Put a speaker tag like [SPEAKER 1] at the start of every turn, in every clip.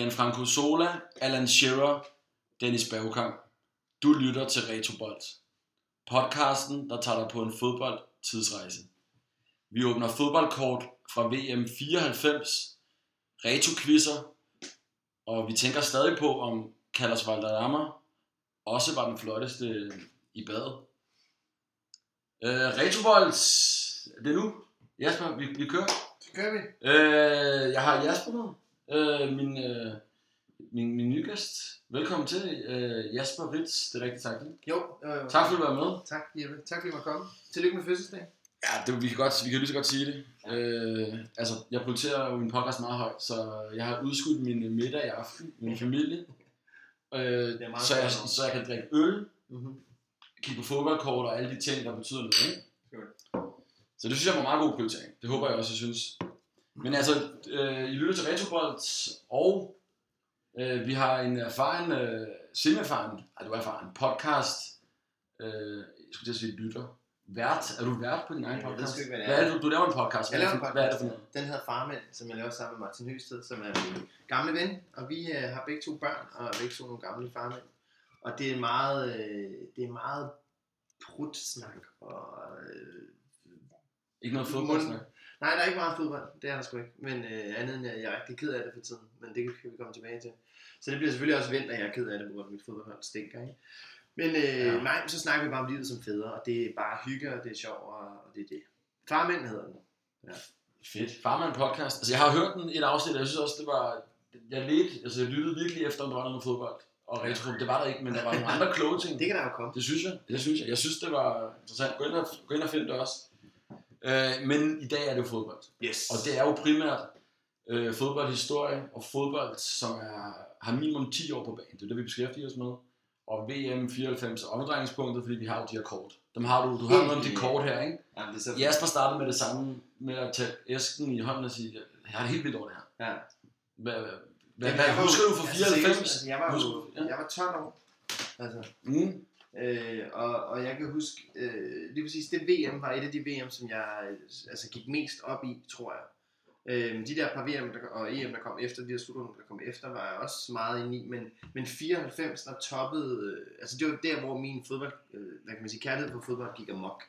[SPEAKER 1] Gianfranco Sola, Alan Shearer, Dennis Bergkamp. Du lytter til Retrobolt. Podcasten, der tager dig på en fodboldtidsrejse. Vi åbner fodboldkort fra VM 94, retroquizzer, og vi tænker stadig på, om Kallas Valderrama også var den flotteste i badet. Øh, Retrobolt, er det nu? Jasper, vi, vi kører.
[SPEAKER 2] Så kører vi.
[SPEAKER 1] Øh, jeg har Jasper med. Øh, min, øh, min, min nye gæst. Velkommen til, øh, Jasper Ritz. Det er rigtigt sagt. ikke?
[SPEAKER 2] Jo, jo, jo.
[SPEAKER 1] Tak fordi du var med.
[SPEAKER 2] Tak, Jeppe. Tak fordi du måtte komme. Tillykke med fødselsdagen.
[SPEAKER 1] Ja, det, vi, kan godt, vi kan lige så godt sige det. Øh, altså, jeg prioriterer jo min podcast meget højt, så jeg har udskudt min øh, middag i aften med min familie. Øh,
[SPEAKER 2] er meget
[SPEAKER 1] så, jeg,
[SPEAKER 2] godt.
[SPEAKER 1] så jeg kan drikke øl,
[SPEAKER 2] Mm-hmm.
[SPEAKER 1] kigge på fodboldkort og alle de ting, der betyder noget. Ikke?
[SPEAKER 2] Jo.
[SPEAKER 1] Så det synes jeg var en meget god prioritering. Det håber jeg også, I synes. Men altså, øh, I lytter til Retrobolt, og øh, vi har en erfaren, øh, semi-erfaren, ej, du er erfaren, podcast, øh, jeg skulle til at sige lytter, vært. Er du vært på din egen
[SPEAKER 2] Jeg ved
[SPEAKER 1] podcast?
[SPEAKER 2] sgu ikke, hvad det
[SPEAKER 1] hvad
[SPEAKER 2] er.
[SPEAKER 1] er det, du, du laver en podcast.
[SPEAKER 2] Jeg
[SPEAKER 1] Hvad er
[SPEAKER 2] laver en
[SPEAKER 1] det for-
[SPEAKER 2] podcast.
[SPEAKER 1] Hvad er det for noget?
[SPEAKER 2] Den hedder Farmand, som jeg laver sammen med Martin Høsted, som er min gamle ven. Og vi øh, har begge to børn, og begge to nogle gamle farmænd. Og det er meget, øh, det er meget prutsnak. Og, øh,
[SPEAKER 1] Ikke noget
[SPEAKER 2] Mund-
[SPEAKER 1] fodboldsnak.
[SPEAKER 2] nej, der er ikke meget fodbold. Det er der sgu ikke. Men øh, andet end, at jeg er rigtig ked af det for tiden. Men det kan vi komme tilbage til. Så det bliver selvfølgelig også vendt, at jeg er ked af det, hvor mit fodboldhold stinker. Ikke? Men øh,
[SPEAKER 1] Ja.
[SPEAKER 2] ja. nej, så snakker vi bare om livet som fædre, og det er bare hygge, og det er sjov, og, og det er det. Farmænd hedder den.
[SPEAKER 1] Fedt. Farman podcast. Altså, jeg har hørt den et afsnit, og jeg synes også, det var... Jeg ledte, altså jeg lyttede virkelig efter, om der var noget med fodbold. Og retro, det var der ikke, men der var nogle andre kloge ting.
[SPEAKER 2] Det kan der jo komme.
[SPEAKER 1] Det synes jeg. Det synes jeg. Jeg synes, det var interessant. Gå ind og, gå ind og find det også. Øh, men i dag er det jo fodbold.
[SPEAKER 2] Yes.
[SPEAKER 1] Og det er jo primært øh, fodboldhistorie og fodbold, som er, har minimum 10 år på banen. Det er det, vi beskæftiger os med. Og VM 94 er omdrejningspunktet, fordi vi har jo de her kort. Dem har du, du har noget om de kort her, ikke?
[SPEAKER 2] Jamen, det er så...
[SPEAKER 1] Jasper Altså, startede med det samme, med at tage æsken i hånden og sige, jeg har det helt vildt over det her.
[SPEAKER 2] Ja.
[SPEAKER 1] Hvad, hvad, hvad, hvad husker du fra
[SPEAKER 2] Altså,
[SPEAKER 1] 94?
[SPEAKER 2] seriøst, altså, jeg, var jo,
[SPEAKER 1] Husker- ja.
[SPEAKER 2] jeg var 12 år. Altså,
[SPEAKER 1] Mm.
[SPEAKER 2] øh, og, og jeg kan huske, øh, lige præcis det VM var et af de VM, som jeg øh, altså, gik mest op i, tror jeg. Øh, de der par VM der, og EM, der kom efter, de der slutrunder, der kom efter, var jeg også meget inde i. Men, men 94, der toppede... Øh, altså, det var der, hvor min fodbold, øh, hvad kan man sige, kærlighed for fodbold gik amok.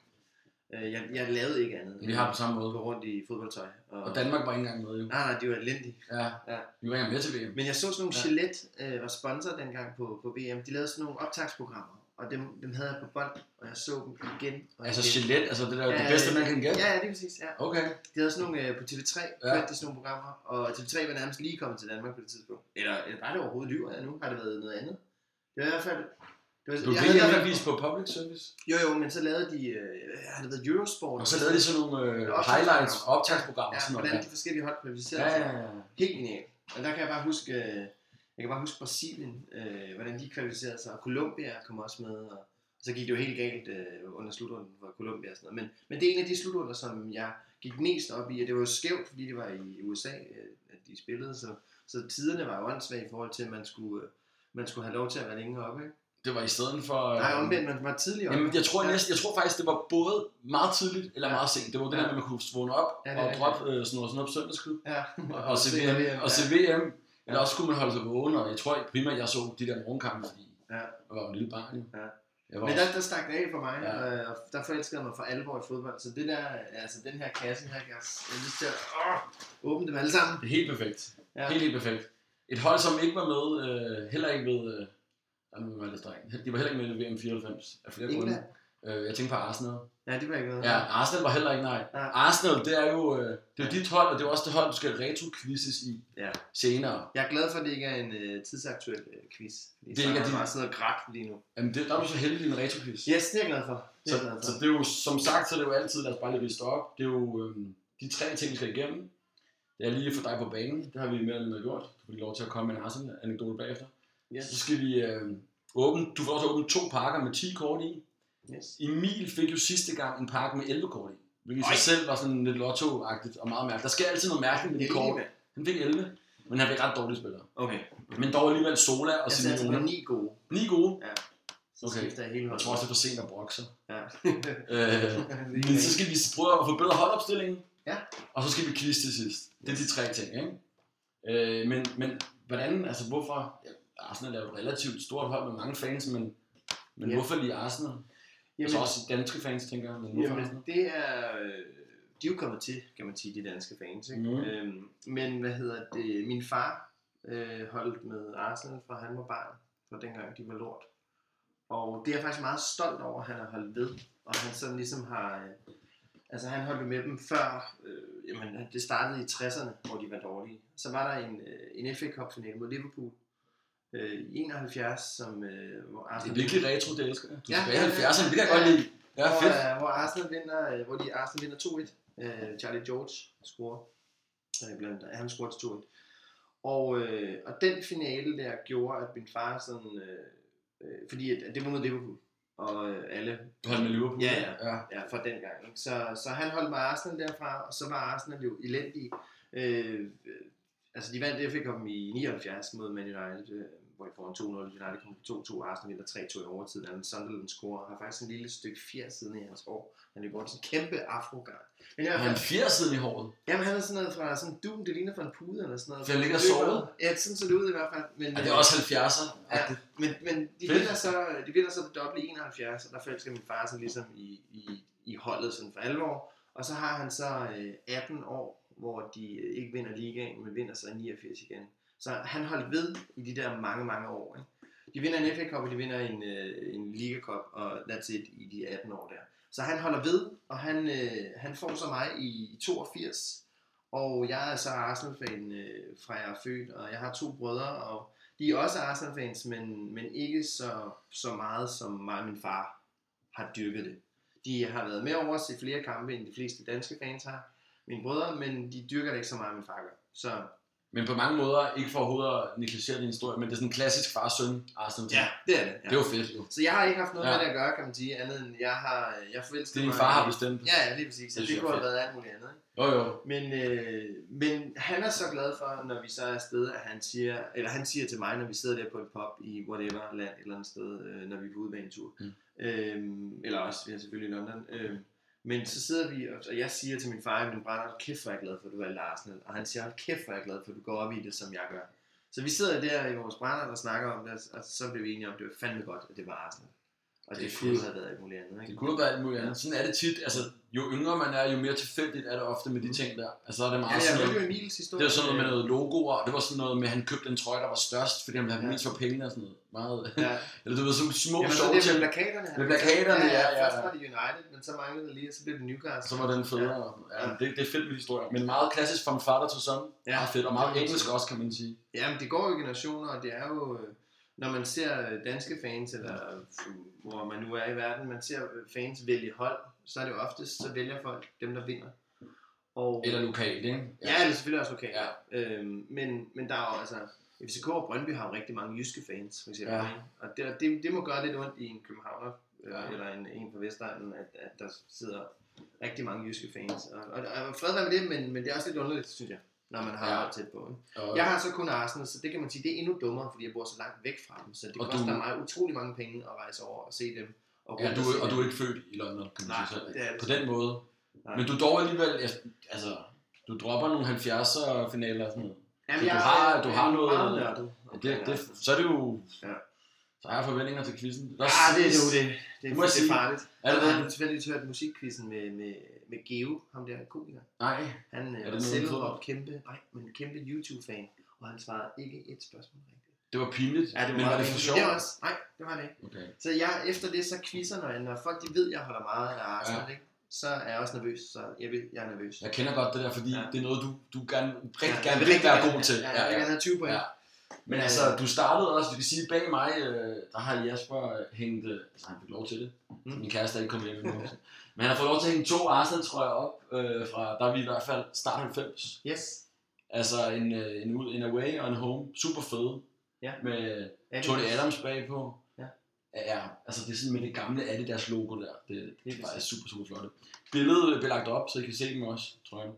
[SPEAKER 2] Øh, jeg, jeg lavede ikke andet.
[SPEAKER 1] Vi har det på samme
[SPEAKER 2] Jeg
[SPEAKER 1] måde.
[SPEAKER 2] gå rundt i fodboldtøj.
[SPEAKER 1] Og Danmark var ikke engang med, jo.
[SPEAKER 2] Nej, nej, det var elendigt.
[SPEAKER 1] Ja,
[SPEAKER 2] Ja.
[SPEAKER 1] vi var ikke engang med til VM.
[SPEAKER 2] Men jeg så sådan nogle
[SPEAKER 1] Ja.
[SPEAKER 2] ja. Gillette øh, var sponsor dengang på, på VM. De lavede sådan nogle optagsprogrammer, og dem, dem havde jeg på bånd, og jeg så dem igen. Og
[SPEAKER 1] Altså
[SPEAKER 2] igen.
[SPEAKER 1] Gillette, altså det der
[SPEAKER 2] Ja,
[SPEAKER 1] det bedste, man kan gætte.
[SPEAKER 2] Ja, ja, det er præcis. Ja.
[SPEAKER 1] Okay.
[SPEAKER 2] De havde sådan nogle øh, på TV3,
[SPEAKER 1] Ja.
[SPEAKER 2] ja. kørte de sådan nogle programmer, og TV3 var nærmest lige kommet til Danmark på det tidspunkt. Eller, eller var det overhovedet lyver jeg nu? Har det været noget andet? Det var i hvert fald... Det var,
[SPEAKER 1] Du
[SPEAKER 2] jeg
[SPEAKER 1] fik
[SPEAKER 2] havde i
[SPEAKER 1] en
[SPEAKER 2] hvert fald-
[SPEAKER 1] avis på public service.
[SPEAKER 2] Jo, jo, men så lavede de... Øh, har det været Eurosport?
[SPEAKER 1] Og så lavede de sådan nogle øh,
[SPEAKER 2] Optagsprogrammer.
[SPEAKER 1] highlights, optagsprogrammer og
[SPEAKER 2] Ja,
[SPEAKER 1] sådan noget.
[SPEAKER 2] hvordan de forskellige hold kvalificerede
[SPEAKER 1] Ja,
[SPEAKER 2] sig.
[SPEAKER 1] ja, ja.
[SPEAKER 2] Helt genialt. Og der kan jeg bare huske, øh, jeg kan bare huske Brasilien, øh, hvordan de kvalificerede sig, og Colombia kom også med, og så gik det jo helt galt øh, under slutrunden for Colombia og sådan noget. Men, men det er en af de slutrunder, som jeg gik mest op i, og det var jo skævt, fordi det var i USA, øh, at de spillede, så, så tiderne var jo åndssvage i forhold til, at man skulle, øh, man skulle have lov til at være længere oppe. Ikke?
[SPEAKER 1] Det var i stedet for... øh,
[SPEAKER 2] Nej, omvendt, man var tidligere oppe.
[SPEAKER 1] Jamen, jeg tror,
[SPEAKER 2] Ja.
[SPEAKER 1] næsten, jeg tror faktisk, det var både meget tidligt eller meget sent. Det var det
[SPEAKER 2] Ja.
[SPEAKER 1] der med, at man kunne vågne op
[SPEAKER 2] Ja, det er
[SPEAKER 1] og
[SPEAKER 2] rigtigt.
[SPEAKER 1] droppe øh, sådan noget, sådan noget søndagsklub.
[SPEAKER 2] Ja.
[SPEAKER 1] Og, og, se VM, og se
[SPEAKER 2] ja.
[SPEAKER 1] VM. Eller også skulle man holde sig vågen, og jeg tror primært, jeg så de der morgenkampe, fordi
[SPEAKER 2] Ja.
[SPEAKER 1] jeg var jo en lille barn, jo.
[SPEAKER 2] Ja.
[SPEAKER 1] Jeg var
[SPEAKER 2] Men der, der stak det af for mig,
[SPEAKER 1] Ja.
[SPEAKER 2] ja. og der forelskede jeg mig for alvor i fodbold. Så det der, altså den her kasse her, jeg har lyst til at åh, åbne dem alle sammen.
[SPEAKER 1] Det er helt perfekt. Ja.
[SPEAKER 2] Ja.
[SPEAKER 1] Helt, helt perfekt. Et hold, som ikke var med, øh, heller ikke ved... Øh, jamen, hvem var det streng. De var heller ikke med i VM 94 af flere
[SPEAKER 2] England?
[SPEAKER 1] grunde. Øh, jeg tænker på Arsenal.
[SPEAKER 2] Ja, det var ikke noget.
[SPEAKER 1] Ja, Arsenal var heller ikke nej.
[SPEAKER 2] Ja.
[SPEAKER 1] Arsenal, det er jo øh, det er jo
[SPEAKER 2] Ja.
[SPEAKER 1] dit hold, og det er jo også det hold, du skal retro-quizzes i
[SPEAKER 2] Ja.
[SPEAKER 1] senere.
[SPEAKER 2] Jeg er glad for, at det ikke er en øh, tidsaktuel øh, quiz. Fordi
[SPEAKER 1] Det er
[SPEAKER 2] så
[SPEAKER 1] ikke
[SPEAKER 2] har jeg
[SPEAKER 1] din-
[SPEAKER 2] bare siddet og grædt lige nu.
[SPEAKER 1] Jamen, det, der er du så heldig i en retro-quiz.
[SPEAKER 2] Yes, det er jeg glad for. Det altså.
[SPEAKER 1] Så,
[SPEAKER 2] er jeg glad
[SPEAKER 1] så
[SPEAKER 2] for.
[SPEAKER 1] det er jo, som sagt, så er det jo altid, lad os bare lige riste op. Det er jo øh, de tre ting, vi skal igennem. Det er lige for dig på banen. Det har vi mere eller mindre gjort. Du får lige lov til at komme med en Arsenal-anekdote bagefter.
[SPEAKER 2] Yes.
[SPEAKER 1] Så skal vi øh, åbne, du får også åbne to pakker med 10 kort i.
[SPEAKER 2] yes.
[SPEAKER 1] Emil fik jo sidste gang en pakke med 11 kort i, hvilket i
[SPEAKER 2] Oj.
[SPEAKER 1] sig selv var sådan lidt lotto-agtigt og meget mærkeligt. Der sker altid noget mærkeligt med de kort. Han fik 11, men han fik ret dårlige spillere.
[SPEAKER 2] Okay.
[SPEAKER 1] Men dog alligevel Sola og
[SPEAKER 2] Jeg satte altså
[SPEAKER 1] Simeone.
[SPEAKER 2] på ni gode.
[SPEAKER 1] 9 gode.
[SPEAKER 2] Så
[SPEAKER 1] Okay.
[SPEAKER 2] okay. skifter jeg hele
[SPEAKER 1] Jeg
[SPEAKER 2] holdet.
[SPEAKER 1] tror også, øh, det er for sent at brokke sig.
[SPEAKER 2] Ja.
[SPEAKER 1] Øh, men så skal vi prøve at forbedre holdopstillingen.
[SPEAKER 2] Ja.
[SPEAKER 1] Og så skal vi quiz til sidst. Det er de tre ting, ikke? Øh, men, men hvordan, altså hvorfor, ja, Arsenal er jo et relativt stort hold med mange fans, men, men
[SPEAKER 2] Ja.
[SPEAKER 1] ja. hvorfor lige Arsenal? Jamen, altså også danske fans, tænker jeg, men hvorfor
[SPEAKER 2] Jamen,
[SPEAKER 1] Arsenal?
[SPEAKER 2] det er... øh, De er jo kommet til, kan man sige, de danske fans. Ikke?
[SPEAKER 1] Mhm.
[SPEAKER 2] Øhm, men hvad hedder det? Min far øh, holdt med Arsenal, fra han var barn, fra dengang de var lort. Og det er jeg faktisk meget stolt over, at han har holdt ved. Og han sådan ligesom har... Øh, altså han holdt jo med dem før... Øh, jamen, det startede i 60'erne, hvor de var dårlige. Så var der en, øh, en FA Cup finale mod Liverpool øh, i 71, som... Øh, hvor
[SPEAKER 1] Det
[SPEAKER 2] Arsenal
[SPEAKER 1] er virkelig retro, det elsker jeg. Du er
[SPEAKER 2] Ja,
[SPEAKER 1] tilbage i
[SPEAKER 2] ja, ja.
[SPEAKER 1] 70'erne, det kan jeg godt
[SPEAKER 2] Ja, ja.
[SPEAKER 1] lide. Ja,
[SPEAKER 2] hvor,
[SPEAKER 1] fedt.
[SPEAKER 2] øh, hvor, Arsenal vinder, øh, hvor de Arsenal vinder 2-1. Øh, Charlie George scorer. Øh, blandt andet. Han scorer til 2-1. Og, øh, og den finale der gjorde, at min far sådan... Øh, øh, fordi at, at det var mod Liverpool. Og øh, alle
[SPEAKER 1] Hold med Liverpool.
[SPEAKER 2] Ja, ja.
[SPEAKER 1] ja.
[SPEAKER 2] ja, fra dengang. Ikke? Så, så han holdt med Arsenal derfra, og så var Arsenal jo elendig. Øh, øh, altså, de vandt FA Cup'en i 79 mod Man United, øh, hvor de får en 2-0. United kom på 2-2, Arsenal vinder 3-2 i overtid. Alan Sunderland scorer, har faktisk en lille stykke fjer siden i hans år. Han løber rundt sådan en kæmpe afrogang. Men i hvert
[SPEAKER 1] Han har
[SPEAKER 2] fald,
[SPEAKER 1] en fjer siden i håret.
[SPEAKER 2] jamen, han er sådan noget fra sådan en dun, det ligner fra en pude eller sådan noget.
[SPEAKER 1] Den ligger
[SPEAKER 2] Han løber-
[SPEAKER 1] såret?
[SPEAKER 2] Ja, sådan så det ud i hvert fald. Men, øh,
[SPEAKER 1] Ja, det er også 70'er.
[SPEAKER 2] Ja,
[SPEAKER 1] agtigt.
[SPEAKER 2] men, men de,
[SPEAKER 1] Fedt.
[SPEAKER 2] vinder så, de vinder så det dobbelt 71, og der forelsker min far sådan ligesom i, i, i holdet sådan for alvor. Og så har han så øh, 18 år, hvor de øh, ikke vinder ligaen, men vinder så i 89 igen. Så han holdt ved i de der mange, mange år. Ikke? De vinder en FA Cup, og de vinder en, øh, en Liga Cup, og that's it i de 18 år der. Så han holder ved, og han, øh, han får så mig i 82. Og jeg er så Arsenal-fan øh, fra jeg er født, og jeg har to brødre, og de er også Arsenal-fans, men, men ikke så, så meget, som mig og min far har dyrket det. De har været med over os i flere kampe, end de fleste danske fans har, mine brødre, men de dyrker det ikke så meget, min far gør. Så
[SPEAKER 1] Men på mange måder, ikke for overhovedet at negligere din historie, men det er sådan en klassisk far-søn Arsenal.
[SPEAKER 2] ja, det er det.
[SPEAKER 1] Det
[SPEAKER 2] Ja.
[SPEAKER 1] er jo fedt, jo.
[SPEAKER 2] Så jeg har ikke haft noget ja.
[SPEAKER 1] Ja.
[SPEAKER 2] med det at gøre, kan man sige, andet end jeg har... Jeg forelskede
[SPEAKER 1] Det din
[SPEAKER 2] mig
[SPEAKER 1] far
[SPEAKER 2] i-
[SPEAKER 1] har bestemt.
[SPEAKER 2] Ja, ja, lige præcis. Så
[SPEAKER 1] Det
[SPEAKER 2] det,
[SPEAKER 1] synes
[SPEAKER 2] det
[SPEAKER 1] jeg
[SPEAKER 2] kunne
[SPEAKER 1] er
[SPEAKER 2] have været alt muligt andet. Ikke?
[SPEAKER 1] Jo, jo.
[SPEAKER 2] Men, øh, men han er så glad for, når vi så er afsted, at han siger, eller han siger til mig, når vi sidder der på en pop i whatever land et eller andet sted, øh, når vi er på udbanetur.
[SPEAKER 1] Mm.
[SPEAKER 2] Øhm, eller også, vi er selvfølgelig i London. Øhm, men så sidder vi, og- og jeg siger til min far, at min brænder, hold kæft, hvor er jeg glad for, at du er Larsen. Og han siger, hold kæft, hvor er jeg glad for, at du går op i det, som jeg gør. Så vi sidder der i vores brænder og snakker om det, og så blev vi enige om, at det var fandme godt, at det var Arsenal. Og
[SPEAKER 1] Det
[SPEAKER 2] det,
[SPEAKER 1] er
[SPEAKER 2] det kunne
[SPEAKER 1] fedt.
[SPEAKER 2] have været alt muligt andet. Ikke?
[SPEAKER 1] Det kunne jo være alt muligt andet. Sådan er det tit. Altså, jo yngre man er, jo mere tilfældigt er det ofte med de ting der. Altså, så er det
[SPEAKER 2] Mm. Ja,
[SPEAKER 1] meget
[SPEAKER 2] jeg
[SPEAKER 1] sådan noget.
[SPEAKER 2] hørte jo Emils historie.
[SPEAKER 1] Det var sådan noget med noget logoer, og det var sådan noget med, at han købte en trøje, der var størst, fordi han ville have
[SPEAKER 2] Ja.
[SPEAKER 1] mest for penge og sådan noget. Meget,
[SPEAKER 2] Ja.
[SPEAKER 1] eller du ved, sådan små
[SPEAKER 2] Jamen, så
[SPEAKER 1] sjove
[SPEAKER 2] det
[SPEAKER 1] ting.
[SPEAKER 2] er med plakaterne. han
[SPEAKER 1] Med plakaterne,
[SPEAKER 2] har.
[SPEAKER 1] ja, ja,
[SPEAKER 2] Først
[SPEAKER 1] ja.
[SPEAKER 2] var det United, men så manglede det lige, og så blev det Newcastle.
[SPEAKER 1] Så var den federe. Ja. Ja, det, det er fedt med historier. Men meget klassisk fra fader til søn. Ja.
[SPEAKER 2] Ja.
[SPEAKER 1] Meget fedt, og meget engelsk også, kan man sige.
[SPEAKER 2] Ja, men det går jo i generationer, og det er jo... øh, Når man ser øh, danske fans, eller øh, hvor man nu er i verden, man ser øh, fans vælge hold, så er det jo oftest, så vælger folk dem, der vinder. Og,
[SPEAKER 1] Eller lokalt, ikke?
[SPEAKER 2] Ja, eller selvfølgelig også okay.
[SPEAKER 1] Ja.
[SPEAKER 2] Øhm, men, men der er jo altså... FCK og Brøndby har jo rigtig mange jyske fans, for eksempel.
[SPEAKER 1] Ja.
[SPEAKER 2] Ja. Og det, det, det må gøre lidt ondt i en københavner, øh,
[SPEAKER 1] Ja.
[SPEAKER 2] eller en, en på Vestegnen, at, at der sidder rigtig mange jyske fans. Og, og, og fred være med det, men, men det er også lidt underligt, synes jeg, når man har
[SPEAKER 1] Ja.
[SPEAKER 2] ja. tæt på. Ikke?
[SPEAKER 1] Og,
[SPEAKER 2] Jeg har så kun Arsenal, så det kan man sige, det er endnu dummere, fordi jeg bor så langt væk fra dem. Så det
[SPEAKER 1] Og du-
[SPEAKER 2] koster mig utrolig mange penge at rejse over og se dem. Og
[SPEAKER 1] ja,
[SPEAKER 2] rundt
[SPEAKER 1] du,
[SPEAKER 2] se
[SPEAKER 1] og du
[SPEAKER 2] dem.
[SPEAKER 1] er ikke født i London, kan man
[SPEAKER 2] Nej,
[SPEAKER 1] sige selv.
[SPEAKER 2] det er det
[SPEAKER 1] På den måde.
[SPEAKER 2] Nej.
[SPEAKER 1] Men du er dog alligevel, ja, altså, du dropper nogle 70'er finaler og sådan noget.
[SPEAKER 2] Jamen,
[SPEAKER 1] du
[SPEAKER 2] jeg
[SPEAKER 1] har-
[SPEAKER 2] er-
[SPEAKER 1] du har
[SPEAKER 2] jeg er
[SPEAKER 1] noget-
[SPEAKER 2] meget nørdet
[SPEAKER 1] Ja, det,
[SPEAKER 2] omkring
[SPEAKER 1] det,
[SPEAKER 2] Arsenal.
[SPEAKER 1] så er det jo...
[SPEAKER 2] Ja.
[SPEAKER 1] Så har jeg forventninger til quizzen.
[SPEAKER 2] Ja, det er jo det. Det er,
[SPEAKER 1] må jeg
[SPEAKER 2] det er
[SPEAKER 1] sige.
[SPEAKER 2] farligt.
[SPEAKER 1] Er det
[SPEAKER 2] Jeg har
[SPEAKER 1] det?
[SPEAKER 2] du tilfældigvis hørt musikquizzen med, med, med Geo, ham der komiker.
[SPEAKER 1] Nej. det
[SPEAKER 2] Han er var
[SPEAKER 1] noget, du ved?
[SPEAKER 2] selvopråbt kæmpe, nej, men kæmpe YouTube-fan, og han svarede ikke et spørgsmål rigtigt.
[SPEAKER 1] Det var pinligt. Men var det for sjovt?
[SPEAKER 2] Det var også, nej, det var det ikke.
[SPEAKER 1] Okay.
[SPEAKER 2] Så jeg, efter det, så quizzer, når, jeg- når folk de ved, jeg holder meget af Arsenal, ja. ikke? så er jeg også nervøs, så jeg, ved, jeg er nervøs.
[SPEAKER 1] Jeg kender godt det der, fordi
[SPEAKER 2] Ja.
[SPEAKER 1] det er noget, du, du gerne, rigtig
[SPEAKER 2] jeg
[SPEAKER 1] gerne
[SPEAKER 2] vil
[SPEAKER 1] vil være god til.
[SPEAKER 2] Ja, jeg vil gerne have 20 point.
[SPEAKER 1] Ja.
[SPEAKER 2] Ja.
[SPEAKER 1] Men altså,
[SPEAKER 2] Øh.
[SPEAKER 1] du startede også, du kan sige, bag mig, øh, der har Jasper hængt, øh, altså han fik lov til det,
[SPEAKER 2] Mm.
[SPEAKER 1] min kæreste er ikke kommet hjem endnu, men han har fået lov til at hænge to Arsenal-trøjer op, øh, fra, der er vi i hvert fald start 90.
[SPEAKER 2] Yes.
[SPEAKER 1] Altså en, øh, en, ud, en away og en home, super fede,
[SPEAKER 2] Ja.
[SPEAKER 1] med
[SPEAKER 2] Ja, det er
[SPEAKER 1] Tony
[SPEAKER 2] det.
[SPEAKER 1] Adams bagpå.
[SPEAKER 2] Ja.
[SPEAKER 1] Ja, altså det er sådan med det gamle Adidas logo der, det, det er
[SPEAKER 2] præcis.
[SPEAKER 1] faktisk super, super flot. Billedet øh, bliver lagt op, så I kan se dem også, tror jeg.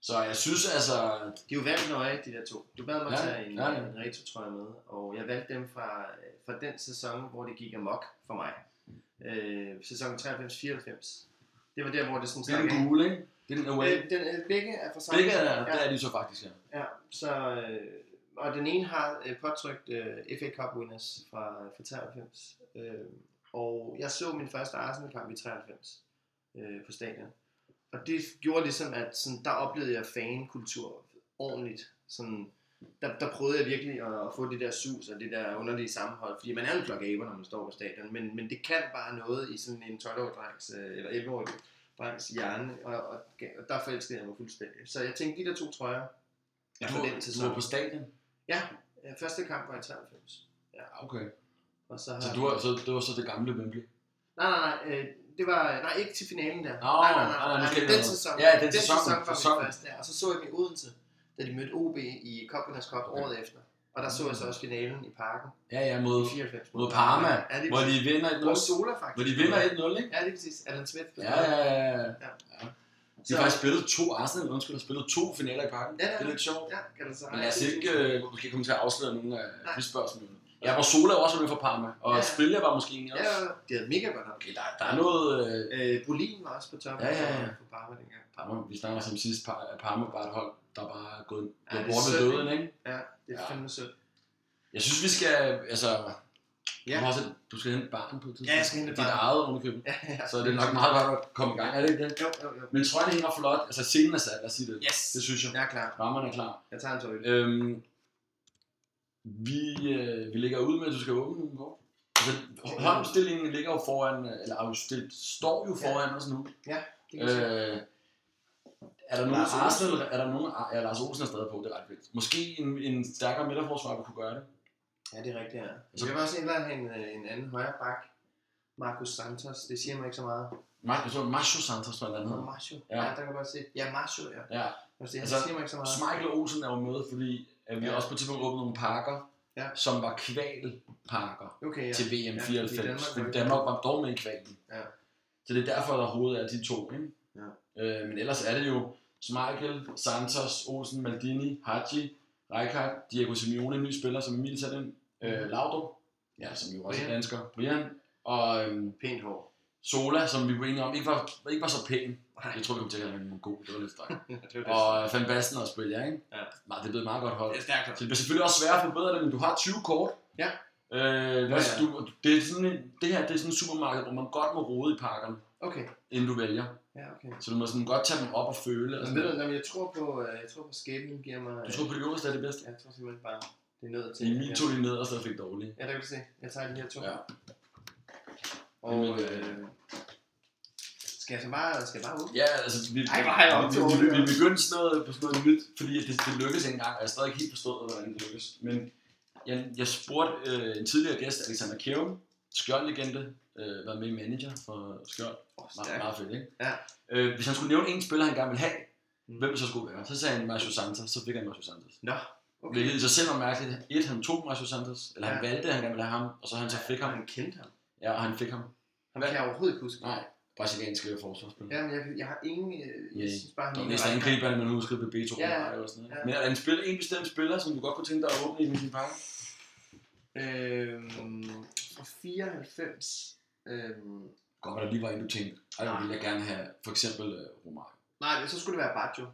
[SPEAKER 1] Så jeg synes altså,
[SPEAKER 2] De er jo valgt nøje, de der to. Du bad mig
[SPEAKER 1] Ja,
[SPEAKER 2] ja, tage en,
[SPEAKER 1] ja,
[SPEAKER 2] ja,
[SPEAKER 1] ja.
[SPEAKER 2] ja. en retro-trøje med, og jeg valgte dem fra, øh, fra den sæson, hvor det gik amok for mig. Øh, sæson 93-94. Det var der, hvor det sådan
[SPEAKER 1] det er en
[SPEAKER 2] stak af.
[SPEAKER 1] gule, ikke? Det er den away.
[SPEAKER 2] Øh, den, øh, begge er fra samme
[SPEAKER 1] Begge er,
[SPEAKER 2] ja.
[SPEAKER 1] der er de så faktisk, ja.
[SPEAKER 2] Ja, så, øh, og den ene har øh, påtrykt øh, FA Cup winners fra, fra 93. Øh, og jeg så min første Arsenal kamp i 93 øh, på stadion. Og det gjorde ligesom, at sådan, der oplevede jeg fankultur ordentligt. Sådan, der, der prøvede jeg virkelig at, at få det der sus og det der underlige sammenhold. Fordi man er jo en flok aber, når man står på stadion. Men, men det kan bare noget i sådan en 12-årig drengs, øh, eller 11-årig drengs hjerne. Og, og, og der forelskede jeg mig fuldstændig. Så jeg tænkte, de der to trøjer,
[SPEAKER 1] ja
[SPEAKER 2] for
[SPEAKER 1] du,
[SPEAKER 2] den
[SPEAKER 1] du
[SPEAKER 2] sæson.
[SPEAKER 1] var på stadion.
[SPEAKER 2] Ja, øh, første kamp var i 93.
[SPEAKER 1] Ja, Okay.
[SPEAKER 2] Og så har...
[SPEAKER 1] Så, du var, så det var så det gamle Wembley.
[SPEAKER 2] Nej, nej, nej. øh, Det var, nej, ikke til finalen der.
[SPEAKER 1] Nå,
[SPEAKER 2] nej, nej,
[SPEAKER 1] nej, nej,
[SPEAKER 2] nej,
[SPEAKER 1] nu
[SPEAKER 2] nej,
[SPEAKER 1] skal
[SPEAKER 2] men
[SPEAKER 1] det
[SPEAKER 2] den
[SPEAKER 1] være-
[SPEAKER 2] sæson,
[SPEAKER 1] Ja, den sæson,
[SPEAKER 2] sæson, var
[SPEAKER 1] sæson.
[SPEAKER 2] min første der. Og så så jeg dem i Odense, da de mødte OB i Copenhagen Cup
[SPEAKER 1] Okay.
[SPEAKER 2] året efter. Og der så jeg så også finalen i parken
[SPEAKER 1] Ja, ja,
[SPEAKER 2] i
[SPEAKER 1] mod,
[SPEAKER 2] 94.
[SPEAKER 1] mod Parma,
[SPEAKER 2] Ja, det
[SPEAKER 1] hvor de vinder
[SPEAKER 2] Hvor
[SPEAKER 1] 1-0.
[SPEAKER 2] Sola faktisk.
[SPEAKER 1] Hvor de vinder 1-0, ikke?
[SPEAKER 2] Ja, det er præcis. Alan Smith.
[SPEAKER 1] Ja, ja, ja. ja. De
[SPEAKER 2] Så-
[SPEAKER 1] har faktisk spillet to, Arsenal undskyld, har spillet to finaler i parken.
[SPEAKER 2] Ja, ja,
[SPEAKER 1] Det er lidt sjovt.
[SPEAKER 2] Ja, kan det så.
[SPEAKER 1] Men lad os ikke, øh, vi kan komme til at afsløre nogle af
[SPEAKER 2] Nej.
[SPEAKER 1] de spørgsmål. Ja, hvor Sola var også med for Parma, og
[SPEAKER 2] Ja.
[SPEAKER 1] ja. Spilja var måske en
[SPEAKER 2] Ja,
[SPEAKER 1] også.
[SPEAKER 2] ja, det havde mega godt nok.
[SPEAKER 1] Okay, der, der er noget... Øh,
[SPEAKER 2] Øh, Brolin var også på toppen
[SPEAKER 1] Ja, ja, ja.
[SPEAKER 2] på Parma dengang.
[SPEAKER 1] Parma, vi snakker som sidst, Par- at Parma var et hold, der bare er gået
[SPEAKER 2] Ja,
[SPEAKER 1] ja,
[SPEAKER 2] det er
[SPEAKER 1] bort ved
[SPEAKER 2] synd,
[SPEAKER 1] døden, ikke?
[SPEAKER 2] Ja, det er
[SPEAKER 1] Ja.
[SPEAKER 2] fandme sødt.
[SPEAKER 1] Jeg synes, vi skal, altså...
[SPEAKER 2] Ja.
[SPEAKER 1] Ja. Du, har også, et- du skal hente barn på et tidspunkt.
[SPEAKER 2] Ja, jeg skal hente et
[SPEAKER 1] Dit
[SPEAKER 2] barn.
[SPEAKER 1] eget underkøb.
[SPEAKER 2] Ja, ja.
[SPEAKER 1] Så det er nok meget godt at komme i gang, er det ikke det?
[SPEAKER 2] Jo, jo, jo.
[SPEAKER 1] Men trøjen hænger flot. Altså scenen er sat, lad os sige det.
[SPEAKER 2] Yes.
[SPEAKER 1] Det synes jeg.
[SPEAKER 2] Jeg er klar.
[SPEAKER 1] Rammerne er klar.
[SPEAKER 2] Jeg tager en tøjle.
[SPEAKER 1] Øhm, vi, øh, vi ligger ud med, at du skal åbne nogle kort. Altså, håndopstillingen ligger jo foran, øh, eller er jo stillet, står jo foran os nu.
[SPEAKER 2] Det kan jeg se.
[SPEAKER 1] Øh, er der nogen
[SPEAKER 2] Lars Olsen.
[SPEAKER 1] Arsenal, er der nogen, ja, Lars Olsen er stadig på, det er ret vildt. Måske en, en stærkere midterforsvar, der kunne gøre det.
[SPEAKER 2] Ja, det er rigtigt, ja.
[SPEAKER 1] Så-
[SPEAKER 2] Jeg vil også indlade en, øh, en anden højre bak. Marcus Santos, det siger mig ikke så meget.
[SPEAKER 1] Mar- jeg tror, Marcio Santos, tror jeg, han
[SPEAKER 2] Nå,
[SPEAKER 1] hedder.
[SPEAKER 2] Marcio.
[SPEAKER 1] Mm. Ja.
[SPEAKER 2] Ja. der kan jeg godt se. Ja, Marcio, ja.
[SPEAKER 1] Ja.
[SPEAKER 2] Jeg
[SPEAKER 1] Altså,
[SPEAKER 2] siger, altså, siger mig ikke så meget.
[SPEAKER 1] Michael Olsen er jo med, fordi at vi
[SPEAKER 2] Ja.
[SPEAKER 1] ja. også på et tidspunkt åbnede nogle pakker,
[SPEAKER 2] Ja.
[SPEAKER 1] som var kvalparker
[SPEAKER 2] Okay,
[SPEAKER 1] ja.
[SPEAKER 2] ja.
[SPEAKER 1] til VM
[SPEAKER 2] fordi
[SPEAKER 1] 94. Ja,
[SPEAKER 2] Danmark var
[SPEAKER 1] fordi Danmark,
[SPEAKER 2] ikke-
[SPEAKER 1] var dog med i kvalen.
[SPEAKER 2] Ja.
[SPEAKER 1] Så det er derfor, der hovedet er de to. Ikke?
[SPEAKER 2] Ja.
[SPEAKER 1] Øh, men ellers er det jo Michael, Santos, Olsen, Maldini, Haji, Rijkaard, Diego Simeone, en ny spiller, som Emil satte ind, øh, Laudrup, ja, som jo også er
[SPEAKER 2] Brian.
[SPEAKER 1] dansker, Brian, og øhm,
[SPEAKER 2] Pænt hår.
[SPEAKER 1] Sola, som vi var enige om, ikke var, ikke var så pæn.
[SPEAKER 2] Nej,
[SPEAKER 1] Jeg tror, vi kom til at have en god, det var lidt strengt.
[SPEAKER 2] det var det.
[SPEAKER 1] Og Van Basten og Spil, ja, ikke?
[SPEAKER 2] Ja.
[SPEAKER 1] Nej, det er blevet et meget godt hold.
[SPEAKER 2] Det er stærkt.
[SPEAKER 1] Så det bliver selvfølgelig også svært at forbedre det, men du har 20 kort.
[SPEAKER 2] Ja.
[SPEAKER 1] Øh, hvad,
[SPEAKER 2] Ja, ja.
[SPEAKER 1] Du, det, er sådan en, det her det er sådan et supermarked, hvor man godt må rode i pakkerne,
[SPEAKER 2] Okay.
[SPEAKER 1] inden du vælger.
[SPEAKER 2] Ja, okay.
[SPEAKER 1] Så du må sådan godt tage dem op og føle. Og
[SPEAKER 2] Men
[SPEAKER 1] sådan
[SPEAKER 2] ved du,
[SPEAKER 1] noget.
[SPEAKER 2] når jeg tror på, øh, jeg tror på skæbnen giver mig...
[SPEAKER 1] Altså, Du tror på det øverste er det bedste.
[SPEAKER 2] øh, Jeg tror simpelthen bare, det er nødt til...
[SPEAKER 1] Emil
[SPEAKER 2] ja.
[SPEAKER 1] tog de ned og så fik dårlige.
[SPEAKER 2] Ja, der kan du se. Jeg tager de her to.
[SPEAKER 1] Ja.
[SPEAKER 2] Og
[SPEAKER 1] Jamen,
[SPEAKER 2] øh, skal jeg så bare, skal jeg bare åbne?
[SPEAKER 1] Ja, altså vi,
[SPEAKER 2] Ej, hvor har jeg
[SPEAKER 1] vi,
[SPEAKER 2] optog
[SPEAKER 1] vi,
[SPEAKER 2] det
[SPEAKER 1] vi, vi
[SPEAKER 2] også.
[SPEAKER 1] begyndte sådan noget på sådan noget nyt, fordi det, det lykkedes ikke engang, og jeg er stadig ikke helt forstået, hvordan det lykkedes. Men jeg, jeg spurgte øh, en tidligere gæst, Alexander Kjærum, Skjold-legende, øh, været med i manager for Skjold.
[SPEAKER 2] Oh,
[SPEAKER 1] Meget, meget fedt, ikke?
[SPEAKER 2] Ja.
[SPEAKER 1] Øh, hvis han skulle nævne en spiller, han gerne ville have,
[SPEAKER 2] Mm.
[SPEAKER 1] hvem det så skulle være, så sagde han Marcio Santos, så fik han Marcio Santos.
[SPEAKER 2] Nå,
[SPEAKER 1] Okay.
[SPEAKER 2] okay.
[SPEAKER 1] Hvilket i sig selv var mærkeligt. Et, han tog Marcio Santos, eller han
[SPEAKER 2] Ja.
[SPEAKER 1] valgte, at han gerne ville have ham, og så han så fik ham.
[SPEAKER 2] Han kendte ham.
[SPEAKER 1] Ja, og han fik ham.
[SPEAKER 2] Han
[SPEAKER 1] Hvad?
[SPEAKER 2] kan jeg overhovedet ikke huske.
[SPEAKER 1] Nej, brasilianske forsvarsspiller.
[SPEAKER 2] Ja, men jeg, jeg har ingen... øh, Jeg
[SPEAKER 1] Yeah.
[SPEAKER 2] synes bare,
[SPEAKER 1] Der
[SPEAKER 2] han
[SPEAKER 1] var næsten angriber, man huskede på Beto
[SPEAKER 2] Ja, ja.
[SPEAKER 1] Romario og sådan noget.
[SPEAKER 2] Ja.
[SPEAKER 1] Men er der en, spiller, en bestemt spiller, som du godt kunne tænke dig at åbne i din pakke?
[SPEAKER 2] Øhm, fra 94... Øhm,
[SPEAKER 1] Godt, at der lige var en, du tænkte, ej, jeg
[SPEAKER 2] Nej.
[SPEAKER 1] vil jeg gerne have, for eksempel uh, Romario.
[SPEAKER 2] nej, men så skulle det være Baggio.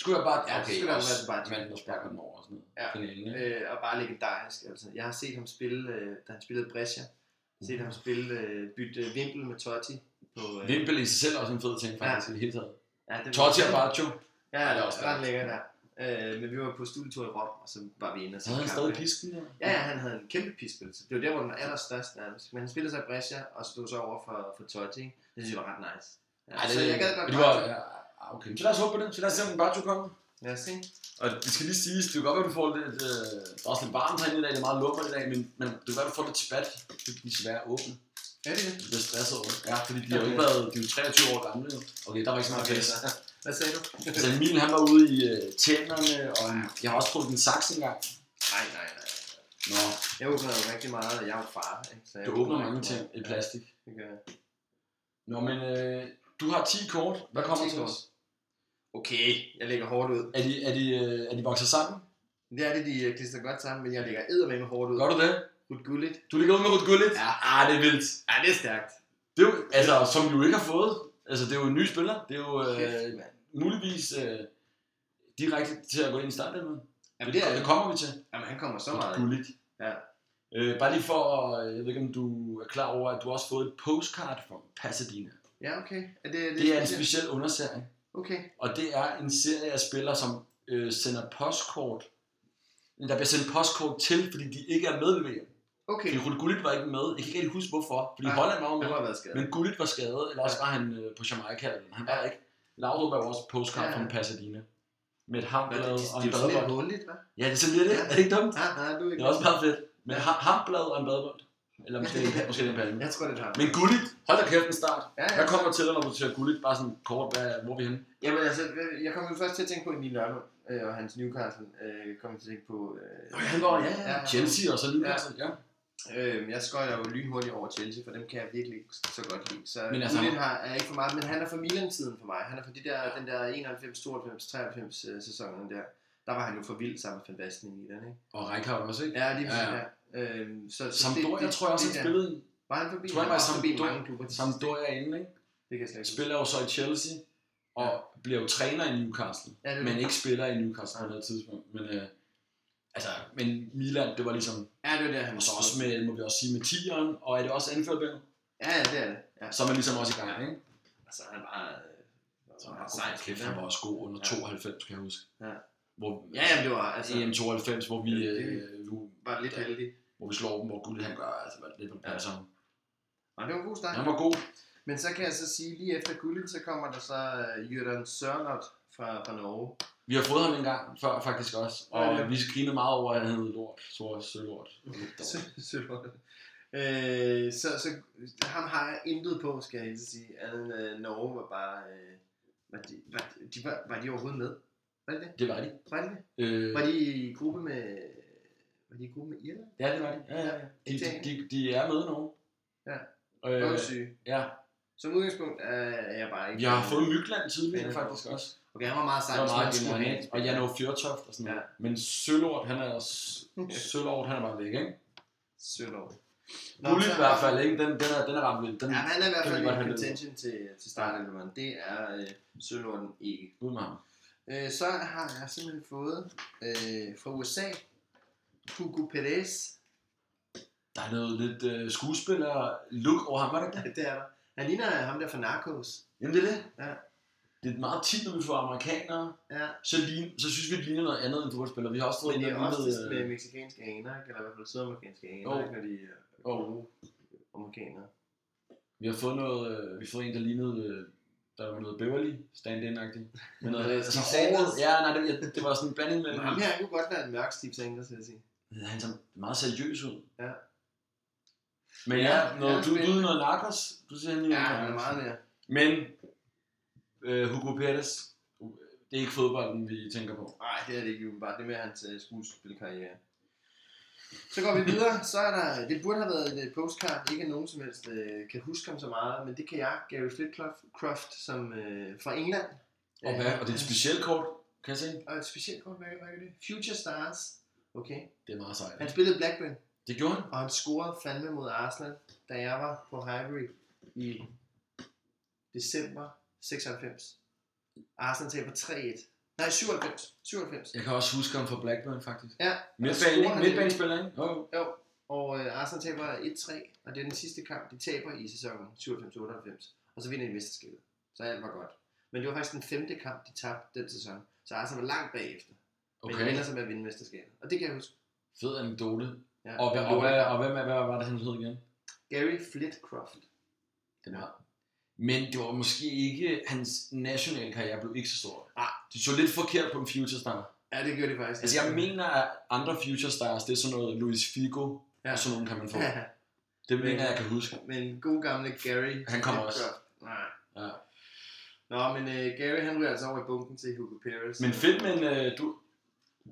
[SPEAKER 1] Skulle jeg bare,
[SPEAKER 2] Ja, så skulle der være bare-
[SPEAKER 1] manden, der sparker den over og sådan noget.
[SPEAKER 2] Ja.
[SPEAKER 1] Finalen, ikke?
[SPEAKER 2] Øh, og bare legendarisk. Altså. Jeg har set ham spille, øh, da han spillede Brescia. Jeg har set ham spille, øh, bytte øh, Vimpel med Totti. På, øh,
[SPEAKER 1] Vimpel i sig selv er også en fed ting, faktisk, i det hele taget.
[SPEAKER 2] Ja, det var-
[SPEAKER 1] Totti og Baggio.
[SPEAKER 2] Ja,
[SPEAKER 1] Ja,
[SPEAKER 2] ja,
[SPEAKER 1] det
[SPEAKER 2] det
[SPEAKER 1] er
[SPEAKER 2] var
[SPEAKER 1] også
[SPEAKER 2] også ret lækkert der. Øh, men vi var på studietur i Rom, og så var vi inde og
[SPEAKER 1] Så havde han
[SPEAKER 2] kampe.
[SPEAKER 1] stadig pisken der.
[SPEAKER 2] Ja, ja, han havde en kæmpe piskelse. Det var der, hvor den var allerstørst nærmest. Men han spillede sig i Brescia, og stod så over for, for Totti. ikke? Det synes jeg var ret nice. Ja,
[SPEAKER 1] Ej, det,
[SPEAKER 2] så jeg gad godt
[SPEAKER 1] det var,
[SPEAKER 2] Baggio.
[SPEAKER 1] ja, ah, okay. Så lad os håbe på det. Så lad os se, om den Baggio kommer.
[SPEAKER 2] Lad os se.
[SPEAKER 1] Og det skal lige siges, det kan godt være, du får lidt... Øh, der er også lidt varmt herinde i dag, det er meget lummert i dag, men, men det kan være, du får lidt spat. Det er svært at åbne.
[SPEAKER 2] Er det det?
[SPEAKER 1] Du bliver stresset over det. Ja, fordi de har jo ikke været... De er jo 23 år gamle jo. Okay, der var ikke så meget
[SPEAKER 2] Okay,
[SPEAKER 1] plads.
[SPEAKER 2] så. Hvad sagde du?
[SPEAKER 1] Altså Emil, han var ude i øh, tænderne, og han- jeg har også brugt en saks engang.
[SPEAKER 2] Nej, nej, nej.
[SPEAKER 1] Nå,
[SPEAKER 2] Jeg åbner jo rigtig meget, og jeg er jo far. Ikke? Så jeg
[SPEAKER 1] du åbner
[SPEAKER 2] rigtig
[SPEAKER 1] mange ting
[SPEAKER 2] meget.
[SPEAKER 1] i plastik.
[SPEAKER 2] Ja, det gør jeg.
[SPEAKER 1] Nå, men øh, du har 10 kort. Hvad kommer
[SPEAKER 2] Ti
[SPEAKER 1] til
[SPEAKER 2] kort.
[SPEAKER 1] os?
[SPEAKER 2] Okay, jeg lægger hårdt ud.
[SPEAKER 1] Er de, er de, øh, er de vokset sammen?
[SPEAKER 2] Det er det, de øh, klister godt sammen, men jeg lægger eddermame hårdt ud.
[SPEAKER 1] Gør du det?
[SPEAKER 2] Rut Gullit.
[SPEAKER 1] Du ligger ud med Ruth Gullit?
[SPEAKER 2] Ja.
[SPEAKER 1] Ah, det er vildt.
[SPEAKER 2] Ja, det er stærkt.
[SPEAKER 1] Det er jo, altså, som du ikke har fået. Altså, det er jo en ny spiller. Det er jo... Øh,
[SPEAKER 2] Kæft, mand.
[SPEAKER 1] muligvis øh, direkte til at gå ind i startelven.
[SPEAKER 2] Jamen, det er
[SPEAKER 1] det kommer vi til.
[SPEAKER 2] Jamen, han kommer så
[SPEAKER 1] Det er
[SPEAKER 2] meget. ind.
[SPEAKER 1] gulligt.
[SPEAKER 2] Ja.
[SPEAKER 1] Øh, bare lige for, at- jeg ved ikke om du er klar over, at du også har fået et postcard fra Pasadena.
[SPEAKER 2] Ja, okay. Er det,
[SPEAKER 1] Det er en speciel underserie,
[SPEAKER 2] Okay.
[SPEAKER 1] og det er en serie af spillere, som øh, sender postkort, der bliver sendt postkort til, fordi de ikke er med ved VM.
[SPEAKER 2] Okay.
[SPEAKER 1] Fordi Rulle Gullit var ikke med. Jeg kan ikke rigtig huske hvorfor, fordi
[SPEAKER 2] Nej,
[SPEAKER 1] Holland var jo
[SPEAKER 2] Han
[SPEAKER 1] med,
[SPEAKER 2] har været skadet.
[SPEAKER 1] men Gullit var skadet, eller også var han øh, på Jamaica, eller han var ikke. Laudrup var jo også postcard
[SPEAKER 2] Ja.
[SPEAKER 1] fra Pasadena. Med et
[SPEAKER 2] Nå, det,
[SPEAKER 1] hamblad
[SPEAKER 2] det,
[SPEAKER 1] og
[SPEAKER 2] det,
[SPEAKER 1] en
[SPEAKER 2] er jo sådan lidt
[SPEAKER 1] badebold.
[SPEAKER 2] håndligt, hva'?
[SPEAKER 1] Ja, det er sådan lidt det. Er det ikke dumt?
[SPEAKER 2] Ja, nej, du er
[SPEAKER 1] Det
[SPEAKER 2] ikke.
[SPEAKER 1] er også meget fedt. Men ja. hamblad og en badebold. Eller måske, en, måske en palme.
[SPEAKER 2] Jeg tror, det er ham.
[SPEAKER 1] Men Gullit, hold da kæft en start.
[SPEAKER 2] Ja, ja.
[SPEAKER 1] Hvad kommer til dig, når du ser Gullit? Bare sådan kort, hvad, hvor er vi henne?
[SPEAKER 2] Jamen altså, øh, jeg kom først til at tænke på Emil Nørlund øh, og hans Newcastle. Øh, kom til at tænke på... Øh,
[SPEAKER 1] Chelsea og så Newcastle, ja.
[SPEAKER 2] Øh, jeg skøjter jo lynhurtigt over Chelsea, for dem kan jeg virkelig ikke så godt lide. Så
[SPEAKER 1] Men
[SPEAKER 2] men
[SPEAKER 1] altså-
[SPEAKER 2] altså, har, er ikke for meget, men han er fra Milan-tiden for mig. Han er fra de der, den der 91, 92, 93 øh, sæsonen der. Der var han jo for vild sammen med Van Basten i Milan, ikke?
[SPEAKER 1] Og Rijkaard også, ikke?
[SPEAKER 2] Ja, lige
[SPEAKER 1] Ja,
[SPEAKER 2] præcis, ja. Øhm, så, så
[SPEAKER 1] Sampdoria tror jeg også,
[SPEAKER 2] det
[SPEAKER 1] han
[SPEAKER 2] der-
[SPEAKER 1] spillede i.
[SPEAKER 2] Var han forbi?
[SPEAKER 1] Tror jeg,
[SPEAKER 2] Han var
[SPEAKER 1] det var
[SPEAKER 2] forbi
[SPEAKER 1] Sampdoria-
[SPEAKER 2] mange klubber til sidst, ikke?
[SPEAKER 1] Sampdoria er inde, ikke?
[SPEAKER 2] Det kan jeg slet ikke huske.
[SPEAKER 1] Spiller jo så i Chelsea, og bliver jo træner i Newcastle.
[SPEAKER 2] Ja, det,
[SPEAKER 1] Men
[SPEAKER 2] men,
[SPEAKER 1] ikke spiller i Newcastle på noget tidspunkt. Men, øh, altså, men Milan, det var ligesom...
[SPEAKER 2] ja, det var der, han
[SPEAKER 1] Og så også med, må vi også sige, med tieren. Og er det også anførbindet?
[SPEAKER 2] Ja, ja, det er det. Ja.
[SPEAKER 1] Så er man ligesom også i gang, ikke?
[SPEAKER 2] Altså, han var... øh,
[SPEAKER 1] Så
[SPEAKER 2] han
[SPEAKER 1] han
[SPEAKER 2] var
[SPEAKER 1] var,
[SPEAKER 2] sej.
[SPEAKER 1] god, kæft, han var også god under
[SPEAKER 2] Ja.
[SPEAKER 1] 92, kan jeg huske.
[SPEAKER 2] Ja.
[SPEAKER 1] Hvor,
[SPEAKER 2] Ja, jamen, det var altså...
[SPEAKER 1] altså, EM 92, hvor vi,
[SPEAKER 2] Ja, det-
[SPEAKER 1] øh, nu-
[SPEAKER 2] Var lidt
[SPEAKER 1] Ja.
[SPEAKER 2] heldig.
[SPEAKER 1] hvor vi slår dem, hvor Gullit han gør altså, hvad- lidt på
[SPEAKER 2] Ja.
[SPEAKER 1] passer.
[SPEAKER 2] Og det var en god start.
[SPEAKER 1] Han var god.
[SPEAKER 2] Men så kan jeg så sige, lige efter guldet, så kommer der så øh, Jørgen Sørloth fra, fra Norge.
[SPEAKER 1] Vi har fået ham en gang før faktisk også, og
[SPEAKER 2] Ja, ja.
[SPEAKER 1] vi grinede meget over, at han hed Lort. Så også Sølort.
[SPEAKER 2] Så- så var det. øh, så, så ham har jeg intet på, skal jeg helst sige. Andet end, øh, Norge var bare... Øh, var, de, var, de, var, var de overhovedet med? Var det det?
[SPEAKER 1] Det var de.
[SPEAKER 2] Var det det?
[SPEAKER 1] Øh,
[SPEAKER 2] Var de i gruppe med... Var de i gruppe med Irland?
[SPEAKER 1] ja, det var de. Ja, ja. De, de,
[SPEAKER 2] Italien?
[SPEAKER 1] de, de er med nu.
[SPEAKER 2] Ja.
[SPEAKER 1] Øh,
[SPEAKER 2] Røvsyge.
[SPEAKER 1] ja.
[SPEAKER 2] Som udgangspunkt øh, er jeg bare ikke...
[SPEAKER 1] Vi har fået Mykland tidligere
[SPEAKER 2] Ja.
[SPEAKER 1] faktisk også.
[SPEAKER 2] Okay, han var meget sej.
[SPEAKER 1] Det var
[SPEAKER 2] hvis
[SPEAKER 1] meget
[SPEAKER 2] man skulle have
[SPEAKER 1] genialt.
[SPEAKER 2] en
[SPEAKER 1] Og
[SPEAKER 2] spiller.
[SPEAKER 1] Jano Fjørtoft og sådan noget.
[SPEAKER 2] Ja.
[SPEAKER 1] Men Sølort, han er også... Sølort, han er bare væk, ikke?
[SPEAKER 2] Sølov. Nå,
[SPEAKER 1] Gullit
[SPEAKER 2] så-
[SPEAKER 1] i hvert fald, ikke? Den, den er, den er ret vild. Den,
[SPEAKER 2] Ja, men han er i hvert
[SPEAKER 1] Den vil
[SPEAKER 2] fald
[SPEAKER 1] godt
[SPEAKER 2] i
[SPEAKER 1] have
[SPEAKER 2] contention til, til starten, det er øh, Sølorden ikke.
[SPEAKER 1] ud med ham.
[SPEAKER 2] Øh, så har jeg simpelthen fået øh, fra USA, Hugo Perez,
[SPEAKER 1] Der er noget lidt øh, skuespiller-look over ham, er det ikke det?
[SPEAKER 2] det er der. Han ligner ham der fra Narcos.
[SPEAKER 1] Jamen det er det.
[SPEAKER 2] Ja.
[SPEAKER 1] Det er meget tit, når vi får amerikanere,
[SPEAKER 2] Ja,
[SPEAKER 1] så, lign, så synes vi, det ligner noget andet end fodboldspillere. Vi har også fået
[SPEAKER 2] men
[SPEAKER 1] en
[SPEAKER 2] det er
[SPEAKER 1] der
[SPEAKER 2] oftest
[SPEAKER 1] lignede,
[SPEAKER 2] med
[SPEAKER 1] øh,
[SPEAKER 2] meksikanske aner, ikke? eller i hvert fald sydamerikanske aner,
[SPEAKER 1] Jo.
[SPEAKER 2] ikke? når de er
[SPEAKER 1] Jo.
[SPEAKER 2] gode amerikanere.
[SPEAKER 1] øh, vi har fået noget, øh, vi har fået en, der lignede, øh, der var noget Beverly stand in agtigt Men noget,
[SPEAKER 2] Steve
[SPEAKER 1] altså,
[SPEAKER 2] Sanders.
[SPEAKER 1] håret, ja, nej, det, jeg- det var sådan en blanding
[SPEAKER 2] Men
[SPEAKER 1] mellem.
[SPEAKER 2] ham her kunne godt være en mørk Steve Sanders, vil jeg sige.
[SPEAKER 1] Han ser meget seriøs ud.
[SPEAKER 2] Ja.
[SPEAKER 1] Men ja,
[SPEAKER 2] Ja,
[SPEAKER 1] noget,
[SPEAKER 2] ja,
[SPEAKER 1] du, du
[SPEAKER 2] spændende.
[SPEAKER 1] er noget narkos. Du ser han
[SPEAKER 2] Ja, han er meget mere.
[SPEAKER 1] Men øh, Hugo Perez, det er ikke fodbolden, vi tænker på.
[SPEAKER 2] Nej, det er det ikke bare. Det er mere hans øh, skuespilkarriere. Så går vi videre. Så er der, det burde have været et øh, postcard. Ikke at nogen som helst øh, kan huske ham så meget, men det kan jeg. Gary Flitcroft som, øh, fra England.
[SPEAKER 1] Og, hvad, og det er et
[SPEAKER 2] specielt.
[SPEAKER 1] specielt kort, kan jeg se.
[SPEAKER 2] Og et specielt kort, hvad, hvad er det? Future Stars. Okay.
[SPEAKER 1] Det er meget sejt.
[SPEAKER 2] Han spillede Blackburn,
[SPEAKER 1] Det gjorde han.
[SPEAKER 2] og han scorede fandme mod Arsenal, da jeg var på Highbury i december 96. Arsenal taber 3-1. Nej, 97. 97.
[SPEAKER 1] Jeg kan også huske ham fra Blackburn, faktisk.
[SPEAKER 2] Ja,
[SPEAKER 1] Midtbane,
[SPEAKER 2] scorer
[SPEAKER 1] ikke?
[SPEAKER 2] han
[SPEAKER 1] Midtbanespiller, ikke? Jo, jo.
[SPEAKER 2] Jo, og øh, Arsenal taber 1-3, og det er den sidste kamp, de taber i sæsonen 97-98, og så vinder de mesterskabet. Så alt var godt. Men det var faktisk den femte kamp, de tabte den sæson, så Arsenal var langt bagefter. Men okay. de
[SPEAKER 1] Okay.
[SPEAKER 2] ender så med at vinde mesterskabet, og det kan jeg huske.
[SPEAKER 1] Fed anekdote.
[SPEAKER 2] Ja.
[SPEAKER 1] Og, og, og,
[SPEAKER 2] Lort.
[SPEAKER 1] hvad, og hvem, er- hvad var det, han hed igen?
[SPEAKER 2] Gary Flitcroft.
[SPEAKER 1] Den her. Men det var måske ikke, hans nationale karriere blev ikke så stor.
[SPEAKER 2] Nej.
[SPEAKER 1] Det så lidt forkert på en future star.
[SPEAKER 2] Ja, det gjorde de faktisk.
[SPEAKER 1] Altså jeg mener, at andre future stars, det er sådan noget Luis Figo, ja.
[SPEAKER 2] Ja.
[SPEAKER 1] og sådan nogen kan man få.
[SPEAKER 2] Ja,
[SPEAKER 1] Det mener jeg, jeg kan huske.
[SPEAKER 2] men god gamle Gary
[SPEAKER 1] Han kommer også.
[SPEAKER 2] Flitcroft. Nej.
[SPEAKER 1] Ja.
[SPEAKER 2] Nå, men øh, Gary han ryger altså over i bunken til Hugo Perez.
[SPEAKER 1] Men fedt, men øh, du,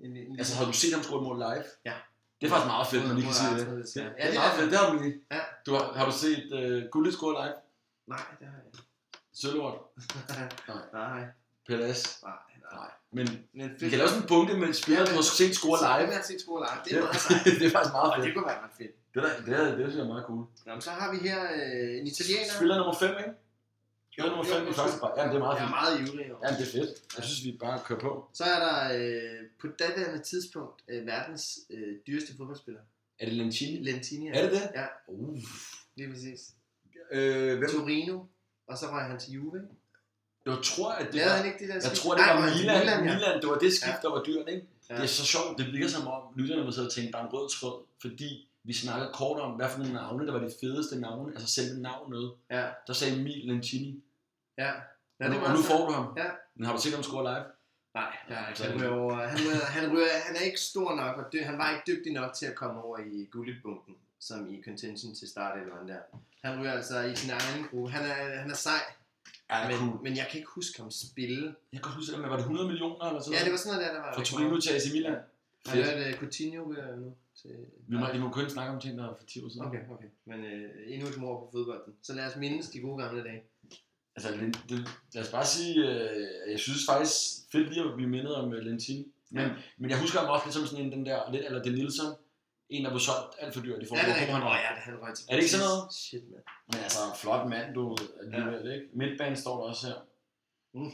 [SPEAKER 2] En, en,
[SPEAKER 1] altså har du set ham score et mål live?
[SPEAKER 2] Ja.
[SPEAKER 1] Det er faktisk meget fedt,
[SPEAKER 2] Mod-
[SPEAKER 1] man lige
[SPEAKER 2] mod
[SPEAKER 1] kan sige det.
[SPEAKER 2] Arsenal,
[SPEAKER 1] Ja,
[SPEAKER 2] desværre.
[SPEAKER 1] det er meget fedt, det har du lige.
[SPEAKER 2] Ja.
[SPEAKER 1] Du har, har du set øh, Gullit score live?
[SPEAKER 2] Nej, det har jeg ikke.
[SPEAKER 1] Sølort,
[SPEAKER 2] Nej,
[SPEAKER 1] Pelas.
[SPEAKER 2] nej, nej.
[SPEAKER 1] Nej, men
[SPEAKER 2] Men
[SPEAKER 1] vi kan lave sådan en bunke med spillere,
[SPEAKER 2] Ja,
[SPEAKER 1] du
[SPEAKER 2] men-
[SPEAKER 1] har set score live.
[SPEAKER 2] Så har jeg set score live. Det
[SPEAKER 1] Ja.
[SPEAKER 2] er meget sejt.
[SPEAKER 1] det er faktisk meget
[SPEAKER 2] Og
[SPEAKER 1] fedt.
[SPEAKER 2] det kunne være ret fedt.
[SPEAKER 1] Det, der, det, er, det synes jeg er meget cool.
[SPEAKER 2] Nå, men så har vi her øh, en italiener.
[SPEAKER 1] Spiller nummer 5, ikke? Jo, nummer 5 i første par. Jamen, det er meget
[SPEAKER 2] Jeg er
[SPEAKER 1] fint.
[SPEAKER 2] meget ivrig. over.
[SPEAKER 1] Jamen, det er fedt. Jeg synes, vi bare kører på.
[SPEAKER 2] Så er der øh, på daværende tidspunkt øh, verdens øh, dyreste fodboldspiller.
[SPEAKER 1] Er det Lentini?
[SPEAKER 2] Lentini.
[SPEAKER 1] Er det det?
[SPEAKER 2] Ja.
[SPEAKER 1] Uh.
[SPEAKER 2] Lige præcis.
[SPEAKER 1] Øh, hvem?
[SPEAKER 2] Torino. Og så var han til Juve.
[SPEAKER 1] Jeg tror, at det
[SPEAKER 2] Lavede
[SPEAKER 1] var,
[SPEAKER 2] han ikke det der
[SPEAKER 1] jeg
[SPEAKER 2] skift?
[SPEAKER 1] tror, det
[SPEAKER 2] Nej,
[SPEAKER 1] var
[SPEAKER 2] han til
[SPEAKER 1] Milan.
[SPEAKER 2] ja.
[SPEAKER 1] Milan, det var det skift,
[SPEAKER 2] Ja.
[SPEAKER 1] der var dyrt, ikke?
[SPEAKER 2] Ja.
[SPEAKER 1] Det er så sjovt. Det virker som om, lytterne må sidde og tænke, der er en rød tråd, fordi vi snakkede kort om, hvad for nogle navne, der var de fedeste navne, altså selve navnet.
[SPEAKER 2] Ja.
[SPEAKER 1] Der sagde Emil Lentini.
[SPEAKER 2] Ja. Ja,
[SPEAKER 1] Ja,
[SPEAKER 2] det var
[SPEAKER 1] og nu
[SPEAKER 2] så-
[SPEAKER 1] får du ham.
[SPEAKER 2] Ja.
[SPEAKER 1] Men har du set ham score live?
[SPEAKER 2] Nej, der er
[SPEAKER 1] Ja,
[SPEAKER 2] ikke.
[SPEAKER 1] så
[SPEAKER 2] Han
[SPEAKER 1] er det-
[SPEAKER 2] ryger over. Han, ryger, han, ryger, han er ikke stor nok, og dy, han var ikke dygtig nok til at komme over i guldbunken, som i contention til start eller andet der. Han ryger altså i sin egen gruppe. Han er, han er sej,
[SPEAKER 1] Ja, det er cool.
[SPEAKER 2] men, men jeg kan ikke huske ham spille.
[SPEAKER 1] Jeg kan huske, at var det 100 millioner eller sådan
[SPEAKER 2] Ja, det
[SPEAKER 1] noget?
[SPEAKER 2] var sådan noget der, der var.
[SPEAKER 1] Fra
[SPEAKER 2] rigtig
[SPEAKER 1] Torino
[SPEAKER 2] meget.
[SPEAKER 1] til AC Milan.
[SPEAKER 2] Har du
[SPEAKER 1] Fedt.
[SPEAKER 2] hørt uh, Coutinho ryger nu? Til...
[SPEAKER 1] Vi må, vi må kun snakke om ting, der er for 10 år siden.
[SPEAKER 2] Okay, okay. Men øh, endnu et mor på fodbolden. Så lad os mindes de gode gamle dage.
[SPEAKER 1] Altså, Len- det, lad os bare sige, øh, at jeg synes faktisk fedt lige at blive mindet om øh, Lentini. Men,
[SPEAKER 2] Ja.
[SPEAKER 1] men jeg husker ham også lidt som sådan en, den der, lidt eller det Nielsen, en, der blev solgt alt for dyrt i
[SPEAKER 2] Ja, det
[SPEAKER 1] forhold til,
[SPEAKER 2] er
[SPEAKER 1] hvor
[SPEAKER 2] rigtigt.
[SPEAKER 1] han var.
[SPEAKER 2] Åh, ja, det han røg til.
[SPEAKER 1] Er det ikke sådan
[SPEAKER 2] Betis.
[SPEAKER 1] noget?
[SPEAKER 2] Shit, mand.
[SPEAKER 1] Men altså, flot mand, du alligevel, ikke? Midtbanen står der også her.
[SPEAKER 2] Mm.
[SPEAKER 1] Øh,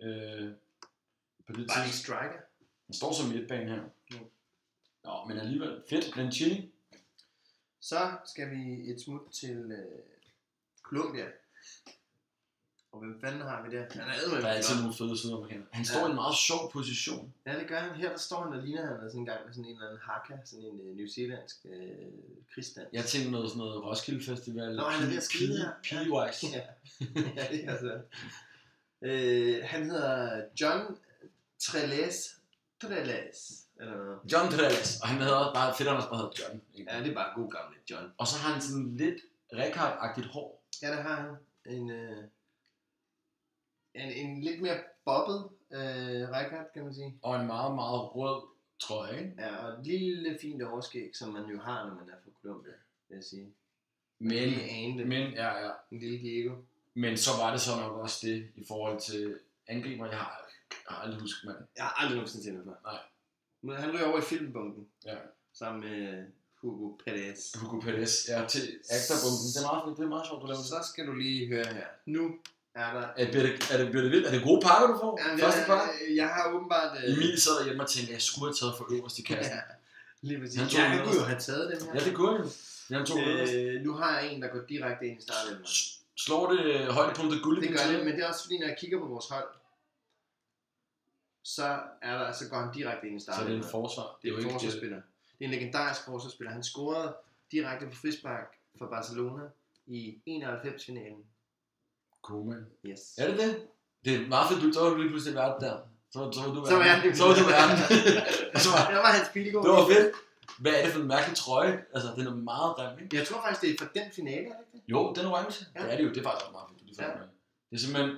[SPEAKER 1] på det
[SPEAKER 2] Bare
[SPEAKER 1] tidspunkt.
[SPEAKER 2] ikke striker.
[SPEAKER 1] Han står som midtbanen her.
[SPEAKER 2] Mm.
[SPEAKER 1] Nå, men alligevel fedt. Lentini.
[SPEAKER 2] Så skal vi et smut til øh, Colombia. Og hvem fanden har vi der? Han er advendt.
[SPEAKER 1] Der er altid nogle fede sydamerikanere. Han står i en meget sjov position.
[SPEAKER 2] Ja, det gør han. Her der står han og ligner han er sådan en gang med sådan en eller anden haka, sådan en øh, newzealandsk øh, krigsdans.
[SPEAKER 1] Jeg tænkte noget sådan noget Roskilde Festival.
[SPEAKER 2] Nå, han er ved at skide, ja.
[SPEAKER 1] Pigewise.
[SPEAKER 2] Ja, ja det er så. Øh, han hedder John Trelez. Trelez. Eller noget.
[SPEAKER 1] John Trellis, og han hedder bare fedt, han også bare hedder John. ikke?
[SPEAKER 2] Ja, det er bare god gamle John.
[SPEAKER 1] Og så har han sådan lidt Rekard-agtigt hår.
[SPEAKER 2] Ja, der har han. En, øh, en, en lidt mere bobbet øh, Rijkaard, kan man sige.
[SPEAKER 1] Og en meget, meget rød trøje, ikke?
[SPEAKER 2] Ja, og et lille fint overskæg, som man jo har, når man er fra Colombia, vil jeg sige.
[SPEAKER 1] Men,
[SPEAKER 2] Lille ane, det.
[SPEAKER 1] men, ja, ja.
[SPEAKER 2] En lille Diego.
[SPEAKER 1] Men så var det så nok også det i forhold til angriber. Jeg har, jeg har aldrig husket manden.
[SPEAKER 2] Jeg har aldrig nogensinde set ham før.
[SPEAKER 1] Nej.
[SPEAKER 2] Men han ryger over i filmbunken.
[SPEAKER 1] Ja.
[SPEAKER 2] Sammen med Hugo Perez.
[SPEAKER 1] Hugo Perez. Ja, til aktorbomben. Det er meget, fedt. det er meget sjovt, du laver det.
[SPEAKER 2] Så skal du lige høre her. Nu er der...
[SPEAKER 1] Er, bliver det, er, det, bliver det vildt? Er det gode pakker, du får?
[SPEAKER 2] Ja, men
[SPEAKER 1] Første pakke?
[SPEAKER 2] jeg, jeg har åbenbart... Øh,
[SPEAKER 1] Emil sad derhjemme og tænkte, at jeg skulle have taget for øverst i kassen.
[SPEAKER 2] ja, lige præcis.
[SPEAKER 1] Han
[SPEAKER 2] Han,
[SPEAKER 1] tog
[SPEAKER 2] ja,
[SPEAKER 1] den
[SPEAKER 2] han kunne
[SPEAKER 1] øverste.
[SPEAKER 2] jo have taget den her.
[SPEAKER 1] Ja, det kunne jeg jo. Jeg tog øverst.
[SPEAKER 2] øh, nu har jeg en, der går direkte ind i starten.
[SPEAKER 1] S- Slår det øh, højdepunktet guld i
[SPEAKER 2] Det gør
[SPEAKER 1] den
[SPEAKER 2] det,
[SPEAKER 1] tid?
[SPEAKER 2] men det er også fordi, når jeg kigger på vores hold, så, er der, så går han direkte ind i
[SPEAKER 1] Så
[SPEAKER 2] starten.
[SPEAKER 1] er det en forsvar.
[SPEAKER 2] Det er en forsvarsspiller. Det er en legendarisk forsvarsspiller. Han scorede direkte på frispark for Barcelona i 91-finalen.
[SPEAKER 1] Koeman.
[SPEAKER 2] Yes.
[SPEAKER 1] Er det det? Det er meget fedt, du så var du lige pludselig vært der. Så, så var du
[SPEAKER 2] Så var jeg
[SPEAKER 1] verden.
[SPEAKER 2] det.
[SPEAKER 1] Så var du verden. Og så var,
[SPEAKER 2] Der var hans bilgård.
[SPEAKER 1] det var fedt. Hvad er det for en mærkelig trøje? Altså, den er meget grim, ikke?
[SPEAKER 2] Jeg tror faktisk, det er fra den finale, er det ikke det?
[SPEAKER 1] Jo, den er orange. Ja.
[SPEAKER 2] Ja.
[SPEAKER 1] Det er det jo. Det er faktisk også meget fedt, du lige fandt
[SPEAKER 2] Ja.
[SPEAKER 1] med. Det er simpelthen,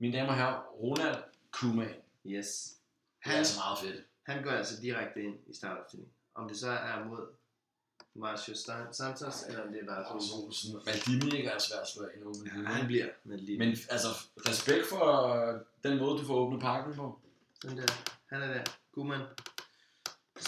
[SPEAKER 1] mine damer og herrer, Ronald Koeman.
[SPEAKER 2] Yes.
[SPEAKER 1] Det
[SPEAKER 2] Han,
[SPEAKER 1] er altså meget fedt.
[SPEAKER 2] han går altså direkte ind i startopstillingen. Om det så er mod Marcio San- Santos, eller om det er bare
[SPEAKER 1] Og
[SPEAKER 2] sådan.
[SPEAKER 1] så Altså, sådan, Maldini ikke er altså svært at slå af nu.
[SPEAKER 2] Ja, han bliver med lige.
[SPEAKER 1] Men altså, respekt for øh, den måde, du får åbnet parken på.
[SPEAKER 2] Sådan der. Han er der. God mand.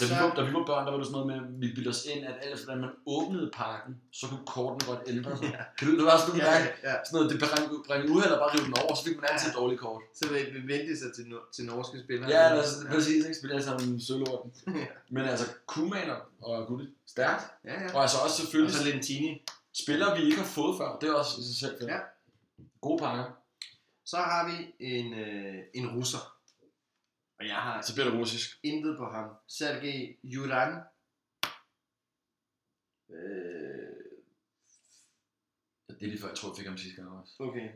[SPEAKER 1] Da vi, var, da vi var børn, der var det sådan noget med, at vi bildte os ind, at ellers, når man åbnede parken, så kunne korten godt ændre sig.
[SPEAKER 2] Ja.
[SPEAKER 1] Kan du, det var sådan, du kunne
[SPEAKER 2] ja,
[SPEAKER 1] mærke,
[SPEAKER 2] ja.
[SPEAKER 1] sådan noget, det brændte brænd uheld og bare rive den over, så fik man altid et dårligt kort.
[SPEAKER 2] Så vil vi vente sig til, no- til norske spillere.
[SPEAKER 1] Ja, eller, så- præcis, ikke? Spiller jeg sammen med sølvorten. Men altså, Kuman og- og Gulli, stærkt.
[SPEAKER 2] Ja, ja.
[SPEAKER 1] Og altså også
[SPEAKER 2] Og
[SPEAKER 1] selvfølgelig
[SPEAKER 2] så Lentini.
[SPEAKER 1] spillere, vi ikke har fået før. Det er også i sig selv fedt.
[SPEAKER 2] Ja.
[SPEAKER 1] Gode pakker.
[SPEAKER 2] Så har vi en, øh, en russer. Og jeg har
[SPEAKER 1] Så bliver det russisk.
[SPEAKER 2] intet på ham. Sergej Juran. Øh,
[SPEAKER 1] Det er lige før, jeg tror, jeg fik ham sidste gang også.
[SPEAKER 2] okay.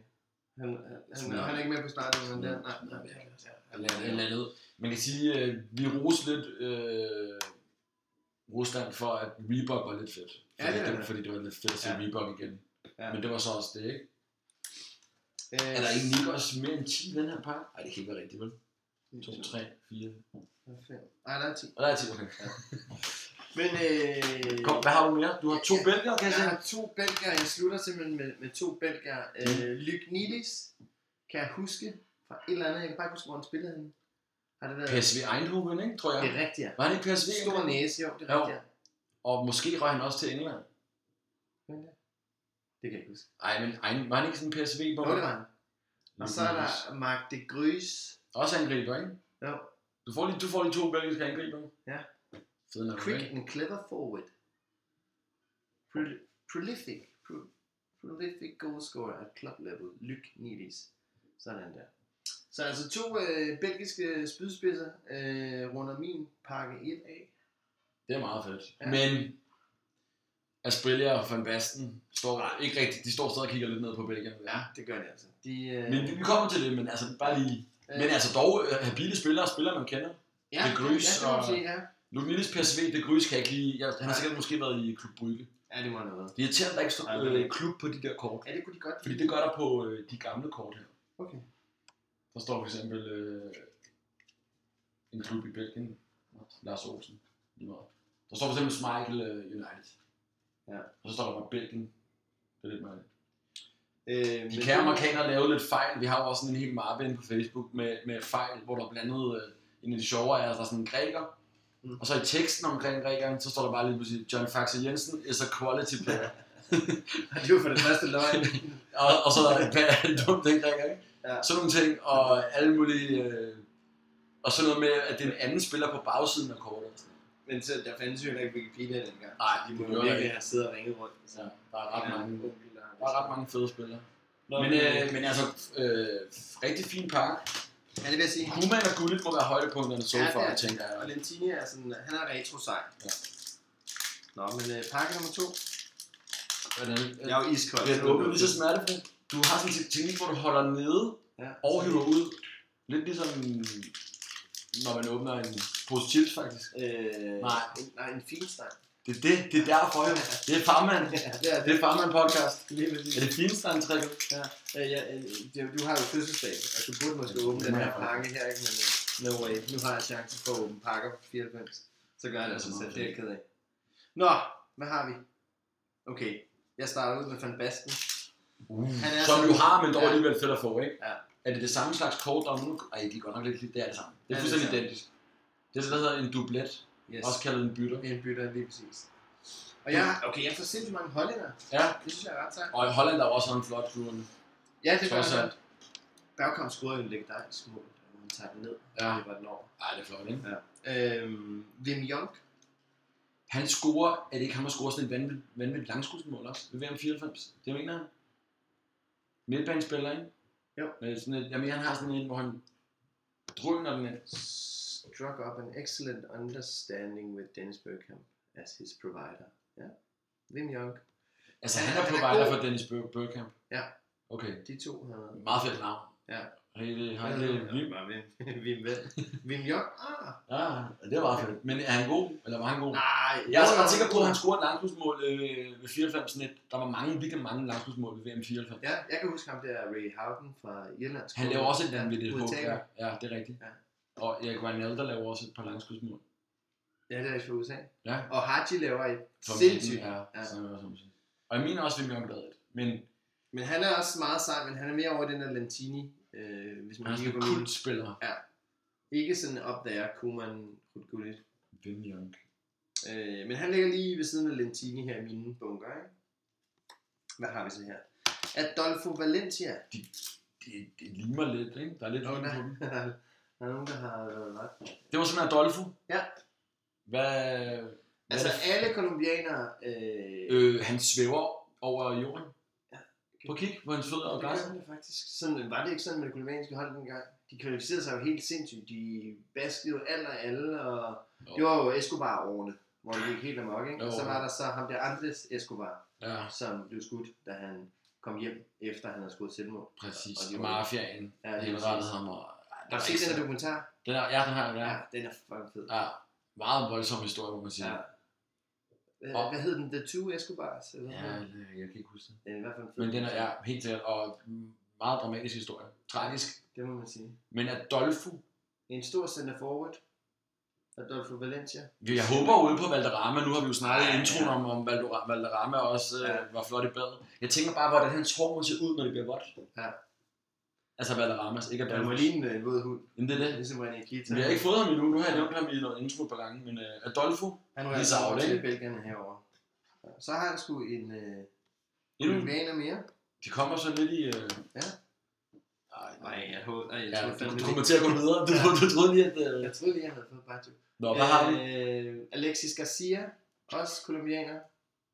[SPEAKER 2] Han, han, han,
[SPEAKER 1] Smider.
[SPEAKER 2] han er ikke med på starten, men der. Nej, nej.
[SPEAKER 1] Eller et eller andet. Man kan sige, at vi roste lidt øh, Rusland for, at Reebok var lidt fedt.
[SPEAKER 2] Ja,
[SPEAKER 1] Fordi,
[SPEAKER 2] det var
[SPEAKER 1] det,
[SPEAKER 2] det.
[SPEAKER 1] fordi det var lidt fedt at se
[SPEAKER 2] Ja.
[SPEAKER 1] ja. Reebok igen.
[SPEAKER 2] Ja.
[SPEAKER 1] Ja. Men det var så også det, ikke?
[SPEAKER 2] Øh,
[SPEAKER 1] Er der ikke Nikos mere end 10 i den her par? Nej, det kan ikke være rigtigt, vel? 2, 3, 4.
[SPEAKER 2] Nej, der er 10.
[SPEAKER 1] Og der er 10, okay.
[SPEAKER 2] Men øh,
[SPEAKER 1] Kom, hvad har du mere? Du har to
[SPEAKER 2] Ja.
[SPEAKER 1] bælger, kan jeg se?
[SPEAKER 2] Altså, jeg har to bælger. Jeg slutter simpelthen med, med to bælger. Øh, Lyk Nilis, kan jeg huske fra et eller andet. Jeg kan bare ikke huske, hvor han spillede henne. Har det været?
[SPEAKER 1] PSV Eindhoven, ikke? Tror jeg.
[SPEAKER 2] Det er rigtigt, ja.
[SPEAKER 1] Var han ikke PSV?
[SPEAKER 2] Stor næse, jo, det er
[SPEAKER 1] Jo.
[SPEAKER 2] rigtigt. ja.
[SPEAKER 1] Og måske røg han også til England.
[SPEAKER 2] Men, ja. Det Det kan jeg ikke huske.
[SPEAKER 1] Ej, men ej, var han ikke sådan en
[SPEAKER 2] Jo,
[SPEAKER 1] PSV-bomber?
[SPEAKER 2] det var han. Og så er der Marc de Grys.
[SPEAKER 1] Også angriber, ikke?
[SPEAKER 2] Jo.
[SPEAKER 1] Du får lige, du får lige to belgiske angriber.
[SPEAKER 2] Ja.
[SPEAKER 1] Fed nok,
[SPEAKER 2] Quick
[SPEAKER 1] ikke?
[SPEAKER 2] and clever forward. Pro- prolific. Pro- prolific goal scorer at club level. Luc Nivis. Sådan der. Så altså to øh, belgiske spydspidser øh, runder min pakke 1 af.
[SPEAKER 1] Det er meget fedt.
[SPEAKER 2] Ja.
[SPEAKER 1] Ja. Men Asprilla og Van Basten står ikke rigtigt, de står stadig og kigger lidt ned på Belgien. Ja.
[SPEAKER 2] det gør det altså. De, øh,
[SPEAKER 1] Men vi- vi kommer til det, men altså bare lige...
[SPEAKER 2] øh,
[SPEAKER 1] Men altså dog øh, habile spillere, spillere man kender.
[SPEAKER 2] ja,
[SPEAKER 1] De Gruys
[SPEAKER 2] ja, det må man
[SPEAKER 1] og-
[SPEAKER 2] sige, ja.
[SPEAKER 1] Lugnilis PSV, det grys kan jeg ikke lige... Jeg, han har
[SPEAKER 2] Nej.
[SPEAKER 1] sikkert måske været i Klub Brygge.
[SPEAKER 2] ja, det må noget.
[SPEAKER 1] Det er irriterende, at der ikke står
[SPEAKER 2] Nej, det er
[SPEAKER 1] øh,
[SPEAKER 2] det.
[SPEAKER 1] klub på de der kort.
[SPEAKER 2] Ja, det kunne de godt
[SPEAKER 1] Fordi det gør der på øh, de gamle kort her.
[SPEAKER 2] Okay.
[SPEAKER 1] Der står for eksempel øh, en klub i Belgien. Lars Olsen. Lige meget. Der står for eksempel Michael øh, United.
[SPEAKER 2] Ja.
[SPEAKER 1] Og så står der bare Belgien. Det er lidt mærkeligt.
[SPEAKER 2] Øh, men
[SPEAKER 1] De kære
[SPEAKER 2] det-
[SPEAKER 1] amerikanere lavede lidt fejl. Vi har jo også sådan en hel mappe inde på Facebook med, med fejl, hvor der blandt andet øh, en af de sjovere er, at der er sådan en græker.
[SPEAKER 2] Mm.
[SPEAKER 1] Mm. Og så i teksten omkring grækeren, så står der bare lige pludselig, John Faxe Jensen is a quality player.
[SPEAKER 2] Det var for det første løgn.
[SPEAKER 1] og, og så er det, hvad er det dumt, den græker, ikke?
[SPEAKER 2] Ja.
[SPEAKER 1] Sådan nogle ting, og alle mulige... Øh, og så noget med, at det er en anden spiller på bagsiden af kortet. og sådan noget.
[SPEAKER 2] Men så, der fandtes jo heller ikke Wikipedia dengang.
[SPEAKER 1] Nej,
[SPEAKER 2] De
[SPEAKER 1] det
[SPEAKER 2] må
[SPEAKER 1] gjorde
[SPEAKER 2] jo
[SPEAKER 1] der
[SPEAKER 2] virkelig
[SPEAKER 1] ikke.
[SPEAKER 2] have siddet og ringet rundt. Så.
[SPEAKER 1] Ja, der er ret
[SPEAKER 2] Ja,
[SPEAKER 1] mange.
[SPEAKER 2] onkel,
[SPEAKER 1] Der er ret mange fede spillere. Men, øh, men altså, øh, rigtig fin pakke.
[SPEAKER 2] Ja, det vil jeg sige.
[SPEAKER 1] Kuman og Gullit må være højdepunkterne so
[SPEAKER 2] Ja, det
[SPEAKER 1] far,
[SPEAKER 2] er det.
[SPEAKER 1] tænker jeg.
[SPEAKER 2] Og Lentini er sådan, han er retro sej.
[SPEAKER 1] Ja.
[SPEAKER 2] Nå, men øh, pakke nummer to.
[SPEAKER 1] Hvordan, øh,
[SPEAKER 2] Jeg er jo ligesom- iskold.
[SPEAKER 1] Den åbner lige så smertefri. Du har sådan en teknik, hvor du holder nede
[SPEAKER 2] Ja.
[SPEAKER 1] og hiver ud. Lidt ligesom, når man åbner en pose chips, faktisk.
[SPEAKER 2] Øh,
[SPEAKER 1] Nej.
[SPEAKER 2] En, nej, en fin stang.
[SPEAKER 1] Det er det. Det er derfor, jo. Det er farmand.
[SPEAKER 2] Ja, det er
[SPEAKER 1] Det er farmand podcast.
[SPEAKER 2] Lige
[SPEAKER 1] Er
[SPEAKER 2] præcis.
[SPEAKER 1] det fineste antræk?
[SPEAKER 2] Øh, ja, øh, det- du har jo fødselsdag, og du burde måske åbne den her pakke her, ikke? Men øh, no way. Nu har jeg chancen for at åbne pakker på 94. Så gør jeg det altså selv. Det er jeg ked af. Nå, hvad har vi? Okay, jeg starter ud med Van Basten.
[SPEAKER 1] Uh.
[SPEAKER 2] Han er
[SPEAKER 1] Som
[SPEAKER 2] sådan-
[SPEAKER 1] du har, men dog
[SPEAKER 2] Ja.
[SPEAKER 1] alligevel fedt at få, ikke?
[SPEAKER 2] Ja.
[SPEAKER 1] Er det det samme slags kort, der er nu? Ej, de er godt nok lidt lige. Det er det samme. Det
[SPEAKER 2] Ja, det
[SPEAKER 1] er
[SPEAKER 2] er
[SPEAKER 1] fuldstændig
[SPEAKER 2] det samme.
[SPEAKER 1] identisk. Det er sådan, der hedder en dublet.
[SPEAKER 2] Yes.
[SPEAKER 1] Også kaldet en bytter.
[SPEAKER 2] En bytter, lige præcis. Og jeg, har- okay, jeg får sindssygt mange hollænder.
[SPEAKER 1] Ja.
[SPEAKER 2] Det synes jeg er ret sejt.
[SPEAKER 1] Og i Holland er der også sådan en flot fluerne.
[SPEAKER 2] Ja, det gør
[SPEAKER 1] Trods
[SPEAKER 2] jeg.
[SPEAKER 1] alt.
[SPEAKER 2] Bergkamp scorede jo en legendarisk mål, hvor han tager den ned.
[SPEAKER 1] Ja.
[SPEAKER 2] Det var den over.
[SPEAKER 1] Ej, det er flot, ikke?
[SPEAKER 2] Øhm, Wim Jong.
[SPEAKER 1] Han scorer, er det ikke ham, der scorer sådan et vanvittigt, vanvittigt langskudsmål også? Ved VM 94? Det mener jeg. Midtbanespiller, ikke?
[SPEAKER 2] Jo.
[SPEAKER 1] Med sådan et, jeg mener, han har sådan en, hvor han drøner den ind.
[SPEAKER 2] Struck up an excellent understanding with Dennis Bergkamp as his provider. Ja. Wim Jong.
[SPEAKER 1] Altså,
[SPEAKER 2] Ja,
[SPEAKER 1] han
[SPEAKER 2] han
[SPEAKER 1] er
[SPEAKER 2] er
[SPEAKER 1] provider
[SPEAKER 2] god.
[SPEAKER 1] for Dennis Bur- Burkamp.
[SPEAKER 2] Ja.
[SPEAKER 1] Okay.
[SPEAKER 2] De to havde...
[SPEAKER 1] Meget fedt navn.
[SPEAKER 2] Ja.
[SPEAKER 1] Hey, det, hej, det er vildt.
[SPEAKER 2] Bare Wim. Wim Vel. Wim Jong. Ah,
[SPEAKER 1] Ja, det var fedt. Men er han god? Eller var han god?
[SPEAKER 2] nej.
[SPEAKER 1] Jeg er altså ret sikker på, at han scorede et langskudsmål øh, ved 94 net. Der var mange, virkelig mange langskudsmål ved VM 94.
[SPEAKER 2] Ja, jeg kan huske ham der, Ray Houghton fra Irland.
[SPEAKER 1] Han laver også et vanvittigt
[SPEAKER 2] Ja,
[SPEAKER 1] HK.
[SPEAKER 2] udtager.
[SPEAKER 1] Ja, det er rigtigt.
[SPEAKER 2] Ja.
[SPEAKER 1] Og Erik Wijnaldum laver også et par langskudsmål.
[SPEAKER 2] Ja, det er fra USA.
[SPEAKER 1] Ja.
[SPEAKER 2] Og Haji laver et
[SPEAKER 1] Tom
[SPEAKER 2] sindssygt.
[SPEAKER 1] Hansen
[SPEAKER 2] Ja.
[SPEAKER 1] Er, som jeg også sige. Og jeg mener også, at vi har det. Men
[SPEAKER 2] Men han er også meget sej, men han er mere over den der Lantini, øh, hvis
[SPEAKER 1] han
[SPEAKER 2] man
[SPEAKER 1] er sådan
[SPEAKER 2] kigger på
[SPEAKER 1] en
[SPEAKER 2] min.
[SPEAKER 1] kultspiller.
[SPEAKER 2] Ikke sådan op der, Kuman, Rutgullit.
[SPEAKER 1] Vim Young.
[SPEAKER 2] Øh, men han ligger lige ved siden af Lentini her i mine bunker, ikke? Hvad har vi så her? Adolfo Valencia.
[SPEAKER 1] Det, det limer lidt, ikke? Der er lidt
[SPEAKER 2] Nå,
[SPEAKER 1] lim
[SPEAKER 2] der,
[SPEAKER 1] på dem.
[SPEAKER 2] der er nogen, der har øh, været ret.
[SPEAKER 1] Det var simpelthen Adolfo.
[SPEAKER 2] Ja.
[SPEAKER 1] Hvad, hvad
[SPEAKER 2] Altså
[SPEAKER 1] er det?
[SPEAKER 2] alle kolumbianere... Øh,
[SPEAKER 1] Øh, han svæver over jorden.
[SPEAKER 2] Ja.
[SPEAKER 1] På kig på hans fødder og
[SPEAKER 2] Det
[SPEAKER 1] græs.
[SPEAKER 2] gør det faktisk. Sådan, øh, var det ikke sådan med det kolumbianske hold dengang? De kvalificerede sig jo helt sindssygt. De baskede jo alt og alle, og
[SPEAKER 1] Jo.
[SPEAKER 2] det var jo Escobar-årene, hvor det gik helt amok, ikke? Og
[SPEAKER 1] Jo.
[SPEAKER 2] så var der så ham der Andres Escobar,
[SPEAKER 1] Ja,
[SPEAKER 2] som blev skudt, da han kom hjem, efter han havde skudt selvmord.
[SPEAKER 1] præcis.
[SPEAKER 2] Og de
[SPEAKER 1] Og
[SPEAKER 2] var-
[SPEAKER 1] mafiaen.
[SPEAKER 2] Ja,
[SPEAKER 1] Ja,
[SPEAKER 2] det
[SPEAKER 1] hele
[SPEAKER 2] er
[SPEAKER 1] rettet
[SPEAKER 2] præcis.
[SPEAKER 1] ham. Og,
[SPEAKER 2] Har du set den her dokumentar?
[SPEAKER 1] den er, ja, den har jeg.
[SPEAKER 2] Ja.
[SPEAKER 1] Ja.
[SPEAKER 2] den er fucking fed.
[SPEAKER 1] ja. Meget voldsom historie, må man sige.
[SPEAKER 2] Ja.
[SPEAKER 1] Ja,
[SPEAKER 2] Hvad, hvad hed den? The Two Escobars? Eller
[SPEAKER 1] ja
[SPEAKER 2] ja.
[SPEAKER 1] det- jeg kan ikke huske det.
[SPEAKER 2] Den er i hvert fald fed.
[SPEAKER 1] Men den er ja, helt sikkert. Og meget dramatisk historie. Tragisk.
[SPEAKER 2] Det må man sige.
[SPEAKER 1] Men Adolfo,
[SPEAKER 2] En stor center forward. Adolfo Valencia.
[SPEAKER 1] Jeg håber ude på Valderrama, nu har vi jo snakket i
[SPEAKER 2] Ja,
[SPEAKER 1] introen
[SPEAKER 2] ja.
[SPEAKER 1] om, om Valder- Valderrama også øh,
[SPEAKER 2] Ja.
[SPEAKER 1] var flot i badet. Jeg tænker bare, hvordan hans hår må se ud, når det bliver vådt.
[SPEAKER 2] Ja.
[SPEAKER 1] Altså Valderramas, ikke
[SPEAKER 2] Han må
[SPEAKER 1] Adolfo.
[SPEAKER 2] ligne øh, en våd hund.
[SPEAKER 1] Jamen, det er det.
[SPEAKER 2] Ligesom René Kita.
[SPEAKER 1] Men jeg har ikke fået ham endnu, nu har jeg nævnt ham i noget intro et par gange, men øh, Adolfo,
[SPEAKER 2] Han
[SPEAKER 1] Lige
[SPEAKER 2] rører sig
[SPEAKER 1] savlet,
[SPEAKER 2] over til
[SPEAKER 1] ikke?
[SPEAKER 2] Belgierne herovre. Så har han sgu en, øh,
[SPEAKER 1] Endnu,
[SPEAKER 2] Uruguayaner mere?
[SPEAKER 1] de kommer sådan lidt i... Øh,
[SPEAKER 2] Nej, nej, jeg håber, nej, jeg
[SPEAKER 1] ja,
[SPEAKER 2] tror fandme
[SPEAKER 1] du
[SPEAKER 2] ikke.
[SPEAKER 1] kommer til at gå videre. Du,
[SPEAKER 2] Ja.
[SPEAKER 1] du, du troede lige, at... Øh,
[SPEAKER 2] Jeg troede lige, jeg havde fået Baggio.
[SPEAKER 1] nå, hvad har vi?
[SPEAKER 2] Øh, Alexis Garcia, også kolumbianer.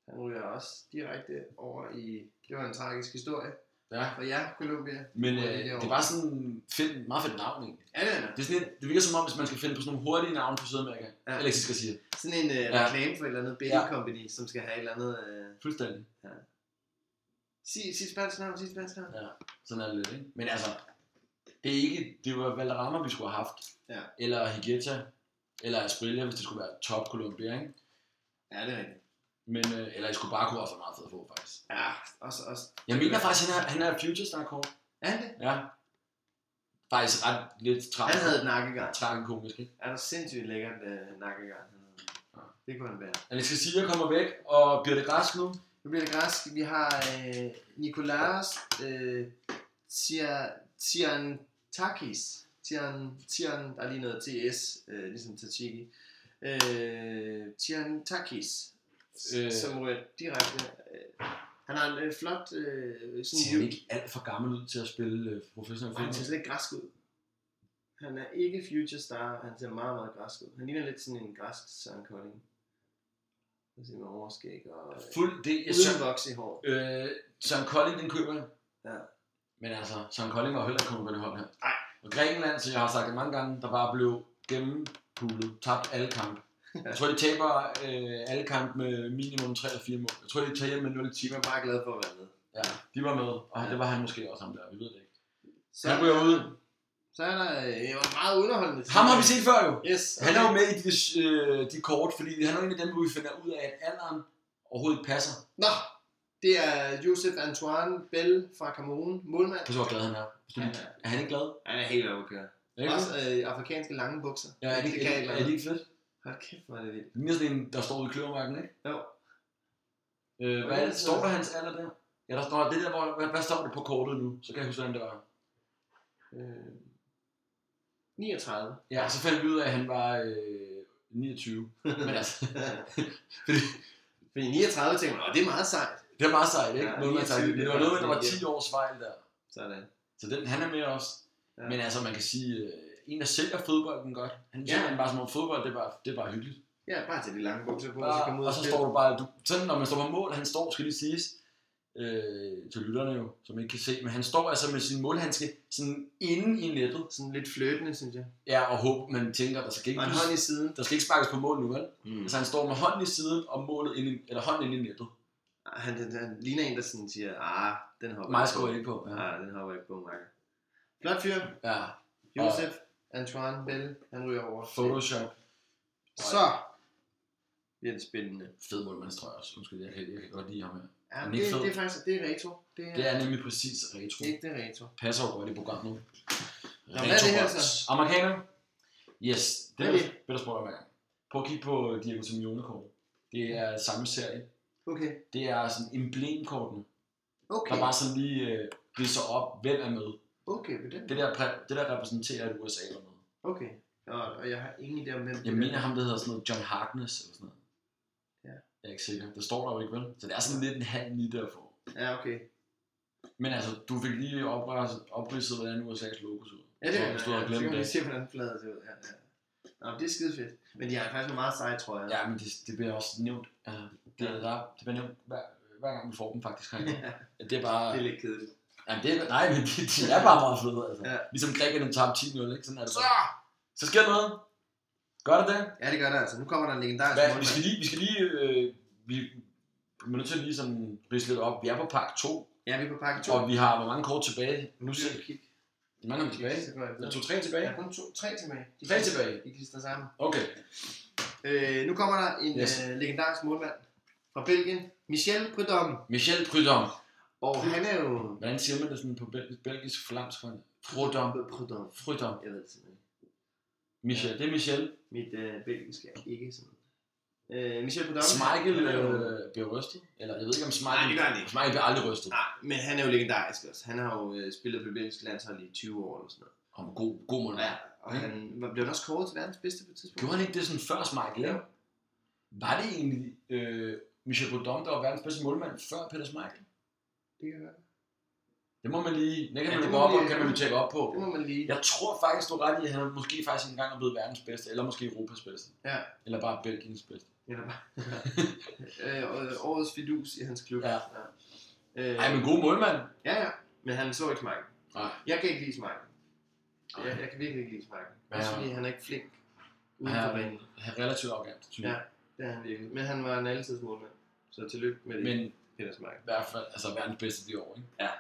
[SPEAKER 2] Han ryger også direkte over i... Det var en tragisk historie
[SPEAKER 1] Ja.
[SPEAKER 2] for jer, Colombia.
[SPEAKER 1] Men
[SPEAKER 2] Hvor er
[SPEAKER 1] øh,
[SPEAKER 2] det
[SPEAKER 1] det
[SPEAKER 2] derovre?
[SPEAKER 1] er bare sådan fedt, meget fedt navn, ikke?
[SPEAKER 2] Ja, det er det.
[SPEAKER 1] Det, er sådan lidt, det virker som om, hvis man skal finde på sådan nogle hurtige navne på Sydamerika.
[SPEAKER 2] Ja.
[SPEAKER 1] Ja. Alexis Garcia.
[SPEAKER 2] Sådan en øh,
[SPEAKER 1] Ja.
[SPEAKER 2] reklame for et eller andet
[SPEAKER 1] Ja.
[SPEAKER 2] billedkompani, ja. som skal have et eller andet... Øh...
[SPEAKER 1] Fuldstændig.
[SPEAKER 2] Sig, sig spansk navn, sig spansk navn.
[SPEAKER 1] Sådan er det lidt, ikke? Men altså, det er ikke... Det var Valderrama, vi skulle have haft.
[SPEAKER 2] Ja.
[SPEAKER 1] Eller Higueta. Eller Asprilla, hvis det skulle være top Colombia, ikke?
[SPEAKER 2] Ja, det er rigtigt.
[SPEAKER 1] Men, øh, eller Escobar kunne også være meget fed at få, faktisk.
[SPEAKER 2] Ja, også... også.
[SPEAKER 1] Jeg mener faktisk, han er, han er Future Star Kort.
[SPEAKER 2] Er han det?
[SPEAKER 1] Ja. Faktisk ret lidt
[SPEAKER 2] Han havde
[SPEAKER 1] tragisk.
[SPEAKER 2] et nakkegarn.
[SPEAKER 1] Tragikomisk, ikke?
[SPEAKER 2] Er der sindssygt lækkert øh, nakkegarn. han havde.
[SPEAKER 1] Ja.
[SPEAKER 2] Det kunne han være.
[SPEAKER 1] Alex Garcia kommer væk, og bliver det græsk nu?
[SPEAKER 2] Nu bliver det græsk. Vi har øh, Nikolaos øh, Tia- Tiantakis. Tian, Tian, der er lige noget TS, øh, ligesom Tatiki. Øh, Tiantakis, øh.
[SPEAKER 1] Øh.
[SPEAKER 2] som ryger direkte. Øh, han har en øh, flot... Øh,
[SPEAKER 1] Ser han
[SPEAKER 2] sådan,
[SPEAKER 1] ikke alt for gammel ud til at spille øh, professionel
[SPEAKER 2] og han ser
[SPEAKER 1] fodbold?
[SPEAKER 2] slet ikke græsk ud. Han er ikke future star, han ser meget, meget græsk ud. Han ligner lidt sådan en græsk Søren Kolding. Lad os se, med overskæg og øh,
[SPEAKER 1] Fuld, det er Søren,
[SPEAKER 2] uden voks i håret.
[SPEAKER 1] øh, Søren Kolding, den køber jeg.
[SPEAKER 2] Ja.
[SPEAKER 1] Men altså, Søren Kolding var jo heller ikke kommet på det hold her.
[SPEAKER 2] Nej.
[SPEAKER 1] Og Grækenland, så jeg har sagt det mange gange, der bare blev gennempulet, tabt alle kampe. Jeg tror, de taber øh, alle kampe med minimum 3 eller 4 mål. Jeg tror, de tager hjem med 0 timer.
[SPEAKER 2] Jeg er bare glad for at være med.
[SPEAKER 1] Ja, de var med, og han,
[SPEAKER 2] Ja.
[SPEAKER 1] det var han måske også ham der, vi ved det ikke.
[SPEAKER 2] Så,
[SPEAKER 1] Så han ryger ud.
[SPEAKER 2] Så er der øh, det var meget underholdende.
[SPEAKER 1] Ham har vi set før jo.
[SPEAKER 2] Yes.
[SPEAKER 1] Han er jo med i de, øh, de kort, fordi han er jo en af dem, hvor vi finder ud af, at alderen overhovedet ikke passer.
[SPEAKER 2] Nå, det er Josef Antoine Bell fra Cameroon, målmand.
[SPEAKER 1] Prøv så, hvor glad han er. Hvis du-
[SPEAKER 2] Han er,
[SPEAKER 1] Er han ikke glad?
[SPEAKER 2] han er helt overkørt.
[SPEAKER 1] Er det ikke
[SPEAKER 2] Også
[SPEAKER 1] det?
[SPEAKER 2] øh, afrikanske lange bukser.
[SPEAKER 1] Ja, er det ikke,
[SPEAKER 2] kan
[SPEAKER 1] er,
[SPEAKER 2] et eller
[SPEAKER 1] er det
[SPEAKER 2] andet.
[SPEAKER 1] ikke fedt?
[SPEAKER 2] Hold kæft, hvor er det vildt.
[SPEAKER 1] Det ligner sådan en, der står ude i kløvermarken, ikke?
[SPEAKER 2] Jo.
[SPEAKER 1] Øh, hvad
[SPEAKER 2] Ja,
[SPEAKER 1] er det?
[SPEAKER 2] så-
[SPEAKER 1] Står der hans alder der? Ja, der står det der, hvor, hvad, hvad står det på kortet nu? Så kan jeg huske, hvordan det var.
[SPEAKER 2] Øh, 39.
[SPEAKER 1] Ja, så fandt vi ud af, at han var øh, 29. Men altså, fordi,
[SPEAKER 2] Fordi 39 tænker man, "Åh, det er meget sejt.
[SPEAKER 1] det er meget sejt, ikke?
[SPEAKER 2] Ja,
[SPEAKER 1] Ja, man sagt,
[SPEAKER 2] 29,
[SPEAKER 1] det var noget med,
[SPEAKER 2] det
[SPEAKER 1] at der var
[SPEAKER 2] er
[SPEAKER 1] 10 års fejl der.
[SPEAKER 2] Sådan.
[SPEAKER 1] Så den, han er med os.
[SPEAKER 2] Ja.
[SPEAKER 1] Ja. Men altså, man kan sige, øh, en, der sælger fodbolden godt, han
[SPEAKER 2] Ja.
[SPEAKER 1] sælger den bare som om fodbold, det er bare, det er bare hyggeligt.
[SPEAKER 2] Ja, bare til de lange bukser på, og så
[SPEAKER 1] Bare,
[SPEAKER 2] komme ud
[SPEAKER 1] Ah, og så
[SPEAKER 2] spille.
[SPEAKER 1] står du bare, du, sådan når man står på mål, han står, skal lige siges, øh, til lytterne jo, som ikke kan se, men han står altså med sin målhandske sådan inde i nettet,
[SPEAKER 2] Sådan lidt fløtende, synes jeg.
[SPEAKER 1] ja, og håber, man tænker, der skal ikke,
[SPEAKER 2] Og en hånd i siden.
[SPEAKER 1] der skal ikke sparkes på mål nu, vel?
[SPEAKER 2] Mm.
[SPEAKER 1] Altså han står med hånden i siden, og målet inde, i- eller hånden inde i nettet.
[SPEAKER 2] Han, han, han ligner en, der sådan siger, ah, den hopper
[SPEAKER 1] Meget
[SPEAKER 2] jeg på."
[SPEAKER 1] skår jeg ikke på. Ja.
[SPEAKER 2] Ja, den hopper ikke på, Marker. Flot fyr.
[SPEAKER 1] ja.
[SPEAKER 2] Josef Antoine Bell, han ryger over.
[SPEAKER 1] Photoshop.
[SPEAKER 2] Så bliver det spændende.
[SPEAKER 1] Fed målmandstrøj også. Undskyld, jeg kan, jeg kan godt lide ham her.
[SPEAKER 2] Ja,
[SPEAKER 1] Men
[SPEAKER 2] det,
[SPEAKER 1] ikke fed.
[SPEAKER 2] det, er faktisk, det er retro. Det er,
[SPEAKER 1] Det er nemlig præcis retro.
[SPEAKER 2] ikke det er retro.
[SPEAKER 1] Passer jo godt i programmet.
[SPEAKER 2] hvad er det her
[SPEAKER 1] Retrobots.
[SPEAKER 2] så?
[SPEAKER 1] Amerikaner? Yes, det er
[SPEAKER 2] Hvad er
[SPEAKER 1] det. Bedre spurgt hver gang. Prøv at kigge på Diego Simeone kort. Det er samme serie.
[SPEAKER 2] Okay.
[SPEAKER 1] Det er sådan emblemkortene,
[SPEAKER 2] Okay,
[SPEAKER 1] der bare sådan lige øh, ridser op, hvem er med.
[SPEAKER 2] okay, ved den.
[SPEAKER 1] Det der, præ- det der repræsenterer, at USA er med.
[SPEAKER 2] Okay. Og, og jeg har ingen idé om, hvem det
[SPEAKER 1] Jeg
[SPEAKER 2] er.
[SPEAKER 1] mener ham, der hedder sådan noget John Harkness eller sådan noget.
[SPEAKER 2] Ja.
[SPEAKER 1] Jeg er ikke sikker. Det står der jo ikke, vel? Så det er sådan lidt en halv ni derfor.
[SPEAKER 2] Ja, okay.
[SPEAKER 1] Men altså, du fik lige opridset, opridset hvordan USA's logo så ud.
[SPEAKER 2] Ja, det
[SPEAKER 1] Så
[SPEAKER 2] er
[SPEAKER 1] hvis du havde glemt
[SPEAKER 2] det.
[SPEAKER 1] det.
[SPEAKER 2] Jeg se, hvordan flader det ud. Ja, ja. Nå, men det er skide fedt. Men de har faktisk nogle meget seje trøjer.
[SPEAKER 1] Ja, men det, det bliver også nævnt. Altså, det, er der, det bliver nævnt hver, hver gang, vi får dem faktisk herinde. Ja, det er bare...
[SPEAKER 2] det er lidt kedeligt.
[SPEAKER 1] Jamen, det er, nej, men de, de er bare meget fede. Altså.
[SPEAKER 2] Ja.
[SPEAKER 1] Ja. Ligesom grækerne tabte 10-0, ikke? Sådan er det
[SPEAKER 2] Så!
[SPEAKER 1] bare. Så sker der noget. Gør det det?
[SPEAKER 2] Ja, det gør der altså. Nu kommer der en legendarisk
[SPEAKER 1] Hvad, vi
[SPEAKER 2] målmand.
[SPEAKER 1] skal lige... Vi skal lige øh, vi, vi er nødt til at lige sådan ridse lidt op. Vi er på pakke 2,
[SPEAKER 2] Ja, vi er på pakke 2.
[SPEAKER 1] og vi har hvor mange kort tilbage? Nu ser vi.
[SPEAKER 2] kig.
[SPEAKER 1] Hvor mange har vi tilbage?
[SPEAKER 2] Så går jeg
[SPEAKER 1] Der er
[SPEAKER 2] videre.
[SPEAKER 1] to, tre tilbage.
[SPEAKER 2] Der er kun to, tre tilbage. De
[SPEAKER 1] Tre tilbage.
[SPEAKER 2] De klister sammen.
[SPEAKER 1] Okay.
[SPEAKER 2] Øh, nu kommer der en yes.
[SPEAKER 1] Yes.
[SPEAKER 2] øh, legendarisk målmand fra Belgien, Michel Prudhomme.
[SPEAKER 1] Michel Prudhomme.
[SPEAKER 2] Og han er jo...
[SPEAKER 1] Hvordan siger man det sådan på bel- belgisk flamsk? Prudhomme.
[SPEAKER 2] Prudhomme.
[SPEAKER 1] Prudhomme.
[SPEAKER 2] Jeg ved det simpelthen ikke.
[SPEAKER 1] Michel. Det er Michel.
[SPEAKER 2] Mit øh, belgisk er ikke sådan. Øh, Michel Prudhomme.
[SPEAKER 1] Smeichel
[SPEAKER 2] han er jo-
[SPEAKER 1] øh, bliver rystet. Eller jeg ved ikke, om
[SPEAKER 2] Nej, det
[SPEAKER 1] Smeichel...
[SPEAKER 2] gør han ikke.
[SPEAKER 1] Smeichel bliver aldrig rystet.
[SPEAKER 2] Nej, men han er jo legendarisk også. Han har jo øh, spillet på det belgiske landshold i 20 år eller sådan noget.
[SPEAKER 1] Om god, god mål.
[SPEAKER 2] Ja, og han var- blev han også kåret til verdens bedste på et tidspunkt.
[SPEAKER 1] Gjorde han ikke det sådan før Smeichel, ikke? Var det egentlig øh, Michel Prudhomme, der var verdens bedste målmand før Peter Smeichel?
[SPEAKER 2] Det kan være.
[SPEAKER 1] Det må man lige, det kan
[SPEAKER 2] Ja,
[SPEAKER 1] ja, man
[SPEAKER 2] det
[SPEAKER 1] jo
[SPEAKER 2] må
[SPEAKER 1] gå op,
[SPEAKER 2] man
[SPEAKER 1] og
[SPEAKER 2] lige-
[SPEAKER 1] kan man jo tjekke op på.
[SPEAKER 2] Det må man lige.
[SPEAKER 1] Jeg tror faktisk, du er ret i, at han måske faktisk engang er blevet verdens bedste, eller måske Europas bedste.
[SPEAKER 2] Ja.
[SPEAKER 1] Eller bare Belgiens bedste.
[SPEAKER 2] Eller bare. øh, og- årets fidus i hans klub.
[SPEAKER 1] Ja.
[SPEAKER 2] Øh,
[SPEAKER 1] Ej, men god målmand.
[SPEAKER 2] Ja, ja. Men han så ikke Smeichel.
[SPEAKER 1] Nej.
[SPEAKER 2] Jeg kan ikke lide Smeichel.
[SPEAKER 1] Nej.
[SPEAKER 2] Jeg, jeg kan virkelig ikke lide Smeichel.
[SPEAKER 1] Ja.
[SPEAKER 2] Også fordi han er ikke flink uden
[SPEAKER 1] Ja.
[SPEAKER 2] for banen.
[SPEAKER 1] Han er relativt arrogant, type.
[SPEAKER 2] Ja. Det er han virkelig. Men han var en altid målmand. Så tillykke med det,
[SPEAKER 1] Men
[SPEAKER 2] Peter Smeichel.
[SPEAKER 1] i hvert fald, altså verdens bedste det år, ikke?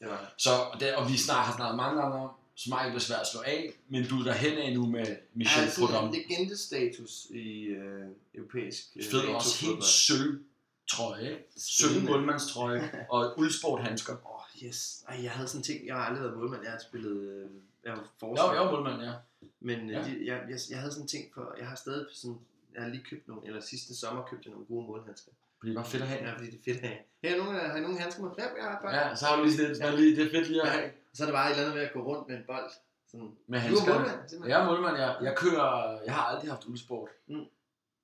[SPEAKER 2] Det var han.
[SPEAKER 1] Så, og, det, og vi snak, har snakket mange gange om, Smeichel vil svært at slå af, men du er derhen af nu med Michel
[SPEAKER 2] Han er sådan
[SPEAKER 1] Prudhomme.
[SPEAKER 2] en legendestatus i øh, europæisk øh,
[SPEAKER 1] Fed også helt
[SPEAKER 2] fodbold.
[SPEAKER 1] sølv trøje, ikke? Sølv
[SPEAKER 2] Spændende.
[SPEAKER 1] målmandstrøje og uldsport handsker.
[SPEAKER 2] Åh, oh, yes. Ej, jeg havde sådan en ting. Jeg har aldrig været målmand. Jeg har spillet... Øh, jeg var
[SPEAKER 1] Jo,
[SPEAKER 2] forsvar.
[SPEAKER 1] jo, målmand, ja.
[SPEAKER 2] Men ja.
[SPEAKER 1] Ja.
[SPEAKER 2] de, jeg, jeg, jeg havde sådan en ting på... Jeg har stadig sådan... Jeg har lige købt nogle... Eller sidste sommer købte jeg nogle gode målhandsker.
[SPEAKER 1] Det bliver bare fedt at have.
[SPEAKER 2] Ja, fordi det er fedt at have. Her er nogle, har I nogle handsker med? Ja, jeg har bare. Ja.
[SPEAKER 1] Ja, så har du lige sådan lidt, det er fedt lige at have.
[SPEAKER 2] Så er det bare et eller andet med at gå rundt med en bold. Sådan.
[SPEAKER 1] Med
[SPEAKER 2] Du er
[SPEAKER 1] handsker.
[SPEAKER 2] målmand, simpelthen.
[SPEAKER 1] Jeg er målmand, jeg, jeg kører, jeg har aldrig haft uldsport.
[SPEAKER 2] Mm.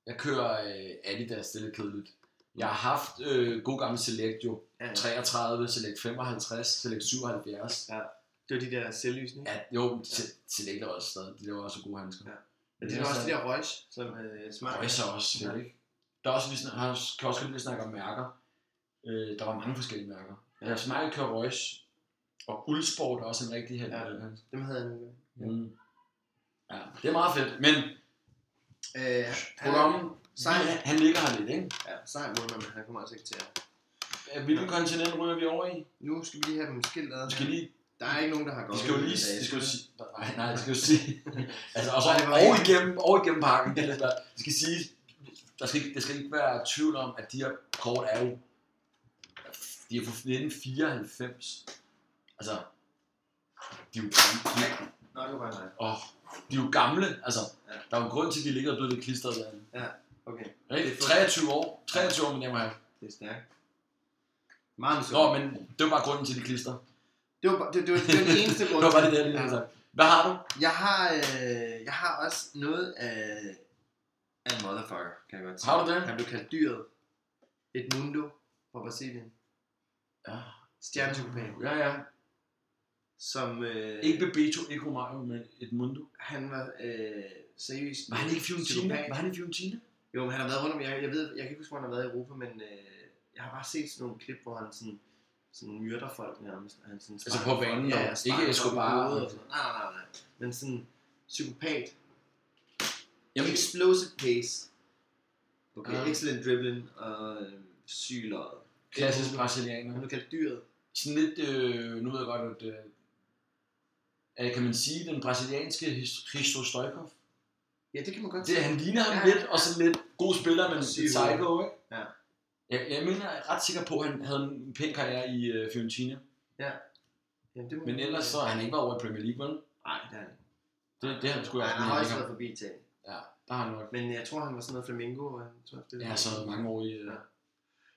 [SPEAKER 1] Jeg kører øh, Adidas, det er lidt kedeligt. Jeg har haft øh, god gammel Select jo.
[SPEAKER 2] Ja, ja.
[SPEAKER 1] 33, Select 55, Select 77.
[SPEAKER 2] Det var de der selvlysende. Ja.
[SPEAKER 1] Ja, jo, Se- Select er også stadig, de laver også gode handsker.
[SPEAKER 2] Ja.
[SPEAKER 1] Ja.
[SPEAKER 2] Men det
[SPEAKER 1] er
[SPEAKER 2] var også
[SPEAKER 1] så-
[SPEAKER 2] de der røgs, som øh, smart.
[SPEAKER 1] Og så også fedt, ikke? Der er også, vi snak, har også- kan også godt lige snakke om mærker. Øh, der var mange forskellige mærker.
[SPEAKER 2] Ja.
[SPEAKER 1] Ja. Jeg smager kører Royce, og Uldsport er også en rigtig held.
[SPEAKER 2] Ja.
[SPEAKER 1] Ja.
[SPEAKER 2] Dem havde jeg nu. Ja.
[SPEAKER 1] Mm. ja, det er meget fedt, men
[SPEAKER 2] Øh, han,
[SPEAKER 1] Prudhomme,
[SPEAKER 2] sej.
[SPEAKER 1] han, han ligger her lidt, ikke?
[SPEAKER 2] ja, sej målmand, men han kommer altså ikke til at...
[SPEAKER 1] Hvilken kontinent ryger vi over i?
[SPEAKER 2] Nu skal vi lige have dem skilt ad.
[SPEAKER 1] Vi skal lige,
[SPEAKER 2] Der er ikke nogen, der har
[SPEAKER 1] vi
[SPEAKER 2] gået.
[SPEAKER 1] skal jo lige, vi skal jo sige, nej, nej, vi skal jo sige, altså, og så
[SPEAKER 2] Nej, det var
[SPEAKER 1] over
[SPEAKER 2] ikke-
[SPEAKER 1] igennem, over igennem parken, det er lidt svært. vi skal sige, der skal, ikke, der skal ikke være tvivl om, at de her kort er jo, de er fra 1994, altså, de er jo gamle, de, er-
[SPEAKER 2] Nå, det var bare mig.
[SPEAKER 1] åh, de er jo gamle, altså,
[SPEAKER 2] Ja.
[SPEAKER 1] der er jo en grund til, at de ligger og bliver lidt klistret derinde.
[SPEAKER 2] Okay,
[SPEAKER 1] Ikke? 23 år, 23 år, men jeg må have.
[SPEAKER 2] det er stærkt. Meget
[SPEAKER 1] Nå,
[SPEAKER 2] sundt.
[SPEAKER 1] men det var bare grunden til, at de klister.
[SPEAKER 2] Det var, bare- det, det, var, det var den eneste grund.
[SPEAKER 1] Det var bare det der, lige
[SPEAKER 2] Ja.
[SPEAKER 1] altså. Hvad har du?
[SPEAKER 2] Jeg har, øh, jeg har også noget af, af en motherfucker, kan jeg godt sige.
[SPEAKER 1] Har du det?
[SPEAKER 2] Han blev kaldt dyret. Et mundo fra Brasilien.
[SPEAKER 1] Ja.
[SPEAKER 2] Stjernetopopæn.
[SPEAKER 1] Ja, ja.
[SPEAKER 2] Som, øh,
[SPEAKER 1] Ikke Bebeto, ikke Romario, men et mundo.
[SPEAKER 2] han var øh, seriøst.
[SPEAKER 1] Var han ikke Fiorentina?
[SPEAKER 2] psykopat.
[SPEAKER 1] Var han i Fiorentina?
[SPEAKER 2] Jo, men han har været rundt om, jeg, jeg ved, jeg kan ikke huske, hvor han har været i Europa, men øh, jeg har bare set sådan nogle klip, hvor han sådan, sådan myrder folk nærmest. og Han sådan
[SPEAKER 1] Altså
[SPEAKER 2] sparker
[SPEAKER 1] på banen,
[SPEAKER 2] folk-
[SPEAKER 1] og
[SPEAKER 2] ja,
[SPEAKER 1] ikke
[SPEAKER 2] sparker folk i
[SPEAKER 1] Escobar.
[SPEAKER 2] hovedet og sådan noget. Nej, nej, nej, nej. Men sådan psykopat, Jamen,
[SPEAKER 1] Jamen, Ah.
[SPEAKER 2] explosive pace. Okay,
[SPEAKER 1] Ja.
[SPEAKER 2] excellent dribbling og øh, sygeløjet.
[SPEAKER 1] klassisk
[SPEAKER 2] Det er- Han
[SPEAKER 1] brasilianer.
[SPEAKER 2] blev kaldt dyret.
[SPEAKER 1] Sådan lidt, øh, nu ved jeg godt, at... Øh, øh, kan man sige, den brasilianske His- Christo Stoikov?
[SPEAKER 2] Ja, det kan man godt
[SPEAKER 1] Det,
[SPEAKER 2] sige.
[SPEAKER 1] han ligner ham
[SPEAKER 2] Ja,
[SPEAKER 1] lidt, og sådan lidt god spiller, men
[SPEAKER 2] Syg
[SPEAKER 1] lidt psycho, ikke?
[SPEAKER 2] Ja.
[SPEAKER 1] Jeg, jeg mener, jeg er ret sikker på, at han havde en pæn karriere i øh, Fiorentina.
[SPEAKER 2] Jamen, det må
[SPEAKER 1] Men
[SPEAKER 2] man-
[SPEAKER 1] ellers så har han ikke været over i Premier League, vel?
[SPEAKER 2] Nej, det er han. ikke.
[SPEAKER 1] Det, det har han sgu
[SPEAKER 2] Nej,
[SPEAKER 1] også.
[SPEAKER 2] han har højst været forbi Italien.
[SPEAKER 1] Ja, der har han nok.
[SPEAKER 2] Men jeg tror, han var sådan noget flamingo. og Jeg tror, det
[SPEAKER 1] Jeg har så mange år i... Øh,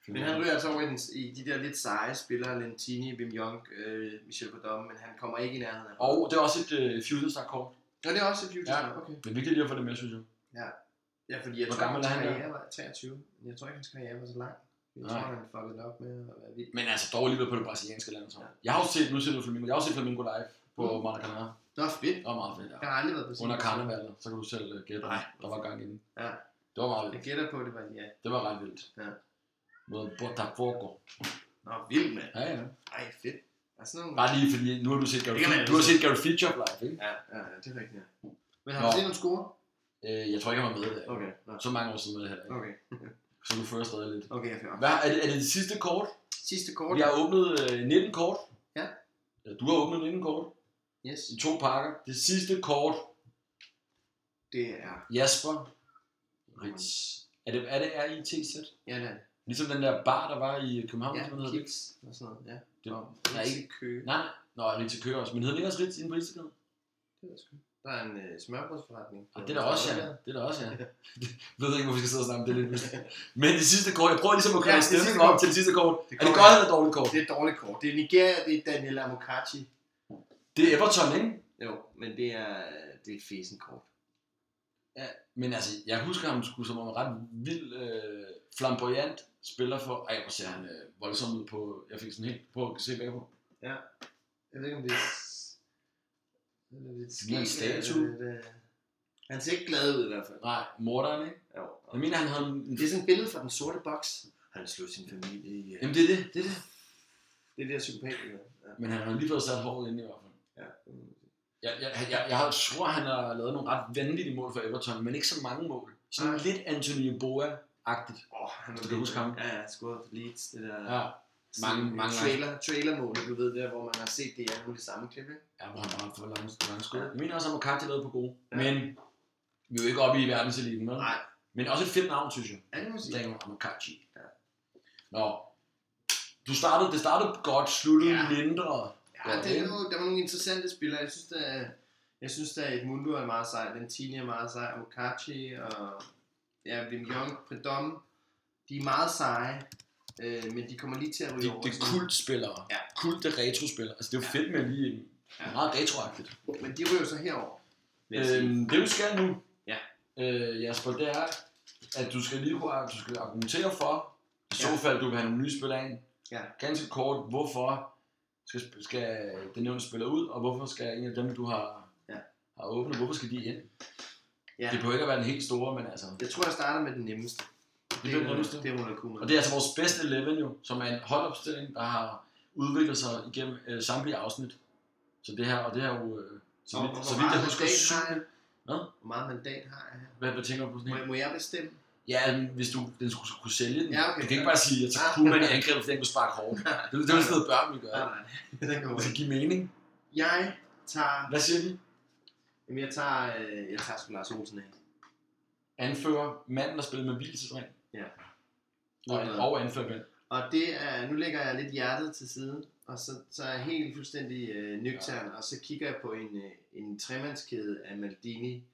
[SPEAKER 2] Ja. Men han ryger altså over i, den, i de der lidt seje spillere, Lentini, Wim Jong, øh, Michel Bodomme, men han kommer ikke i nærheden af.
[SPEAKER 1] Og det er også et øh, Future-kort.
[SPEAKER 2] Og det er også et future
[SPEAKER 1] Ja.
[SPEAKER 2] ja. okay.
[SPEAKER 1] Det er vigtigt lige at få det med, synes jeg.
[SPEAKER 2] Ja, fordi jeg
[SPEAKER 1] Hvor
[SPEAKER 2] tror,
[SPEAKER 1] gammel
[SPEAKER 2] hans
[SPEAKER 1] er han der?
[SPEAKER 2] karriere var 23. men Jeg tror ikke, hans karriere var så lang. Jeg
[SPEAKER 1] Nej.
[SPEAKER 2] tror, han fuckede den op med at være vild.
[SPEAKER 1] Men altså dog alligevel på det brasilianske landshold.
[SPEAKER 2] Ja.
[SPEAKER 1] Jeg har jo set, nu ser du Flamingo, jeg har jo set Flamingo live på
[SPEAKER 2] Mm.
[SPEAKER 1] mm. Maracanã.
[SPEAKER 2] Det var fedt.
[SPEAKER 1] Det var meget fedt,
[SPEAKER 2] Jeg
[SPEAKER 1] ja.
[SPEAKER 2] har aldrig været på
[SPEAKER 1] Under
[SPEAKER 2] sådan-
[SPEAKER 1] karnevalet, så kan du selv øh, gætte,
[SPEAKER 2] Nej.
[SPEAKER 1] der var gang i den.
[SPEAKER 2] Ja.
[SPEAKER 1] Det var meget
[SPEAKER 2] Jeg
[SPEAKER 1] vildt.
[SPEAKER 2] gætter på, at det var ja.
[SPEAKER 1] Det var ret vildt.
[SPEAKER 2] Ja.
[SPEAKER 1] Mod Botafogo.
[SPEAKER 2] Nå, vildt, mand.
[SPEAKER 1] Ja, ja.
[SPEAKER 2] Ej, fedt. Der er sådan nogle...
[SPEAKER 1] Bare lige fordi, nu har du set Gary,
[SPEAKER 2] Det kan man
[SPEAKER 1] Fe-
[SPEAKER 2] jo
[SPEAKER 1] du har
[SPEAKER 2] se.
[SPEAKER 1] set Gary Feature live, ikke?
[SPEAKER 2] Ja, ja, ja, det er rigtigt. Ja. Men har du
[SPEAKER 1] Nå.
[SPEAKER 2] set nogle score?
[SPEAKER 1] Øh, jeg tror ikke, jeg var med der.
[SPEAKER 2] Okay, nå.
[SPEAKER 1] Så mange år siden var det heller ikke.
[SPEAKER 2] okay,
[SPEAKER 1] Så du fører stadig lidt.
[SPEAKER 2] okay, jeg finder.
[SPEAKER 1] Hvad, er, det, er det det sidste kort?
[SPEAKER 2] Sidste kort.
[SPEAKER 1] Vi har åbnet øh, 19 kort.
[SPEAKER 2] Ja.
[SPEAKER 1] Ja, Du har åbnet 19 kort
[SPEAKER 2] Yes,
[SPEAKER 1] i to pakker. Det sidste kort
[SPEAKER 2] det er...
[SPEAKER 1] Jasper Ritz. Er det, er det RITZ?
[SPEAKER 2] Ja, det er det.
[SPEAKER 1] Ligesom den der bar, der var i København.
[SPEAKER 2] Ja,
[SPEAKER 1] Ja, hedder det?
[SPEAKER 2] kiks og sådan noget, ja.
[SPEAKER 1] Det-
[SPEAKER 2] Nå,
[SPEAKER 1] der er
[SPEAKER 2] Ritz
[SPEAKER 1] ikke-
[SPEAKER 2] Køge.
[SPEAKER 1] Nej, nej. Nå, Ritz kører også. Men hedder det ikke også Ritz inde på Instagram?
[SPEAKER 2] Det er sgu. Der er en øh, smørbrødsforretning.
[SPEAKER 1] Og Ah, det er der også, ja. Det er der også, ja. Jeg ved ikke, hvorfor vi skal sidde og snakke om det lidt. Men det sidste kort, jeg prøver ligesom at
[SPEAKER 2] Ja,
[SPEAKER 1] køre
[SPEAKER 2] det
[SPEAKER 1] ja,
[SPEAKER 2] sidste
[SPEAKER 1] stemningen
[SPEAKER 2] kort.
[SPEAKER 1] op til det sidste kort.
[SPEAKER 2] Det
[SPEAKER 1] er det
[SPEAKER 2] kommer
[SPEAKER 1] godt
[SPEAKER 2] her.
[SPEAKER 1] eller dårligt kort?
[SPEAKER 2] Det er et dårligt kort. Det er Nigeria, det er Daniel Amokachi.
[SPEAKER 1] Det er Everton, ikke?
[SPEAKER 2] Jo, men det er, det er et fesen kort.
[SPEAKER 1] Men altså, jeg husker ham sgu som en ret vild, øh, flamboyant spiller for... Ej, hvor ser han øh, voldsomt ud på... Jeg fik sådan helt på at se bagpå.
[SPEAKER 2] Ja. Jeg ved ikke, om det er... s- Jeg ved ikke, om Det er et
[SPEAKER 1] Ligner en
[SPEAKER 2] skæg, eller
[SPEAKER 1] statue.
[SPEAKER 2] det er et, øh, Han ser ikke glad ud i hvert fald.
[SPEAKER 1] Nej, morderen, ikke?
[SPEAKER 2] Jo.
[SPEAKER 1] Jeg mener, han havde en... en
[SPEAKER 2] Det er sådan et billede fra den sorte boks. Han slog sin familie ihjel.
[SPEAKER 1] Jamen, det er det, det er det.
[SPEAKER 2] Det er det der psykopat, der. Ja.
[SPEAKER 1] Men han har lige fået sat håret ind i hvert fald.
[SPEAKER 2] ja.
[SPEAKER 1] Jeg, jeg, jeg, jeg, jeg tror, han har lavet nogle ret vanvittige mål for Everton, men ikke så mange mål. Sådan
[SPEAKER 2] Nej.
[SPEAKER 1] lidt Antonio Boa-agtigt.
[SPEAKER 2] Åh, han er
[SPEAKER 1] Du kan huske ham.
[SPEAKER 2] Ja, ja, scoret for Leeds. Det der
[SPEAKER 1] Ja. Mange,
[SPEAKER 2] sådan
[SPEAKER 1] mange
[SPEAKER 2] trailer, trailermål, du ved, der hvor man har set det i alle mulige sammenklip, ikke?
[SPEAKER 1] Ja, hvor han bare får lange, lange skud.
[SPEAKER 2] Ja.
[SPEAKER 1] Jeg mener også, at Mokati lavede på gode.
[SPEAKER 2] Ja.
[SPEAKER 1] Men vi er jo ikke oppe i verdenseliten, vel?
[SPEAKER 2] Nej.
[SPEAKER 1] Men også et fedt navn, synes jeg.
[SPEAKER 2] Er det musik?
[SPEAKER 1] Daniel Mokati.
[SPEAKER 2] Ja.
[SPEAKER 1] Nå. Du startede, det startede godt, sluttede
[SPEAKER 2] Ja.
[SPEAKER 1] ja. mindre.
[SPEAKER 2] Ja, det er jo, der var nogle interessante spillere. Jeg synes, der, jeg synes, der et Mundo er meget sej, Lentini er meget sej, Okachi og ja, Vim Jong, Predom. De er meget seje, øh, men de kommer lige til at
[SPEAKER 1] Det,
[SPEAKER 2] ryge over.
[SPEAKER 1] det er
[SPEAKER 2] sådan-
[SPEAKER 1] kultspillere.
[SPEAKER 2] Ja.
[SPEAKER 1] Kult det er retrospillere. Altså, det er jo
[SPEAKER 2] Ja.
[SPEAKER 1] fedt med lige en
[SPEAKER 2] Ja.
[SPEAKER 1] meget retroagtigt.
[SPEAKER 2] Men de ryger så herover. Øh, vil jeg sige.
[SPEAKER 1] Øhm, det vi skal nu,
[SPEAKER 2] Ja.
[SPEAKER 1] øh, Jasper, det er, at du skal lige hurtigt, du skal argumentere for, i så
[SPEAKER 2] Ja.
[SPEAKER 1] fald du vil have nogle nye spillere ind,
[SPEAKER 2] Ja.
[SPEAKER 1] ganske kort, hvorfor skal, skal den nævnte spiller ud, og hvorfor skal en af dem, du har,
[SPEAKER 2] Ja.
[SPEAKER 1] har åbnet, hvorfor skal de ind?
[SPEAKER 2] Ja.
[SPEAKER 1] Det behøver ikke at være den helt store, men altså...
[SPEAKER 2] Jeg tror, jeg starter med den nemmeste.
[SPEAKER 1] Det er den
[SPEAKER 2] Ronald-
[SPEAKER 1] nemmeste.
[SPEAKER 2] Det er Ronald Koeman.
[SPEAKER 1] Og det er altså vores bedste 11 jo, som er en holdopstilling, der har udviklet sig igennem øh, samtlige afsnit. Så det her, og det her er jo, øh, så,
[SPEAKER 2] Og- og
[SPEAKER 1] vidt,
[SPEAKER 2] hvor
[SPEAKER 1] så vidt jeg
[SPEAKER 2] meget
[SPEAKER 1] husker,
[SPEAKER 2] mandat
[SPEAKER 1] syv,
[SPEAKER 2] har jeg?
[SPEAKER 1] Hvad?
[SPEAKER 2] Hvor meget mandat har jeg her?
[SPEAKER 1] hvad, hvad tænker du på sådan
[SPEAKER 2] Må,
[SPEAKER 1] her?
[SPEAKER 2] må jeg bestemme?
[SPEAKER 1] Ja, men hvis du den skulle, skulle sælge den.
[SPEAKER 2] Ja, okay.
[SPEAKER 1] Du kan ikke bare sige, at så
[SPEAKER 2] Ah.
[SPEAKER 1] kunne man i angrebet, fordi den kunne sparke hårdt. Det, det er jo sådan noget, børn vil gøre.
[SPEAKER 2] Nej, nej. Den kommer
[SPEAKER 1] Det skal
[SPEAKER 2] ikke.
[SPEAKER 1] give mening.
[SPEAKER 2] Jeg tager...
[SPEAKER 1] Hvad siger vi?
[SPEAKER 2] Jamen, jeg tager, øh, jeg tager sgu Lars Olsen af.
[SPEAKER 1] Anfører manden, der spillede med vildtidsring.
[SPEAKER 2] Ja.
[SPEAKER 1] Og,
[SPEAKER 2] Ja.
[SPEAKER 1] og anfører mand.
[SPEAKER 2] Og det er, nu lægger jeg lidt hjertet til side, og så, så er jeg helt fuldstændig øh, nøgtern, og så kigger jeg på en, øh, en tremandskæde af Maldini,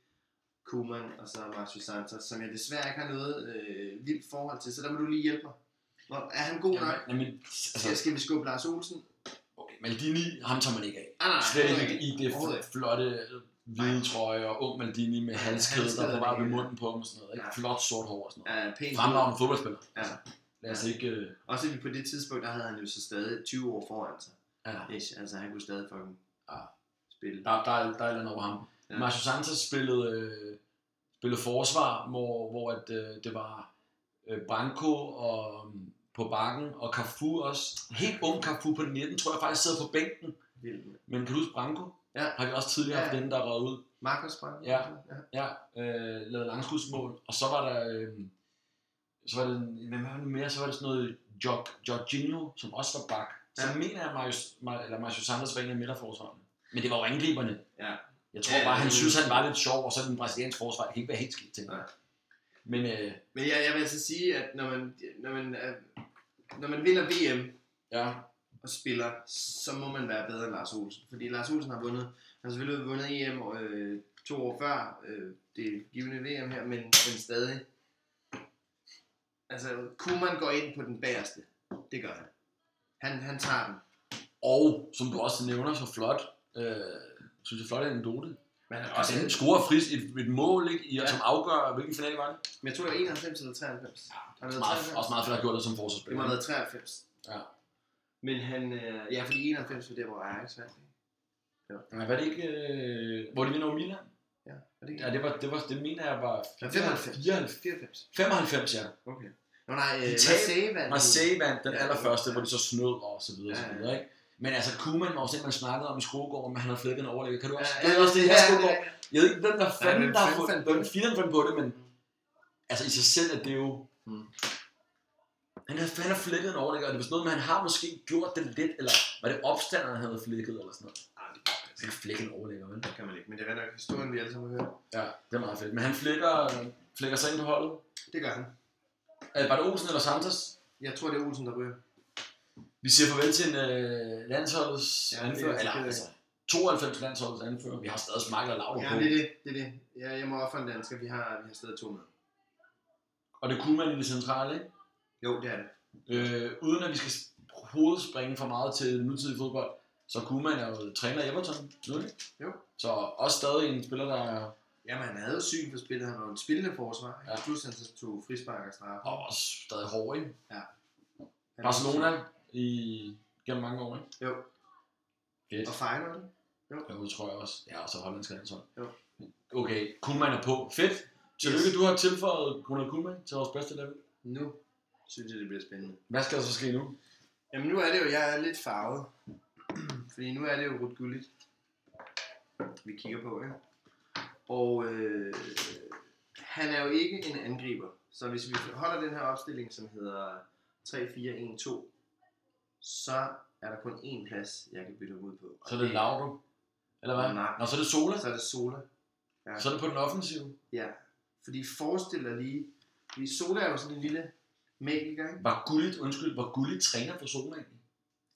[SPEAKER 2] Koeman og så Marcio Santos, som jeg desværre ikke har noget øh, vildt forhold til, så der må du lige hjælpe mig. Hvor, er han god nok?
[SPEAKER 1] Jamen, jamen, altså,
[SPEAKER 2] Skal, skal vi skubbe Lars Olsen?
[SPEAKER 1] okay, Maldini, ham tager man ikke af.
[SPEAKER 2] Ah, nej,
[SPEAKER 1] Slet
[SPEAKER 2] overhovedet
[SPEAKER 1] ikke i det
[SPEAKER 2] Overhovedet ikke.
[SPEAKER 1] flotte hvide trøje og ung Maldini med halskæde, der
[SPEAKER 2] halskæde,
[SPEAKER 1] var bare ved
[SPEAKER 2] ja.
[SPEAKER 1] munden på ham og sådan noget. Ikke?
[SPEAKER 2] Ja.
[SPEAKER 1] Flot sort hår og sådan noget.
[SPEAKER 2] Ja, pænt.
[SPEAKER 1] Fremragende fodboldspiller. Altså,
[SPEAKER 2] Ja.
[SPEAKER 1] Lad os ikke... øh,
[SPEAKER 2] Også fordi på det tidspunkt, der havde han jo så stadig 20 år foran sig.
[SPEAKER 1] Ja.
[SPEAKER 2] Ish, altså han kunne stadig fucking
[SPEAKER 1] Ja.
[SPEAKER 2] spille.
[SPEAKER 1] Ah. Der, der, er- der er et eller andet over ham. Ja.
[SPEAKER 2] Ja.
[SPEAKER 1] Marcio Santos spillede, øh, spillede forsvar, hvor, hvor at, øh, det var øh, Branco og, øhm, på bakken, og Cafu også. Helt ung Cafu på 19, tror jeg faktisk sidder på bænken.
[SPEAKER 2] Vildt.
[SPEAKER 1] Men kan du huske Branco?
[SPEAKER 2] Ja.
[SPEAKER 1] Har vi også tidligere
[SPEAKER 2] Ja.
[SPEAKER 1] haft den, der røg ud.
[SPEAKER 2] Marcos Brandt?
[SPEAKER 1] Ja.
[SPEAKER 2] ja.
[SPEAKER 1] Ja, øh, lavede langskudsmål. Og så var der... Øh, så var det, en- hvem var det mere? Så var det sådan noget Jog, Jorginho, som også var bak. Så
[SPEAKER 2] Ja.
[SPEAKER 1] mener jeg, at Marius, Mar- eller Marcio Santos var en af midterforsvarerne. Men det var jo angriberne.
[SPEAKER 2] Ja.
[SPEAKER 1] Jeg tror
[SPEAKER 2] Ja,
[SPEAKER 1] bare, han
[SPEAKER 2] det-
[SPEAKER 1] synes, han var lidt sjov, og så den brasilianske forsvar, det kan ikke være helt skidt til.
[SPEAKER 2] Nej.
[SPEAKER 1] Men øh,
[SPEAKER 2] Men jeg, jeg vil altså sige, at når man, når man, er- når man vinder VM
[SPEAKER 1] ja,
[SPEAKER 2] og spiller, så må man være bedre end Lars Olsen. Fordi Lars Olsen har vundet. Han har selvfølgelig vundet EM øh, to år før øh, det givende VM her, men, men stadig. Altså, Kuman går ind på den bagerste. Det gør han. Han, han tager den.
[SPEAKER 1] og som du også nævner så flot, øh, synes jeg flot er en dote.
[SPEAKER 2] Men han er
[SPEAKER 1] Og
[SPEAKER 2] også
[SPEAKER 1] den scorer fris et, et mål, ikke, i,
[SPEAKER 2] Ja.
[SPEAKER 1] som afgør, hvilken finale var det?
[SPEAKER 2] Men jeg tror, det var 91 eller 93. Har det været
[SPEAKER 1] Meget,
[SPEAKER 2] 93?
[SPEAKER 1] også meget flot gjort det som
[SPEAKER 2] Det
[SPEAKER 1] forsvarsspiller.
[SPEAKER 2] må have været 93.
[SPEAKER 1] Ja.
[SPEAKER 2] Men han, øh, ja, fordi 91 var det, hvor Ajax vandt. ikke?
[SPEAKER 1] Nej, var det ikke, øh, hvor de vinder over Milan?
[SPEAKER 2] Ja, var det ikke?
[SPEAKER 1] Ja, det, var, det, var, det mener jeg var
[SPEAKER 2] 95.
[SPEAKER 1] 94.
[SPEAKER 2] 94.
[SPEAKER 1] 95, ja.
[SPEAKER 2] Okay. Nå nej, øh,
[SPEAKER 1] De tabte-
[SPEAKER 2] Marseille vandt.
[SPEAKER 1] Marseille vandt den
[SPEAKER 2] Ja.
[SPEAKER 1] allerførste, hvor de så snød og så videre, og så
[SPEAKER 2] Ja, ja.
[SPEAKER 1] videre ikke? Men altså, Kuman var også en, man snakkede om i Skogård, men han har flækket en overlægger. Kan du
[SPEAKER 2] Ja,
[SPEAKER 1] også?
[SPEAKER 2] ja,
[SPEAKER 1] det er også det,
[SPEAKER 2] ja,
[SPEAKER 1] jeg
[SPEAKER 2] ja,
[SPEAKER 1] Skogård.
[SPEAKER 2] ja.
[SPEAKER 1] Jeg ved ikke, hvem der fanden,
[SPEAKER 2] hvem
[SPEAKER 1] der har
[SPEAKER 2] fanden
[SPEAKER 1] fundet,
[SPEAKER 2] fandt
[SPEAKER 1] hvem
[SPEAKER 2] på det?
[SPEAKER 1] firen fandt på det, men altså i sig selv er det jo...
[SPEAKER 2] Mm.
[SPEAKER 1] Han havde fandme flækket en overlægger, og det var sådan noget, men han har måske gjort det lidt, eller var det opstanderen, han havde flækket, eller sådan noget.
[SPEAKER 2] Ej, det
[SPEAKER 1] Så kan flække en overlægger, vel?
[SPEAKER 2] kan man ikke, men Ah, det er nok historien, vi alle sammen har hørt.
[SPEAKER 1] Ja, det er meget fedt. Men han flækker, flækker sig ind på holdet.
[SPEAKER 2] Det gør han.
[SPEAKER 1] Øh, var det Olsen eller Santos?
[SPEAKER 2] Jeg tror, det er Olsen, der ryger.
[SPEAKER 1] Vi siger farvel til en øh, landsholdets
[SPEAKER 2] Ja,
[SPEAKER 1] ja,
[SPEAKER 2] det er
[SPEAKER 1] anfører,
[SPEAKER 2] jeg
[SPEAKER 1] eller
[SPEAKER 2] ked af.
[SPEAKER 1] altså 92 landsholdets anfører. Vi har stadig Michael og Laudrup
[SPEAKER 2] Ja,
[SPEAKER 1] på,
[SPEAKER 2] det er det. det, er det. Ja, jeg må ofre en dansker. Vi har, vi har stadig to med.
[SPEAKER 1] og det kunne man i det centrale, ikke?
[SPEAKER 2] Jo, det er det.
[SPEAKER 1] Øh, uden at vi skal hovedspringe for meget til nutidig fodbold, så kunne man jo træner i Everton, nu, ikke?
[SPEAKER 2] Jo.
[SPEAKER 1] Så også stadig en spiller, der
[SPEAKER 2] Jamen, han havde jo syn for spillet. Han var jo en spillende forsvar.
[SPEAKER 1] Ja.
[SPEAKER 2] Ja. Pludselig han så tog frispark og straffe.
[SPEAKER 1] Og også stadig hård, ikke?
[SPEAKER 2] Han-
[SPEAKER 1] Barcelona i, gennem mange år, ikke?
[SPEAKER 2] Jo.
[SPEAKER 1] Fedt.
[SPEAKER 2] Og fejler det.
[SPEAKER 1] Jo, det tror jeg også. Ja, og så hollandsk landshold.
[SPEAKER 2] Jo.
[SPEAKER 1] Okay, Kuhlmann er på. Fedt. Tillykke, yes. du har tilføjet Ronald Kuhlmann til vores bedste level.
[SPEAKER 2] Nu synes jeg, det bliver spændende.
[SPEAKER 1] Hvad skal der så ske nu?
[SPEAKER 2] Jamen, nu er det jo, jeg er lidt farvet. Fordi nu er det jo Ruth Gullit, vi kigger på, ikke? Og øh, han er jo ikke en angriber. Så hvis vi holder den her opstilling, som hedder 3-4-1-2, så er der kun én plads, jeg kan bytte ham ud på. Og
[SPEAKER 1] Så er det Lauro? Eller hvad?
[SPEAKER 2] Nej.
[SPEAKER 1] Nå, så er det Sola?
[SPEAKER 2] Så er det Sola.
[SPEAKER 1] Så er det på den offensive.
[SPEAKER 2] Ja, fordi forestil dig lige, fordi Sola er jo sådan en lille magiker, ikke?
[SPEAKER 1] Var Gullit, undskyld, var Gullit træner for Sola egentlig?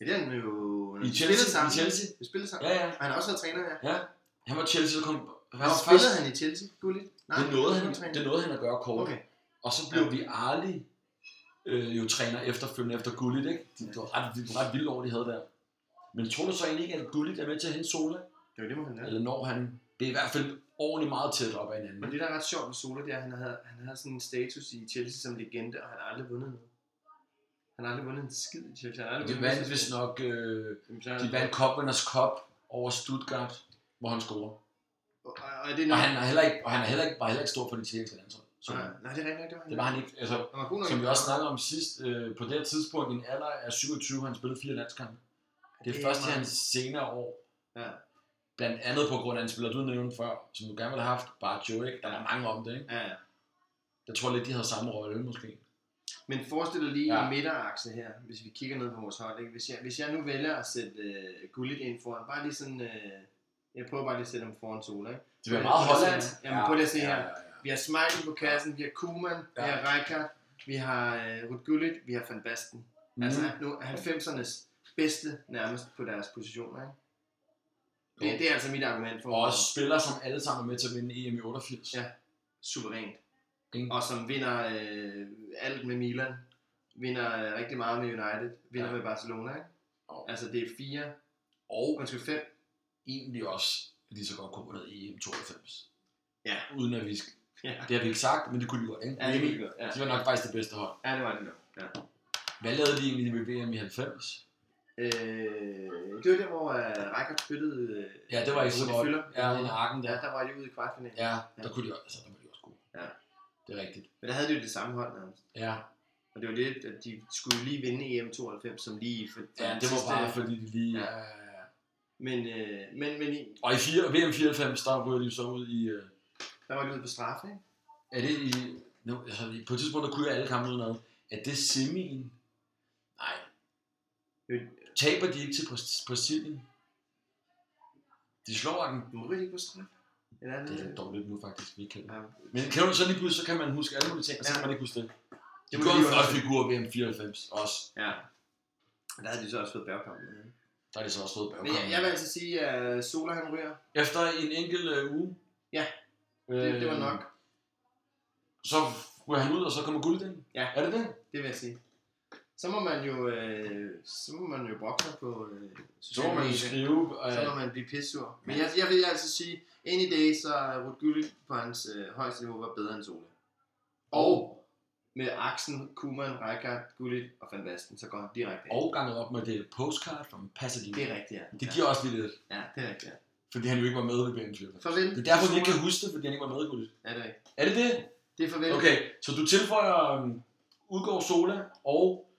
[SPEAKER 2] Ja, det er han jo...
[SPEAKER 1] I
[SPEAKER 2] vi
[SPEAKER 1] Chelsea?
[SPEAKER 2] spillede sammen.
[SPEAKER 1] I Chelsea?
[SPEAKER 2] Vi spillede sammen.
[SPEAKER 1] Ja, ja.
[SPEAKER 2] Og han har også været træner, ja.
[SPEAKER 1] Ja. Han var Chelsea, der kom... Han
[SPEAKER 2] Nå,
[SPEAKER 1] var
[SPEAKER 2] spillede
[SPEAKER 1] først...
[SPEAKER 2] han i Chelsea, Gullit?
[SPEAKER 1] Det nåede,
[SPEAKER 2] var
[SPEAKER 1] han,
[SPEAKER 2] træner.
[SPEAKER 1] det nåede han at gøre kort.
[SPEAKER 2] Okay.
[SPEAKER 1] Og så blev vi Arli øh, jo træner efterfølgende efter Gullit, ikke? Det, det var ret, det var ret vildt over, de havde der. Men tror du så egentlig ikke, at Gullit er med til at hente Sola?
[SPEAKER 2] Jo, det må han have.
[SPEAKER 1] Eller når han... Det er i hvert fald ordentligt meget tæt op af hinanden.
[SPEAKER 2] Men det, der er ret sjovt med Sola, det er, at han havde, han havde sådan en status i Chelsea som legende, og han har aldrig vundet noget. Han har aldrig vundet en skid i Chelsea. Han har aldrig
[SPEAKER 1] De
[SPEAKER 2] vundet
[SPEAKER 1] vandt vist nok... Øh,
[SPEAKER 2] Jamen, så er
[SPEAKER 1] de vandt Copvinders Cup over Stuttgart, hvor han scorer.
[SPEAKER 2] Og, og- og, det er
[SPEAKER 1] Og
[SPEAKER 2] nok...
[SPEAKER 1] han, er heller ikke, og han er heller ikke, var heller ikke stor på det italienske landshold. Så
[SPEAKER 2] Nej, nej, det er rigtigt, nok, det
[SPEAKER 1] det var
[SPEAKER 2] var han.
[SPEAKER 1] han ikke. Altså,
[SPEAKER 2] Han var god nok.
[SPEAKER 1] som vi også snakkede om sidst, øh, på det her tidspunkt, i en alder af 27, han spillede fire landskampe. Det er
[SPEAKER 2] Det er
[SPEAKER 1] først i
[SPEAKER 2] meget.
[SPEAKER 1] hans senere år.
[SPEAKER 2] Ja.
[SPEAKER 1] Blandt andet på grund af en spiller, du nævnte før, som du gerne ville have haft, Barjo, ikke? Der er mange om det, ikke?
[SPEAKER 2] Ja, ja.
[SPEAKER 1] Jeg tror lidt, de havde samme rolle, måske.
[SPEAKER 2] Men forestil dig lige
[SPEAKER 1] Ja.
[SPEAKER 2] ja. midterakse her, hvis vi kigger ned på vores hold. Ikke? Hvis, jeg, hvis jeg nu vælger at sætte øh, guldet ind foran, bare lige sådan, øh, jeg prøver bare lige at sætte ham foran Sola. Ikke?
[SPEAKER 1] Det var
[SPEAKER 2] Prøv
[SPEAKER 1] meget
[SPEAKER 2] lige at se
[SPEAKER 1] Holland.
[SPEAKER 2] her. Jamen, prøv lige at se her.
[SPEAKER 1] Ja, ja, ja.
[SPEAKER 2] Vi har Smeichel på kassen, vi har Kuman,
[SPEAKER 1] Ja.
[SPEAKER 2] ja. vi har Rijkaard, vi har øh, Ruud Gullit, vi har Van Basten. Mm. Altså
[SPEAKER 1] Mhm.
[SPEAKER 2] nu er 90'ernes bedste nærmest på deres positioner. Ikke? Det, det er altså mit argument for
[SPEAKER 1] Og også spillere, som alle sammen er med til at vinde EM i 88.
[SPEAKER 2] Ja. suverænt.
[SPEAKER 1] Ikke?
[SPEAKER 2] Og som vinder øh, alt med Milan, vinder øh, rigtig meget med United, vinder
[SPEAKER 1] Ja.
[SPEAKER 2] ja. med Barcelona. Ikke?
[SPEAKER 1] Og-
[SPEAKER 2] Altså det er fire,
[SPEAKER 1] Og
[SPEAKER 2] undskyld fem
[SPEAKER 1] egentlig også lige så godt kunne have været EM 92.
[SPEAKER 2] Ja.
[SPEAKER 1] Uden at vi... sk-
[SPEAKER 2] Ja,
[SPEAKER 1] Det har vi ikke sagt, men det kunne de godt, ikke?
[SPEAKER 2] ja det ville godt. Ja.
[SPEAKER 1] De var nok faktisk det bedste hold.
[SPEAKER 2] ja, det var det nok. Ja.
[SPEAKER 1] Hvad lavede de egentlig ved VM i 90?
[SPEAKER 2] Øh, det var der, hvor uh, Rijkaard spyttede... øh,
[SPEAKER 1] Ja, det var ikke så
[SPEAKER 2] Rudi
[SPEAKER 1] godt.
[SPEAKER 2] Fyller.
[SPEAKER 1] Ja, den arken
[SPEAKER 2] ja,
[SPEAKER 1] der.
[SPEAKER 2] der var de ude i kvartfinalen.
[SPEAKER 1] Ja, der kunne de også, altså, der var de også gode.
[SPEAKER 2] Ja.
[SPEAKER 1] Det er rigtigt.
[SPEAKER 2] Men der havde de jo det samme hold nærmest.
[SPEAKER 1] Ja,
[SPEAKER 2] Og det var det, at de skulle jo lige vinde EM92, som lige... For, for
[SPEAKER 1] ja
[SPEAKER 2] den
[SPEAKER 1] det var
[SPEAKER 2] sidste-
[SPEAKER 1] bare fordi de lige... Ja.
[SPEAKER 2] Ja. Men, øh, men, men i,
[SPEAKER 1] Og i 4, VM 94, der ryger de så ud i... øh,
[SPEAKER 2] der var de ude på straffe, ikke?
[SPEAKER 1] Er det i... Nu, altså, på et tidspunkt, der kunne jeg alle kampe uden ad. Er det semien? Nej.
[SPEAKER 2] Jo.
[SPEAKER 1] Taber de ikke til Bras- Brasilien? De slår den
[SPEAKER 2] Du må ikke på straffe. Eller er det,
[SPEAKER 1] Det er lidt dårligt nu faktisk, vi ikke kan det.
[SPEAKER 2] Ja.
[SPEAKER 1] Men kan du så lige pludselig, så kan man huske alle mulige ting, og så
[SPEAKER 2] Ja.
[SPEAKER 1] kan man ikke huske det. Det
[SPEAKER 2] må
[SPEAKER 1] var
[SPEAKER 2] de
[SPEAKER 1] en
[SPEAKER 2] jo
[SPEAKER 1] flot
[SPEAKER 2] også.
[SPEAKER 1] figur ved M94 også.
[SPEAKER 2] Ja. Og Der havde de så også fået bærkamp.
[SPEAKER 1] Der er det så også stået
[SPEAKER 2] Men jeg, jeg vil altså sige, at Sola han ryger.
[SPEAKER 1] Efter en enkelt øh, uge.
[SPEAKER 2] Ja. Det, det var
[SPEAKER 1] øh,
[SPEAKER 2] nok.
[SPEAKER 1] Så ryger han ud, og så kommer guldet ind.
[SPEAKER 2] Ja.
[SPEAKER 1] Er det det?
[SPEAKER 2] Det vil jeg sige. Så må man jo, øh, så må man jo brokke sig på øh,
[SPEAKER 1] Så må man jo skrive,
[SPEAKER 2] Så
[SPEAKER 1] øh,
[SPEAKER 2] må man blive pissur. Men jeg, jeg vil altså sige, any day, så er Ruud Gullit på hans øh, højeste niveau var bedre end Sola. Og med Aksen, Kuman, Rijkaard, Gullit og Van Basten, så går han direkte ind.
[SPEAKER 1] og ganget op med det postcard fra Pasadena.
[SPEAKER 2] Det er rigtigt, ja.
[SPEAKER 1] Det giver også lige lidt,
[SPEAKER 2] Ja, det er rigtigt, ja.
[SPEAKER 1] fordi han jo ikke var med ved VM94.
[SPEAKER 2] Farvel.
[SPEAKER 1] Det er derfor, vi ikke kan huske det, fordi han ikke var med i guldet.
[SPEAKER 2] Ja, det er rigtigt.
[SPEAKER 1] Er det det?
[SPEAKER 2] Det er farvel.
[SPEAKER 1] Okay, så du tilføjer um, Udgaard Sola og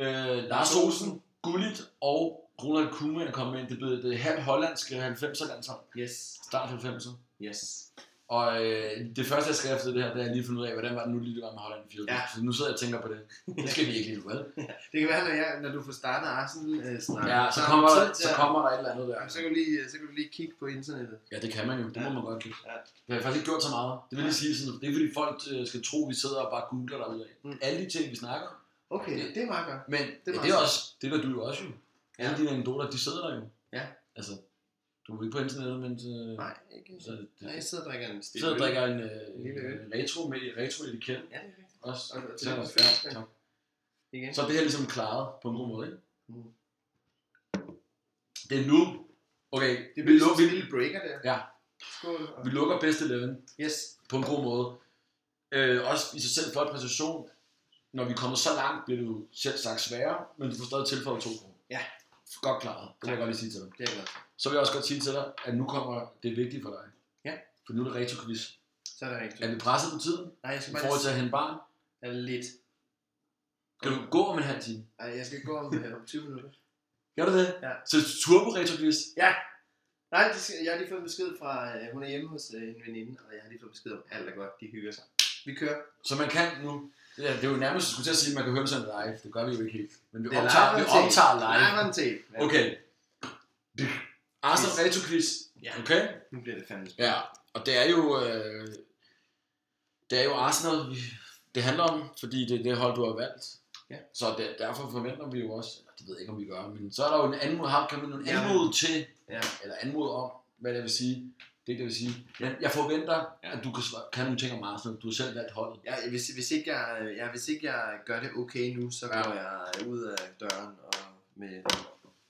[SPEAKER 1] øh, Lars Olsen, Gullit og Ronald Koeman er kommet ind. Det blev det halv hollandske 90'er landshold.
[SPEAKER 2] Yes.
[SPEAKER 1] Start 90'er.
[SPEAKER 2] Yes.
[SPEAKER 1] Og øh, det første, jeg skrev efter det her, det er, at jeg lige fundet ud af, hvordan var det nu lige, det var med Holland i 94. Ja.
[SPEAKER 2] Ja.
[SPEAKER 1] Så nu sidder jeg og tænker på det. Det skal vi ikke lige, vel?
[SPEAKER 2] Det kan være, når, jeg, når du får startet Arsenal øh, snak,
[SPEAKER 1] Ja, så
[SPEAKER 2] har du
[SPEAKER 1] kommer,
[SPEAKER 2] tid til
[SPEAKER 1] så
[SPEAKER 2] at-
[SPEAKER 1] kommer der et eller andet der.
[SPEAKER 2] Jamen, så kan du lige, øh, så kan du lige kigge på internettet.
[SPEAKER 1] Ja, det kan man jo. Det må
[SPEAKER 2] Ja.
[SPEAKER 1] man godt kigge.
[SPEAKER 2] Ja.
[SPEAKER 1] Det har jeg faktisk ikke gjort så meget. Det vil lige sige sådan, det er ikke fordi folk øh, skal tro, at vi sidder og bare googler derude af.
[SPEAKER 2] Mm.
[SPEAKER 1] Alle de ting, vi snakker,
[SPEAKER 2] Okay,
[SPEAKER 1] Det-
[SPEAKER 2] det, det er meget godt.
[SPEAKER 1] Men det, ja,
[SPEAKER 2] var
[SPEAKER 1] det er
[SPEAKER 2] også-
[SPEAKER 1] også, det gør du jo også jo.
[SPEAKER 2] Ja.
[SPEAKER 1] Alle dine anekdoter, de sidder der jo.
[SPEAKER 2] Ja.
[SPEAKER 1] Altså, du er ikke på internettet, men øh,
[SPEAKER 2] Nej, ikke.
[SPEAKER 1] så, det,
[SPEAKER 2] Nej, jeg sidder og drikker en
[SPEAKER 1] så
[SPEAKER 2] stille.
[SPEAKER 1] sidder og
[SPEAKER 2] øl.
[SPEAKER 1] drikker en, øh,
[SPEAKER 2] En lille øl.
[SPEAKER 1] en retro med retro etiket
[SPEAKER 2] Ja, det er rigtigt.
[SPEAKER 1] også.
[SPEAKER 2] Og- og til
[SPEAKER 1] Tak.
[SPEAKER 2] den
[SPEAKER 1] Ja,
[SPEAKER 2] første.
[SPEAKER 1] tak.
[SPEAKER 2] Igen.
[SPEAKER 1] Så er det her ligesom klaret på en god måde, ikke?
[SPEAKER 2] Mm.
[SPEAKER 1] Det er nu. Okay,
[SPEAKER 2] Det
[SPEAKER 1] vi
[SPEAKER 2] blev
[SPEAKER 1] lukker.
[SPEAKER 2] sådan en lille breaker der.
[SPEAKER 1] Ja,
[SPEAKER 2] Skål. Og...
[SPEAKER 1] Vi lukker bedst 11
[SPEAKER 2] Yes.
[SPEAKER 1] på en god måde. Øh, også i sig selv flot præstation. Når vi kommer så langt, bliver det jo selv sagt sværere, men du får stadig tilføjet to kroner.
[SPEAKER 2] Ja.
[SPEAKER 1] Godt klaret. Det kan jeg godt lige sige til dig.
[SPEAKER 2] Det er godt.
[SPEAKER 1] Så vil jeg også godt sige til dig, at nu kommer det vigtige for dig.
[SPEAKER 2] Ja.
[SPEAKER 1] For nu er det retro-quiz.
[SPEAKER 2] Så er det rigtigt.
[SPEAKER 1] Er vi presset på tiden
[SPEAKER 2] Nej, jeg skal
[SPEAKER 1] i
[SPEAKER 2] bare
[SPEAKER 1] forhold til
[SPEAKER 2] lige...
[SPEAKER 1] at hente barn?
[SPEAKER 2] Jeg er lidt.
[SPEAKER 1] Kan du gå om en halv time?
[SPEAKER 2] Ej, jeg skal gå om, øh, om 20 minutter.
[SPEAKER 1] Gør du det?
[SPEAKER 2] Ja.
[SPEAKER 1] Så turbo retro-quiz?
[SPEAKER 2] Nej, det skal, jeg har lige fået en besked fra, øh, hun er hjemme hos øh, en veninde, og jeg har lige fået besked om, alt er godt, de hygger sig. Vi kører.
[SPEAKER 1] Så man kan nu... Ja, det er jo nærmest, jeg skulle til at sige, at man kan høre det sådan live. Det gør vi jo ikke helt. Men vi
[SPEAKER 2] Det er
[SPEAKER 1] optager,
[SPEAKER 2] live
[SPEAKER 1] vi
[SPEAKER 2] on tape.
[SPEAKER 1] optager live.
[SPEAKER 2] Live on tape. Ja.
[SPEAKER 1] Okay. Arsenal retro-quiz.
[SPEAKER 2] Ja.
[SPEAKER 1] Okay?
[SPEAKER 2] Nu bliver det fandme spændende.
[SPEAKER 1] Ja, og det er jo, øh, det er jo Arsenal, vi, det handler om, fordi det er det hold, du har valgt.
[SPEAKER 2] Ja.
[SPEAKER 1] Så der, derfor forventer vi jo også, eller det ved jeg ikke, om vi gør, men så er der jo en anmod, har, kan man jo en
[SPEAKER 2] Ja.
[SPEAKER 1] anmod til,
[SPEAKER 2] Ja.
[SPEAKER 1] eller anmod om, hvad det vil sige. Det er ikke det, jeg vil sige. Men jeg forventer,
[SPEAKER 2] Ja.
[SPEAKER 1] at du kan, svare- kan nogle ting om Arsenal. Du har selv valgt holdet.
[SPEAKER 2] Ja, hvis, hvis, ikke jeg, øh, ja, hvis ikke jeg gør det okay nu, så
[SPEAKER 1] Ja.
[SPEAKER 2] går jeg øh, ud af døren og med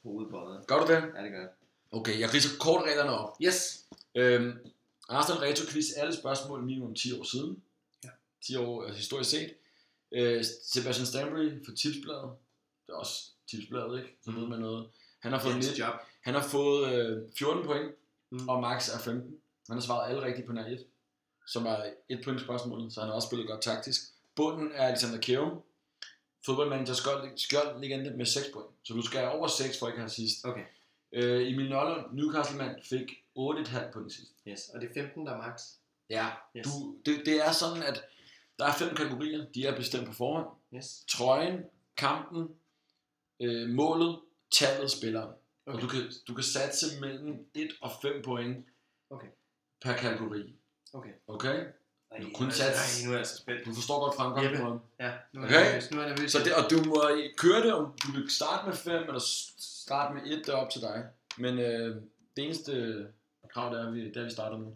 [SPEAKER 2] hovedet bøjet.
[SPEAKER 1] Gør du det?
[SPEAKER 2] Ja, det gør jeg.
[SPEAKER 1] Okay, jeg ridser kort reglerne op.
[SPEAKER 2] Yes.
[SPEAKER 1] Øhm, Arsenal Retro Quiz, alle spørgsmål minimum 10 år siden.
[SPEAKER 2] Ja.
[SPEAKER 1] 10 år altså historisk set. Øh, Sebastian Stanbury fra Tipsbladet. Det er også Tipsbladet, ikke? Så ved man noget. Han har fået,
[SPEAKER 2] Mm. Hans
[SPEAKER 1] lidt,
[SPEAKER 2] job.
[SPEAKER 1] han har fået øh, 14 point,
[SPEAKER 2] Mm.
[SPEAKER 1] mm. og Max er 15. Han har svaret alle rigtigt på nær 1, som er et point spørgsmålet, så han har også spillet godt taktisk. Bunden er Alexander Kjærum, fodboldmanager Skjold, Skjold legende med 6 point. Så du skal over 6 for ikke at have sidst.
[SPEAKER 2] Okay.
[SPEAKER 1] Øh, Emil Nørlund, Newcastle-mand, fik 8,5 point sidst.
[SPEAKER 2] Yes. Og det er 15, der er max.
[SPEAKER 1] Ja,
[SPEAKER 2] Yes.
[SPEAKER 1] du, det, det er sådan, at der er fem kategorier. De er bestemt på forhånd.
[SPEAKER 2] Yes.
[SPEAKER 1] Trøjen, kampen, øh, målet, tallet, spilleren. Okay. Og
[SPEAKER 2] Okay.
[SPEAKER 1] du kan, du kan satse mellem 1 og 5 point
[SPEAKER 2] Okay.
[SPEAKER 1] per kategori.
[SPEAKER 2] Okay.
[SPEAKER 1] Okay?
[SPEAKER 2] Ej,
[SPEAKER 1] Du
[SPEAKER 2] nu
[SPEAKER 1] kun
[SPEAKER 2] er jeg så-
[SPEAKER 1] sats.
[SPEAKER 2] Ej, nu er jeg så spændt.
[SPEAKER 1] Du forstår godt
[SPEAKER 2] Jeppe.
[SPEAKER 1] fremgangsmåden.
[SPEAKER 2] Ja, nu er
[SPEAKER 1] Okay.
[SPEAKER 2] jeg nervøs. Nu er jeg nervøs.
[SPEAKER 1] Så det, og du må køre det, om du vil starte med 5 eller s- starte med 1, det er op til dig. Men øh, det eneste krav, det er, at vi, det er, at vi starter med.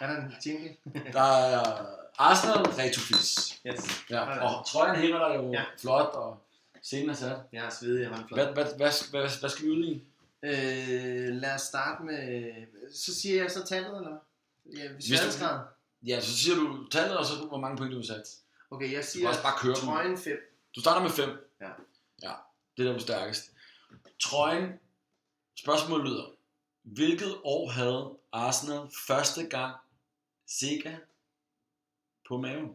[SPEAKER 2] Er der en jingle?
[SPEAKER 1] Der er Arsenal Retofis.
[SPEAKER 2] Yes.
[SPEAKER 1] Ja,
[SPEAKER 2] Sådan.
[SPEAKER 1] og trøjen hænger der jo
[SPEAKER 2] Ja.
[SPEAKER 1] ja. flot, og scenen er sat.
[SPEAKER 2] Jeg er svedig, jeg har en flot.
[SPEAKER 1] Hvad, hvad, hvad, hvad, hvad skal vi ud i?
[SPEAKER 2] Øh, lad os starte med... Så siger jeg så tallet, eller? hvad? Ja, hvis
[SPEAKER 1] Hvis du-
[SPEAKER 2] sværhedsgrad.
[SPEAKER 1] Ja, så siger du tallet, og så hvor mange point du har sat.
[SPEAKER 2] Okay, jeg
[SPEAKER 1] Du kan
[SPEAKER 2] siger
[SPEAKER 1] også bare køre dem.
[SPEAKER 2] trøjen 5.
[SPEAKER 1] Du starter med 5.
[SPEAKER 2] Ja.
[SPEAKER 1] Ja, det er der, du er stærkest. Trøjen, spørgsmålet lyder, hvilket år havde Arsenal første gang Sega på maven?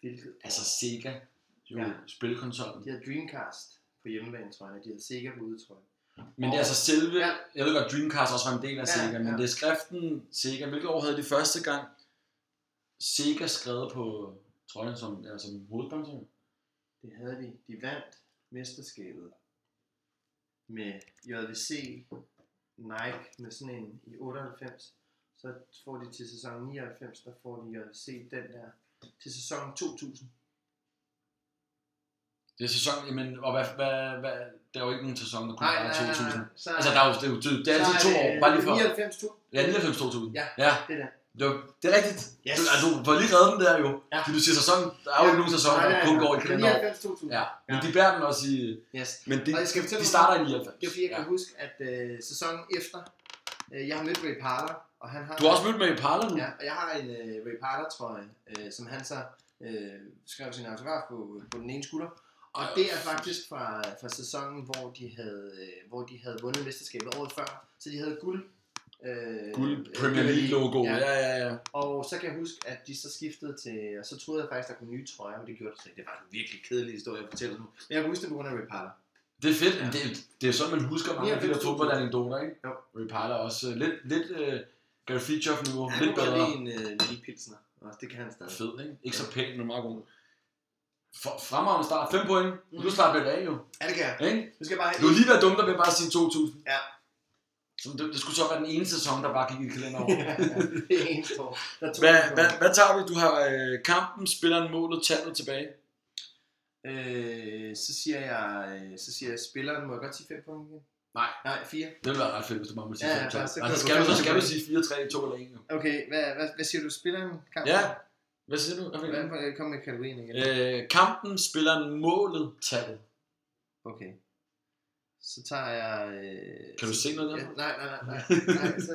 [SPEAKER 2] Hvilket?
[SPEAKER 1] Altså Sega, jo
[SPEAKER 2] Ja.
[SPEAKER 1] ja. spilkonsollen.
[SPEAKER 2] De har Dreamcast på hjemmebane, tror jeg, og de har Sega på udetrøjen.
[SPEAKER 1] Men det er altså selve,
[SPEAKER 2] Ja.
[SPEAKER 1] ja. jeg ved godt, Dreamcast også var en del af
[SPEAKER 2] Ja,
[SPEAKER 1] ja, Sega, men
[SPEAKER 2] ja.
[SPEAKER 1] ja. det er skriften Sega. Hvilket år havde de første gang Sega skrevet på trøjen som, ja, som hovedsponsor?
[SPEAKER 2] Det havde de. De vandt mesterskabet med JVC, Nike med sådan en i 98. Så får de til sæson 99, der får de JVC den der til sæson 2000.
[SPEAKER 1] Det er sæson, jamen, og hvad, hvad, hvad, der er jo ikke nogen sæson, der kunne
[SPEAKER 2] Nej,
[SPEAKER 1] være
[SPEAKER 2] nej,
[SPEAKER 1] 2000.
[SPEAKER 2] nej, nej. Så,
[SPEAKER 1] Altså, der er jo, det er, jo, det er altid
[SPEAKER 2] så
[SPEAKER 1] to år, bare lige for.
[SPEAKER 2] 99 2,
[SPEAKER 1] Ja, 99 2000.
[SPEAKER 2] Ja.
[SPEAKER 1] ja.
[SPEAKER 2] det der.
[SPEAKER 1] Det, var, det er rigtigt.
[SPEAKER 2] Yes.
[SPEAKER 1] Yes. Du, Altså, du var lige reddet den der jo.
[SPEAKER 2] Ja.
[SPEAKER 1] Ja. Fordi du siger sæson, der er jo ikke nogen sæson, der kun går i
[SPEAKER 2] Men
[SPEAKER 1] kalender.
[SPEAKER 2] 99 2000.
[SPEAKER 1] Ja, men
[SPEAKER 2] Ja.
[SPEAKER 1] de bærer den også i...
[SPEAKER 2] Yes.
[SPEAKER 1] Men de,
[SPEAKER 2] Og jeg skal fortælle
[SPEAKER 1] de
[SPEAKER 2] dig-
[SPEAKER 1] starter i 99.
[SPEAKER 2] Det er fordi, jeg
[SPEAKER 1] ja.
[SPEAKER 2] kan huske, at øh, sæsonen efter, øh, jeg har mødt Ray Parler, og han har...
[SPEAKER 1] Du har også mødt med i Parler nu.
[SPEAKER 2] Ja, og jeg har en øh, Ray Parler trøje, øh, som han så øh, skrev sin autograf på, øh, på den ene skulder. Og
[SPEAKER 1] Ej,
[SPEAKER 2] det er
[SPEAKER 1] hvor
[SPEAKER 2] faktisk fra, fra sæsonen, hvor de havde, øh, hvor de havde vundet mesterskabet året før. Så de havde guld. Øh,
[SPEAKER 1] Guld Premier League logo. Ja, ja, ja. ja.
[SPEAKER 2] Og så kan jeg huske, at de så skiftede til, og så troede jeg faktisk, at der kom nye trøjer, men det gjorde det så ikke. Det var en virkelig kedelig historie at fortælle nu. Men jeg kan huske det på grund af Ray Parler.
[SPEAKER 1] Det er fedt.
[SPEAKER 2] Ja.
[SPEAKER 1] Ja. Det, det er sådan, man husker mange af de der
[SPEAKER 2] 99.000.
[SPEAKER 1] fodboldanekdoter, ikke?
[SPEAKER 2] Jo.
[SPEAKER 1] Ray Parler også. øh, Lidt, lidt uh, Gary Feature niveau.
[SPEAKER 2] Han
[SPEAKER 1] Lidt
[SPEAKER 2] kunne godt
[SPEAKER 1] bedre.
[SPEAKER 2] lide en øh, lille pilsner. Også det kan han stadig.
[SPEAKER 1] Fed, ikke? Ikke så pæn, men meget god. For, fremragende start. 5 point. Nu slapper jeg af, jo.
[SPEAKER 2] Ja, det kan jeg.
[SPEAKER 1] Ikke?
[SPEAKER 2] Nu skal jeg bare...
[SPEAKER 1] Du har lige været dum, der vil bare sige 2000.
[SPEAKER 2] Ja.
[SPEAKER 1] Så det, det, skulle så være den ene sæson, der bare gik i kalenderåret.
[SPEAKER 2] det er en stor. Der er to
[SPEAKER 1] Hvad,
[SPEAKER 2] stor.
[SPEAKER 1] hvad, hvad tager vi? Du har øh, kampen, spilleren, målet, tallet tilbage.
[SPEAKER 2] Øh, så siger jeg, øh, så siger jeg spilleren, må jeg godt sige 5 point igen?
[SPEAKER 1] Nej.
[SPEAKER 2] Nej, 4.
[SPEAKER 1] Det ville være ret fedt, hvis du bare må sige
[SPEAKER 2] Ja,
[SPEAKER 1] 5
[SPEAKER 2] ja,
[SPEAKER 1] ja,
[SPEAKER 2] så kan
[SPEAKER 1] Altså,
[SPEAKER 2] du-
[SPEAKER 1] skal, du, så skal du
[SPEAKER 2] kan du-
[SPEAKER 1] sige 4, 3, 2 eller 1. Jo.
[SPEAKER 2] Okay, hvad, hvad, hvad siger du, spilleren? Kamp?
[SPEAKER 1] Ja. Hvad siger du? Hvad fik du?
[SPEAKER 2] Hvordan øh, kom med kategorien igen?
[SPEAKER 1] Øh, kampen, spilleren, målet, tallet.
[SPEAKER 2] Okay. så tager jeg... Øh,
[SPEAKER 1] Kan du se noget der?
[SPEAKER 2] Ja, nej, nej, nej, nej, nej, så,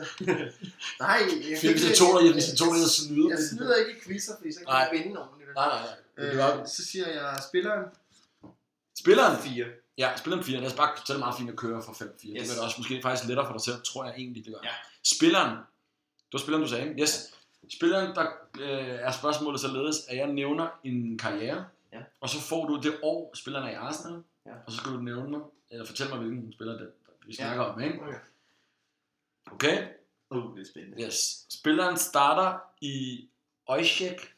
[SPEAKER 2] nej, jeg
[SPEAKER 1] Fik til to, der til to, der snyder.
[SPEAKER 2] Jeg snyder ikke i quizzer, fordi så kan
[SPEAKER 1] Nej.
[SPEAKER 2] jeg vinde nogen.
[SPEAKER 1] Nej, nej, nej. Det er
[SPEAKER 2] Øh,
[SPEAKER 1] godt.
[SPEAKER 2] så siger jeg spilleren
[SPEAKER 1] Spilleren
[SPEAKER 2] 4.
[SPEAKER 1] Ja, spil om 4. Lad os bare, så er det meget fint at køre fra 5-4. Yes. Det
[SPEAKER 2] Yes.
[SPEAKER 1] gør det også måske faktisk lettere for dig selv, tror jeg egentlig, det gør.
[SPEAKER 2] Ja.
[SPEAKER 1] Spilleren, det var spilleren, du sagde, ikke? yes. Spilleren, der øh, er spørgsmålet således, at jeg nævner en karriere,
[SPEAKER 2] Ja.
[SPEAKER 1] og så får du det år, spilleren er i Arsenal,
[SPEAKER 2] Ja.
[SPEAKER 1] og så skal du nævne mig, eller fortælle mig, hvilken spiller det, vi
[SPEAKER 2] Ja.
[SPEAKER 1] snakker om, ikke?
[SPEAKER 2] Okay.
[SPEAKER 1] Okay,
[SPEAKER 2] Uh, det er spændende.
[SPEAKER 1] yes. Spilleren starter i Øjsjek,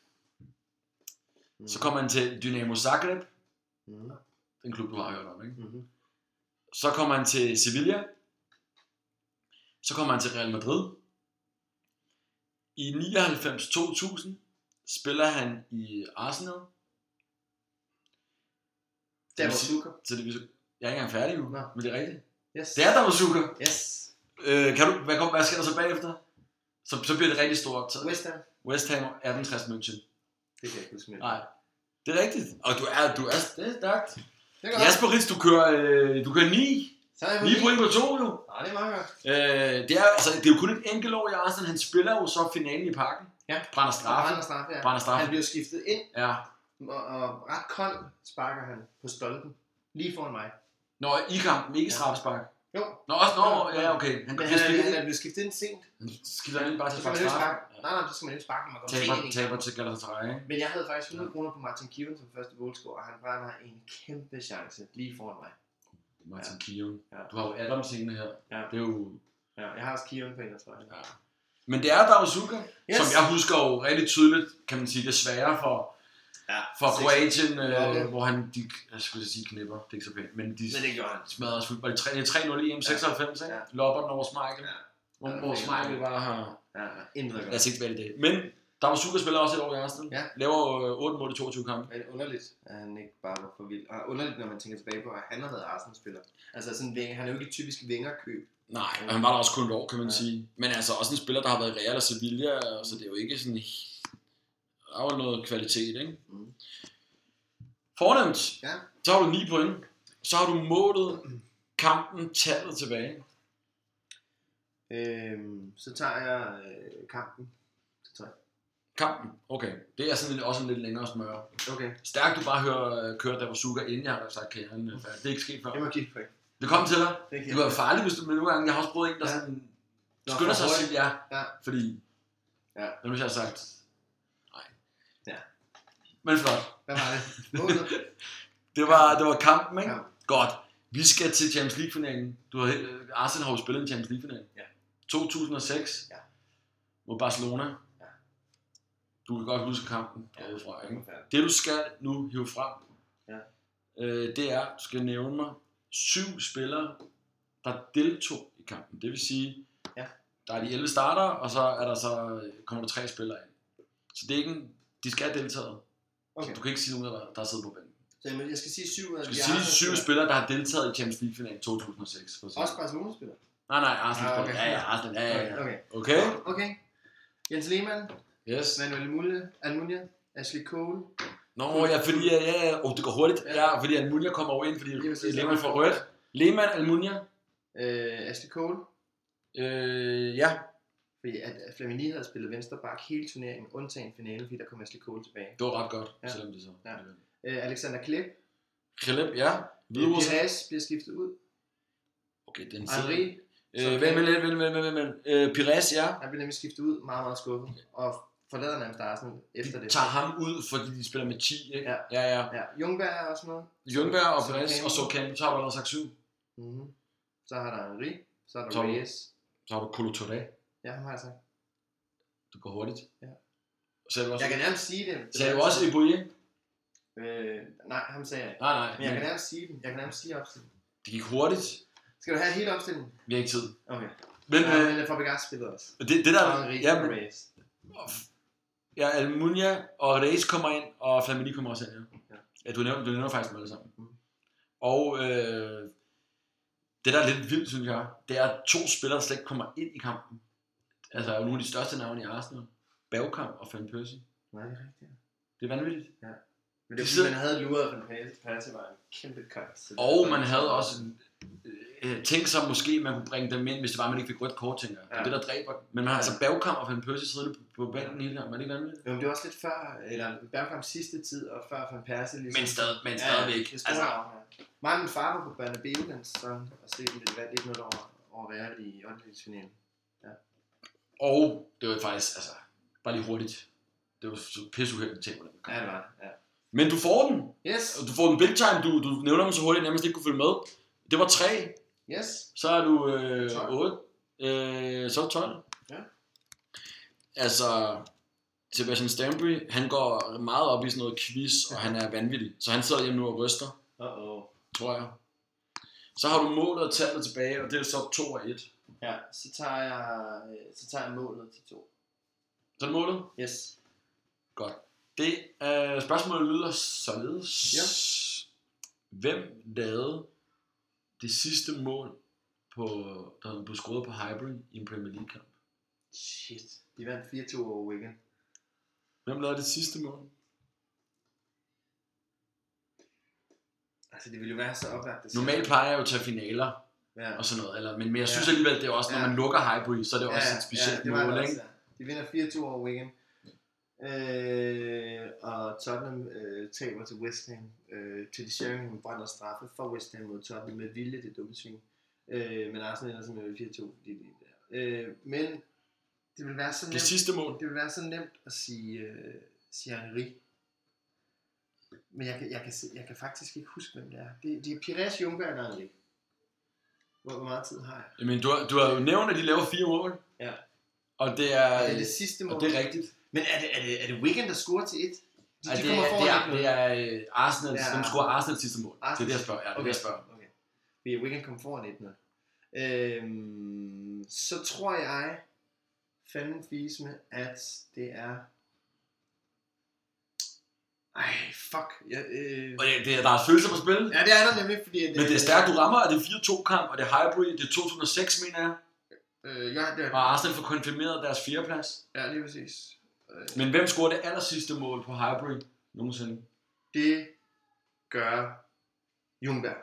[SPEAKER 2] Mm.
[SPEAKER 1] så kommer han til Dynamo Zagreb,
[SPEAKER 2] Mm.
[SPEAKER 1] den klub, du har hørt om, ikke?
[SPEAKER 2] Mm-hmm.
[SPEAKER 1] Så kommer han til Sevilla. Så kommer han til Real Madrid. I 99-2000 spiller han i Arsenal.
[SPEAKER 2] Der var
[SPEAKER 1] vil sige-
[SPEAKER 2] Zucker.
[SPEAKER 1] Så det, vil sige- jeg er ikke engang færdig nu,
[SPEAKER 2] Nå.
[SPEAKER 1] men det er rigtigt.
[SPEAKER 2] Yes.
[SPEAKER 1] Det er Damosuka.
[SPEAKER 2] Yes.
[SPEAKER 1] Øh, kan du, hvad, kom- hvad sker der så bagefter? Så, så bliver det rigtig stort optaget.
[SPEAKER 2] West Ham.
[SPEAKER 1] West Ham 1860 München.
[SPEAKER 2] Det kan jeg ikke huske mere.
[SPEAKER 1] Nej. Det er rigtigt. Og du er, du er, det er stærkt.
[SPEAKER 2] Det er godt.
[SPEAKER 1] Jasper Ritz, du kører, øh, du kører 9.
[SPEAKER 2] Så er jeg på
[SPEAKER 1] 9
[SPEAKER 2] min.
[SPEAKER 1] point på 2 nu.
[SPEAKER 2] Nej, det er meget godt.
[SPEAKER 1] Øh, det, er, altså, det er jo kun et enkelt år i Arsenal. Han spiller jo så finalen i parken.
[SPEAKER 2] Ja.
[SPEAKER 1] Brænder
[SPEAKER 2] Og
[SPEAKER 1] straffe.
[SPEAKER 2] Anders Straffe, ja.
[SPEAKER 1] Brænder straffe.
[SPEAKER 2] Han bliver skiftet ind,
[SPEAKER 1] Ja.
[SPEAKER 2] og, og ret kold sparker han på stolpen. Lige foran mig.
[SPEAKER 1] Nå, i kampen, ikke straffespark.
[SPEAKER 2] Jo,
[SPEAKER 1] Nå, også, nå,
[SPEAKER 2] Ja.
[SPEAKER 1] ja, okay. Han,
[SPEAKER 2] men øh,
[SPEAKER 1] han,
[SPEAKER 2] han er,
[SPEAKER 1] spiller,
[SPEAKER 2] han
[SPEAKER 1] han,
[SPEAKER 2] er blevet skiftet ind sent.
[SPEAKER 1] skiller han bare
[SPEAKER 2] Så
[SPEAKER 1] til
[SPEAKER 2] skal man jo ikke
[SPEAKER 1] straffe.
[SPEAKER 2] sparke. Nej, nej, så skal man jo ikke sparke, når man kommer
[SPEAKER 1] Taber,
[SPEAKER 2] sent ind.
[SPEAKER 1] taber til Galatasaray. ikke?
[SPEAKER 2] Men jeg havde faktisk 100 kroner på Martin Kiven som første målscorer, og han brænder en kæmpe chance lige foran mig.
[SPEAKER 1] Martin Kion.
[SPEAKER 2] Ja.
[SPEAKER 1] Du har jo Adams inde her.
[SPEAKER 2] Ja.
[SPEAKER 1] Det er jo...
[SPEAKER 2] Ja, jeg har også Kiven på en, tror jeg.
[SPEAKER 1] Ja. Men det er Darusuka, yes.
[SPEAKER 2] Yes.
[SPEAKER 1] som jeg husker jo rigtig tydeligt, kan man sige, desværre for,
[SPEAKER 2] Ja,
[SPEAKER 1] for
[SPEAKER 2] seks-
[SPEAKER 1] Kroatien, øh,
[SPEAKER 2] Ja.
[SPEAKER 1] hvor han, de, jeg skulle sige knipper, det er ikke så pænt, men de
[SPEAKER 2] Men det gjorde han.
[SPEAKER 1] smadrer os fuldt. Var det 3 3-0 i EM 96, ikke?
[SPEAKER 2] Ja.
[SPEAKER 1] Lopper den over Smeichel.
[SPEAKER 2] Ja.
[SPEAKER 1] Hvor,
[SPEAKER 2] Ja,
[SPEAKER 1] hvor
[SPEAKER 2] det er
[SPEAKER 1] Smeichel
[SPEAKER 2] det.
[SPEAKER 1] var her.
[SPEAKER 2] Ja, ja, intet at
[SPEAKER 1] Lad
[SPEAKER 2] gøre.
[SPEAKER 1] os ikke være i det. Men Damosuka spiller også et år i Arsenal.
[SPEAKER 2] Ja.
[SPEAKER 1] Laver øh, 8 mål i 22 kampe.
[SPEAKER 2] Men underligt, at han ikke bare var for vild. Og underligt, når man tænker tilbage på, at han har været Arsenal-spiller. Altså, sådan, en ving- han er jo ikke typisk vingerkøb.
[SPEAKER 1] Nej, og han var der også kun et år, kan man ja.
[SPEAKER 2] Ja.
[SPEAKER 1] sige. Men altså også en spiller, der har været i Real og Sevilla, så det er jo ikke sådan... Der er jo noget kvalitet, ikke? Mm.
[SPEAKER 2] Mm.
[SPEAKER 1] Fornemt.
[SPEAKER 2] Ja.
[SPEAKER 1] Så har du 9 point. Så har du målet, kampen, tallet tilbage.
[SPEAKER 2] Øhm, så tager jeg øh, kampen. Så tager jeg.
[SPEAKER 1] Kampen, okay. Det er sådan lidt, også en lidt længere smøre.
[SPEAKER 2] Okay,
[SPEAKER 1] Stærkt, du bare hører, øh, kører Damosuka, inden jeg har sagt kæren. øh, færdig. Det er ikke sket før.
[SPEAKER 2] det må give et point.
[SPEAKER 1] Det kom til dig.
[SPEAKER 2] Det
[SPEAKER 1] Det var farligt, hvis du men nogle gange, jeg har også prøvet en, der
[SPEAKER 2] Ja.
[SPEAKER 1] sådan
[SPEAKER 2] Nå,
[SPEAKER 1] skynder
[SPEAKER 2] for
[SPEAKER 1] sig at
[SPEAKER 2] hurtigt.
[SPEAKER 1] sige ja,
[SPEAKER 2] Ja.
[SPEAKER 1] fordi,
[SPEAKER 2] Ja.
[SPEAKER 1] hvad nu hvis jeg har sagt, nej.
[SPEAKER 2] Ja.
[SPEAKER 1] Men flot.
[SPEAKER 2] Hvad var det? Målet?
[SPEAKER 1] Det var, det var kampen, ikke?
[SPEAKER 2] Ja.
[SPEAKER 1] Godt. Vi skal til Champions League-finalen. Du har, helt- øh, Arsenal har jo spillet en Champions League-final.
[SPEAKER 2] Ja.
[SPEAKER 1] 2006
[SPEAKER 2] Ja.
[SPEAKER 1] mod Barcelona.
[SPEAKER 2] Ja.
[SPEAKER 1] Du kan godt huske kampen
[SPEAKER 2] Ja.
[SPEAKER 1] derudefra,
[SPEAKER 2] Det
[SPEAKER 1] ikke?
[SPEAKER 2] var færdigt.
[SPEAKER 1] Det du skal nu hive frem,
[SPEAKER 2] Ja.
[SPEAKER 1] øh, det er, du skal nævne mig syv spillere, der deltog i kampen. Det vil sige,
[SPEAKER 2] Ja.
[SPEAKER 1] der er de 11 starter, og så, er der så kommer der tre spillere ind. Så det er ikke en, de skal have deltaget.
[SPEAKER 2] Okay.
[SPEAKER 1] Så du kan ikke sige nogen, der, der sidder på bænken.
[SPEAKER 2] Så jeg, jeg skal sige syv ud af
[SPEAKER 1] Du skal
[SPEAKER 2] de
[SPEAKER 1] sige
[SPEAKER 2] andre
[SPEAKER 1] syv
[SPEAKER 2] spillere.
[SPEAKER 1] spillere, der har deltaget i Champions League-finalen 2006. For at sige.
[SPEAKER 2] Også Barcelona-spillere?
[SPEAKER 1] Nej, nej, Arsenal.
[SPEAKER 2] Ah,
[SPEAKER 1] Ah,
[SPEAKER 2] okay.
[SPEAKER 1] okay. Ja, ja, Arsenal. Ja, ja, ja.
[SPEAKER 2] Okay.
[SPEAKER 1] Okay?
[SPEAKER 2] Okay. Jens Lehmann,
[SPEAKER 1] Yes.
[SPEAKER 2] Manuel Mulle, Almunia, Ashley Cole.
[SPEAKER 1] Nå, ja, fordi... Ja, ja, oh, det går hurtigt.
[SPEAKER 2] Ja.
[SPEAKER 1] Ja, fordi Almunia kommer over ind, fordi
[SPEAKER 2] Lige præcis.
[SPEAKER 1] Lehmann får rødt. Lehmann, Almunia.
[SPEAKER 2] Øh, Ashley Cole,
[SPEAKER 1] Øh, ja.
[SPEAKER 2] fordi at at Flamini havde spillet venstre bak hele turneringen, undtagen finalen, fordi der kom Ashley Cole tilbage.
[SPEAKER 1] Det var ret godt, ja.
[SPEAKER 2] Ja.
[SPEAKER 1] selvom det så. Ja.
[SPEAKER 2] Ja. Øh, Alexander Klep,
[SPEAKER 1] Caleb, ja. Hvidovre.
[SPEAKER 2] Pires bliver skiftet ud.
[SPEAKER 1] Okay, den
[SPEAKER 2] Henri,
[SPEAKER 1] sidder. Øh, vent, vent, vent, vent, vent, vent, vent. Øh, Pires, ja.
[SPEAKER 2] han bliver nemlig skiftet ud, meget, meget skuffet, og forlader nærmest Arsenal efter
[SPEAKER 1] De
[SPEAKER 2] det.
[SPEAKER 1] tager ham ud, fordi de spiller med 10, ikke?
[SPEAKER 2] Ja.
[SPEAKER 1] ja. ja.
[SPEAKER 2] Ja, Jungberg er også med.
[SPEAKER 1] Ljungberg og
[SPEAKER 2] Så
[SPEAKER 1] Pires,
[SPEAKER 2] Kane.
[SPEAKER 1] og så kan du tager allerede sagt 7.
[SPEAKER 2] Mm-hmm. Så har der Henri, så er der
[SPEAKER 1] Tom.
[SPEAKER 2] Reyes.
[SPEAKER 1] Så har du Colo Touré.
[SPEAKER 2] Ja, ham har jeg sagt.
[SPEAKER 1] Du går hurtigt.
[SPEAKER 2] Ja.
[SPEAKER 1] Så er du også,
[SPEAKER 2] Jeg kan nærmest sige det.
[SPEAKER 1] så er du også Iboye.
[SPEAKER 2] Øh, nej, ham sagde jeg ikke.
[SPEAKER 1] Nej, nej.
[SPEAKER 2] Men jeg kan
[SPEAKER 1] Men
[SPEAKER 2] nærmest sige dem. Jeg kan nærmest sige opstillingen.
[SPEAKER 1] det gik hurtigt.
[SPEAKER 2] Skal du have hele opstillingen?
[SPEAKER 1] Vi har ikke tid.
[SPEAKER 2] Okay.
[SPEAKER 1] Men
[SPEAKER 2] Ja,
[SPEAKER 1] øh,
[SPEAKER 2] men Fabregas spillede også.
[SPEAKER 1] det, det der...
[SPEAKER 2] Henri
[SPEAKER 1] Ja,
[SPEAKER 2] og
[SPEAKER 1] men,
[SPEAKER 2] Reyes.
[SPEAKER 1] ja, Almunia og Reyes kommer ind, og Flamini kommer også ind. Ja, Mm.
[SPEAKER 2] Ja.
[SPEAKER 1] ja du, nævner, du nævner faktisk dem alle sammen.
[SPEAKER 2] Mhm.
[SPEAKER 1] Og øh, det, der er lidt vildt, synes jeg, det er, at to spillere der slet ikke kommer ind i kampen. Altså, nogle af de største navne i Arsenal. Bagkamp og Van Persie.
[SPEAKER 2] Nej, det er rigtigt.
[SPEAKER 1] Det er vanvittigt.
[SPEAKER 2] Men
[SPEAKER 1] De
[SPEAKER 2] det er fordi,
[SPEAKER 1] sidder-
[SPEAKER 2] man havde luret Van Persie. Persie var en kæmpe kant.
[SPEAKER 1] Og man havde også øh, tænke sig måske, man kunne bringe dem ind, hvis det var, man ikke fik rødt kort, tænker jeg. Ja. Det er
[SPEAKER 2] Ja.
[SPEAKER 1] det, der dræber dem. Men man har
[SPEAKER 2] Ja.
[SPEAKER 1] altså bagkamp og Van Persie siddende på, på bænken hele gangen. Er det ikke vanvittigt?
[SPEAKER 2] Jo, men det var også lidt før, eller Bergkamps sidste tid, og før Van Persie. Ligesom.
[SPEAKER 1] Men, stadig, men stadigvæk.
[SPEAKER 2] det
[SPEAKER 1] altså,
[SPEAKER 2] er altså, Mig og min far var på Bernabeu den sæson, og se dem lidt valgt 1-0 over, over Real i åndedelsfinalen.
[SPEAKER 1] og det var faktisk, altså, bare lige hurtigt. Det var så pisseuheldigt ting, hvordan det kom.
[SPEAKER 2] Ja, det var det. Ja.
[SPEAKER 1] Men du får den.
[SPEAKER 2] Yes,
[SPEAKER 1] Og Du får den big time. Du, du nævner dem så hurtigt, at jeg nærmest ikke kunne følge med. Det var tre.
[SPEAKER 2] yes.
[SPEAKER 1] Så er du øh,
[SPEAKER 2] Tolv.
[SPEAKER 1] 8. Øh, så er du 12.
[SPEAKER 2] Ja.
[SPEAKER 1] Altså, Sebastian Stanbury, han går meget op i sådan noget quiz, og han er vanvittig. Så han sidder hjemme nu og ryster,
[SPEAKER 2] Uh-oh.
[SPEAKER 1] tror jeg. Så har du målet og tallet tilbage, og det er så 2 og 1.
[SPEAKER 2] Ja, så tager jeg, øh, så tager jeg målet til to.
[SPEAKER 1] Så er målet.
[SPEAKER 2] Yes.
[SPEAKER 1] Det øh, spørgsmålet lyder således.
[SPEAKER 2] Ja.
[SPEAKER 1] Hvem lavede det sidste mål, på, der blev scoret på Highbury i en Premier League kamp?
[SPEAKER 2] Shit. De vandt 4-2 over weekend.
[SPEAKER 1] Hvem lavede det sidste mål?
[SPEAKER 2] Altså, det ville jo være så opværkt. det
[SPEAKER 1] Normalt
[SPEAKER 2] skal-
[SPEAKER 1] plejer jeg jo at tage finaler
[SPEAKER 2] Ja.
[SPEAKER 1] og sådan noget, eller, men, men jeg synes
[SPEAKER 2] Ja.
[SPEAKER 1] alligevel, det er også, når
[SPEAKER 2] Ja.
[SPEAKER 1] man lukker Highbury, så er det også et specielt
[SPEAKER 2] det var det
[SPEAKER 1] mål,
[SPEAKER 2] også,
[SPEAKER 1] ikke?
[SPEAKER 2] ja. De vinder 4-2 over weekend. Øh, og Tottenham øh, taber til West Ham. Øh, til Sheringham brænder straffe for West Ham mod Tottenham med vilje, det dumme svin. Øh, men Arsenal ender simpelthen med 4-2, fordi de øh, Men det vil være så
[SPEAKER 1] Det
[SPEAKER 2] nemt,
[SPEAKER 1] sidste mål.
[SPEAKER 2] det vil være så nemt at sige, øh, sige Henri. Men jeg kan, jeg, kan, se- jeg kan faktisk ikke huske, hvem det er. Det, det er Pires, Jungberg og Henri. Hvor, hvor meget tid har jeg?
[SPEAKER 1] Jamen, du, har- du har jo nævnt, at de laver fire mål.
[SPEAKER 2] Ja.
[SPEAKER 1] Og det er,
[SPEAKER 2] Og det er det sidste mål.
[SPEAKER 1] og det er rigtigt.
[SPEAKER 2] Men er det, er det, er det Wigan, der scorer til et? De,
[SPEAKER 1] Ej, det, er, det, er, det er øh, Arsenal,
[SPEAKER 2] Ja.
[SPEAKER 1] ja. dem scorer Arsenal sidste mål. Det er
[SPEAKER 2] Arsenal.
[SPEAKER 1] det, jeg spørger. Ja, det er det, jeg spørger.
[SPEAKER 2] Okay. Fordi Wigan kom foran 1-0. Øhm, så tror jeg, fanden fise med, at det er... Ej, fuck. Jeg, øh...
[SPEAKER 1] Og det, det, er- der er følelser på spil.
[SPEAKER 2] Ja, det er der nemlig, fordi... At,
[SPEAKER 1] Men det er
[SPEAKER 2] øh,
[SPEAKER 1] stærkt, du rammer, og det er 4-2-kamp, og det er Highbury, det er 2006, mener jeg.
[SPEAKER 2] Øh, ja, det
[SPEAKER 1] Og
[SPEAKER 2] er,
[SPEAKER 1] Arsenal får konfirmeret deres fjerdeplads.
[SPEAKER 2] ja, lige præcis. Øh,
[SPEAKER 1] Men hvem scorer det aller sidste mål på Highbury nogensinde?
[SPEAKER 2] det gør Jungberg.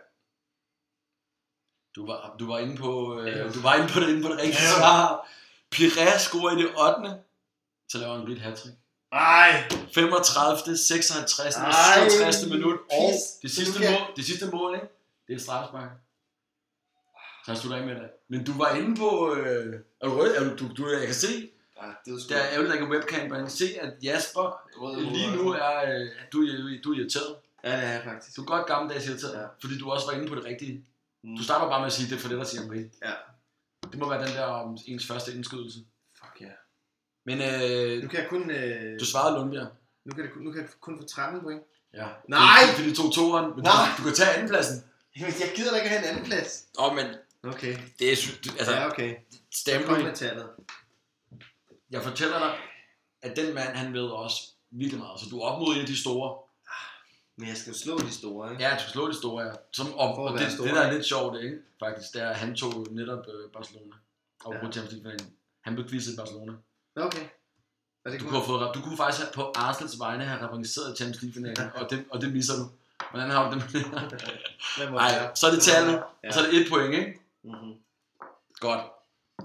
[SPEAKER 1] Du var, du var inde på,
[SPEAKER 2] Ja.
[SPEAKER 1] øh, du var inde på det, inde på det rigtige
[SPEAKER 2] Ja.
[SPEAKER 1] svar. Pires scorer i det 8. Så laver han en lidt hattrick.
[SPEAKER 2] Ej!
[SPEAKER 1] 35. 56. og
[SPEAKER 2] Ej,
[SPEAKER 1] 67. minut. Og
[SPEAKER 2] pis.
[SPEAKER 1] det sidste,
[SPEAKER 2] Du kan-
[SPEAKER 1] mål, det sidste mål, ikke? Det er et straffespark. Så jeg slutter af med det. Men du var inde på... Øh, er du rød? Er du, du, du, jeg kan se,
[SPEAKER 2] Ja, det er sgu...
[SPEAKER 1] der er ærgerligt, der ikke er webcam, men jeg kan se, at Jasper
[SPEAKER 2] Rød
[SPEAKER 1] øh,
[SPEAKER 2] hoved,
[SPEAKER 1] lige nu
[SPEAKER 2] altså.
[SPEAKER 1] er... Øh, du, er- du er irriteret.
[SPEAKER 2] Ja, det er jeg faktisk.
[SPEAKER 1] Du er godt gammeldags irriteret,
[SPEAKER 2] Ja.
[SPEAKER 1] ja. fordi du også var inde på det rigtige.
[SPEAKER 2] Mm.
[SPEAKER 1] Du starter bare med at sige, det er for det, der siger mig.
[SPEAKER 2] Ja.
[SPEAKER 1] Det må være den der om ens første indskydelse.
[SPEAKER 2] Fuck ja.
[SPEAKER 1] Men øh,
[SPEAKER 2] Nu kan jeg kun, øh,
[SPEAKER 1] du svarede Lundbjerg.
[SPEAKER 2] nu kan, det, nu kan jeg kun få 13 point.
[SPEAKER 1] Ja.
[SPEAKER 2] Nej!
[SPEAKER 1] Fordi du tog toeren, men du,
[SPEAKER 2] Nej!
[SPEAKER 1] du kan tage andenpladsen.
[SPEAKER 2] Jamen, jeg gider da ikke have en anden plads.
[SPEAKER 1] Åh, oh, men
[SPEAKER 2] Okay.
[SPEAKER 1] det er sy- du- altså,
[SPEAKER 2] Ja,
[SPEAKER 1] ja.
[SPEAKER 2] okay. Kom
[SPEAKER 1] Stanbury,
[SPEAKER 2] med tallet.
[SPEAKER 1] jeg fortæller dig, at den mand, han ved også virkelig meget. Så du er op mod en af de store.
[SPEAKER 2] Men jeg skal jo slå de store, ikke?
[SPEAKER 1] Ja, du skal slå de store, ja. Som, og,
[SPEAKER 2] For at
[SPEAKER 1] og
[SPEAKER 2] være
[SPEAKER 1] det,
[SPEAKER 2] store.
[SPEAKER 1] det, der er lidt sjovt, ikke? Faktisk, det er, at han tog netop øh, Barcelona. Og
[SPEAKER 2] Ja.
[SPEAKER 1] ja. Champions League-finalen. Han blev quizet i Barcelona.
[SPEAKER 2] Okay. Og det
[SPEAKER 1] Du kunne,
[SPEAKER 2] kunne...
[SPEAKER 1] have fået, du kunne faktisk have- på Arsenals vegne have repræsenteret Champions League-finalen, og det, og det misser du. Hvordan har du det med det?
[SPEAKER 2] Hvad må
[SPEAKER 1] Ej,
[SPEAKER 2] det være?
[SPEAKER 1] så er det
[SPEAKER 2] Hvad må
[SPEAKER 1] tallet,
[SPEAKER 2] være?
[SPEAKER 1] og så er det et point, ikke?
[SPEAKER 2] Mhm.
[SPEAKER 1] Godt.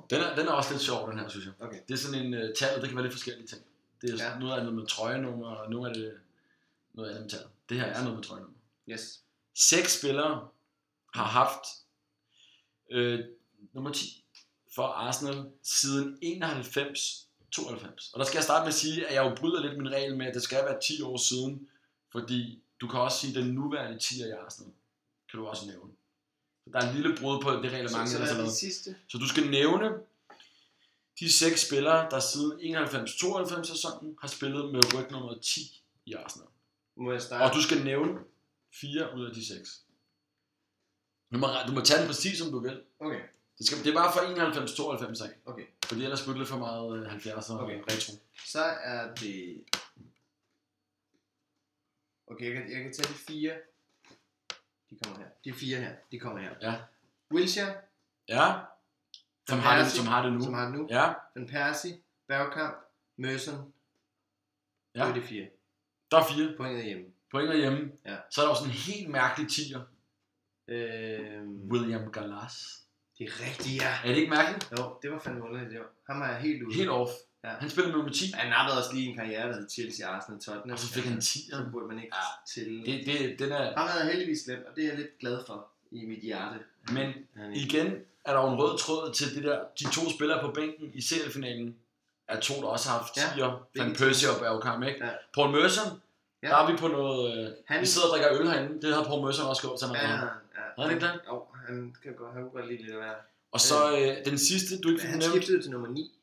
[SPEAKER 1] Den er, den er også lidt sjov, den her, synes jeg.
[SPEAKER 2] Okay.
[SPEAKER 1] Det er sådan en uh, tal, og det kan være lidt forskellige ting. Det er
[SPEAKER 2] Ja.
[SPEAKER 1] ja. noget andet med trøjenummer, og nu er det noget andet med tal. Det her er noget med trøjenummer.
[SPEAKER 2] Yes.
[SPEAKER 1] Seks spillere har haft øh, nummer 10 for Arsenal siden 91-92. Og der skal jeg starte med at sige, at jeg jo bryder lidt min regel med, at det skal være 10 år siden, fordi du kan også sige, at den nuværende 10'er i Arsenal kan du også nævne. Så der er en lille brud på det
[SPEAKER 2] Så,
[SPEAKER 1] reglement. eller
[SPEAKER 2] så
[SPEAKER 1] sådan
[SPEAKER 2] hvad er
[SPEAKER 1] noget.
[SPEAKER 2] det sidste?
[SPEAKER 1] Så du skal nævne de seks spillere, der siden 91-92 sæsonen har spillet med rygnummer 10 i Arsenal.
[SPEAKER 2] Må jeg starte?
[SPEAKER 1] Og du skal nævne fire ud af de seks. Du må, du må tage den præcis, som du vil.
[SPEAKER 2] Okay.
[SPEAKER 1] Det, skal, det er bare fra 91-92 af.
[SPEAKER 2] Okay.
[SPEAKER 1] Fordi ellers bliver det lidt for meget øh, 70'er og
[SPEAKER 2] Okay.
[SPEAKER 1] retro.
[SPEAKER 2] Så er det... Okay, jeg kan, jeg kan tage de fire. De kommer her. De fire her. De kommer her.
[SPEAKER 1] Ja.
[SPEAKER 2] Wilshere,
[SPEAKER 1] Ja. Som har, det,
[SPEAKER 2] Persie,
[SPEAKER 1] som har det nu.
[SPEAKER 2] som har den nu.
[SPEAKER 1] Ja.
[SPEAKER 2] Van Persie, Bergkamp, Merson.
[SPEAKER 1] Ja.
[SPEAKER 2] Ja. Det er de fire.
[SPEAKER 1] Der er fire
[SPEAKER 2] Pointet er hjemme.
[SPEAKER 1] point derhjemme.
[SPEAKER 2] Ja.
[SPEAKER 1] Så er der også en helt mærkelig tiger.
[SPEAKER 2] Øh,
[SPEAKER 1] William Galas.
[SPEAKER 2] det er rigtigt, ja.
[SPEAKER 1] Er det ikke mærkeligt?
[SPEAKER 2] Jo, det var fandme underligt, det var. Ham er jeg helt ude.
[SPEAKER 1] Helt off.
[SPEAKER 2] Ja.
[SPEAKER 1] Han spillede nummer 10,
[SPEAKER 2] Han nappede også lige en karriere, der hed Chelsea, Arsenal, Tottenham.
[SPEAKER 1] og så fik han 10.
[SPEAKER 2] Så burde man ikke
[SPEAKER 1] Ja.
[SPEAKER 2] til.
[SPEAKER 1] Det, det, den er...
[SPEAKER 2] Ham havde jeg heldigvis glemt, og det er jeg lidt glad for i mit hjerte.
[SPEAKER 1] Men
[SPEAKER 2] Han ikke-
[SPEAKER 1] igen er der jo en rød tråd til det der. De to spillere på bænken i seriefinalen er to, der også har haft
[SPEAKER 2] Ja,
[SPEAKER 1] 10'er. Van
[SPEAKER 2] begge to.
[SPEAKER 1] Persie og Bergkamp, ikke?
[SPEAKER 2] Ja.
[SPEAKER 1] Paul Merson,
[SPEAKER 2] Ja.
[SPEAKER 1] der er vi på noget... Øh,
[SPEAKER 2] Han,
[SPEAKER 1] vi sidder og drikker øl herinde. Det har Paul Merson også gjort til
[SPEAKER 2] ja,
[SPEAKER 1] ja.
[SPEAKER 2] ja.
[SPEAKER 1] Var det ikke det?
[SPEAKER 2] Jo, han kan godt, han kunne godt lide lidt at være.
[SPEAKER 1] Og så øh, den sidste, du ikke
[SPEAKER 2] Men
[SPEAKER 1] fik
[SPEAKER 2] han
[SPEAKER 1] nævnt,
[SPEAKER 2] skiftede til nummer 9.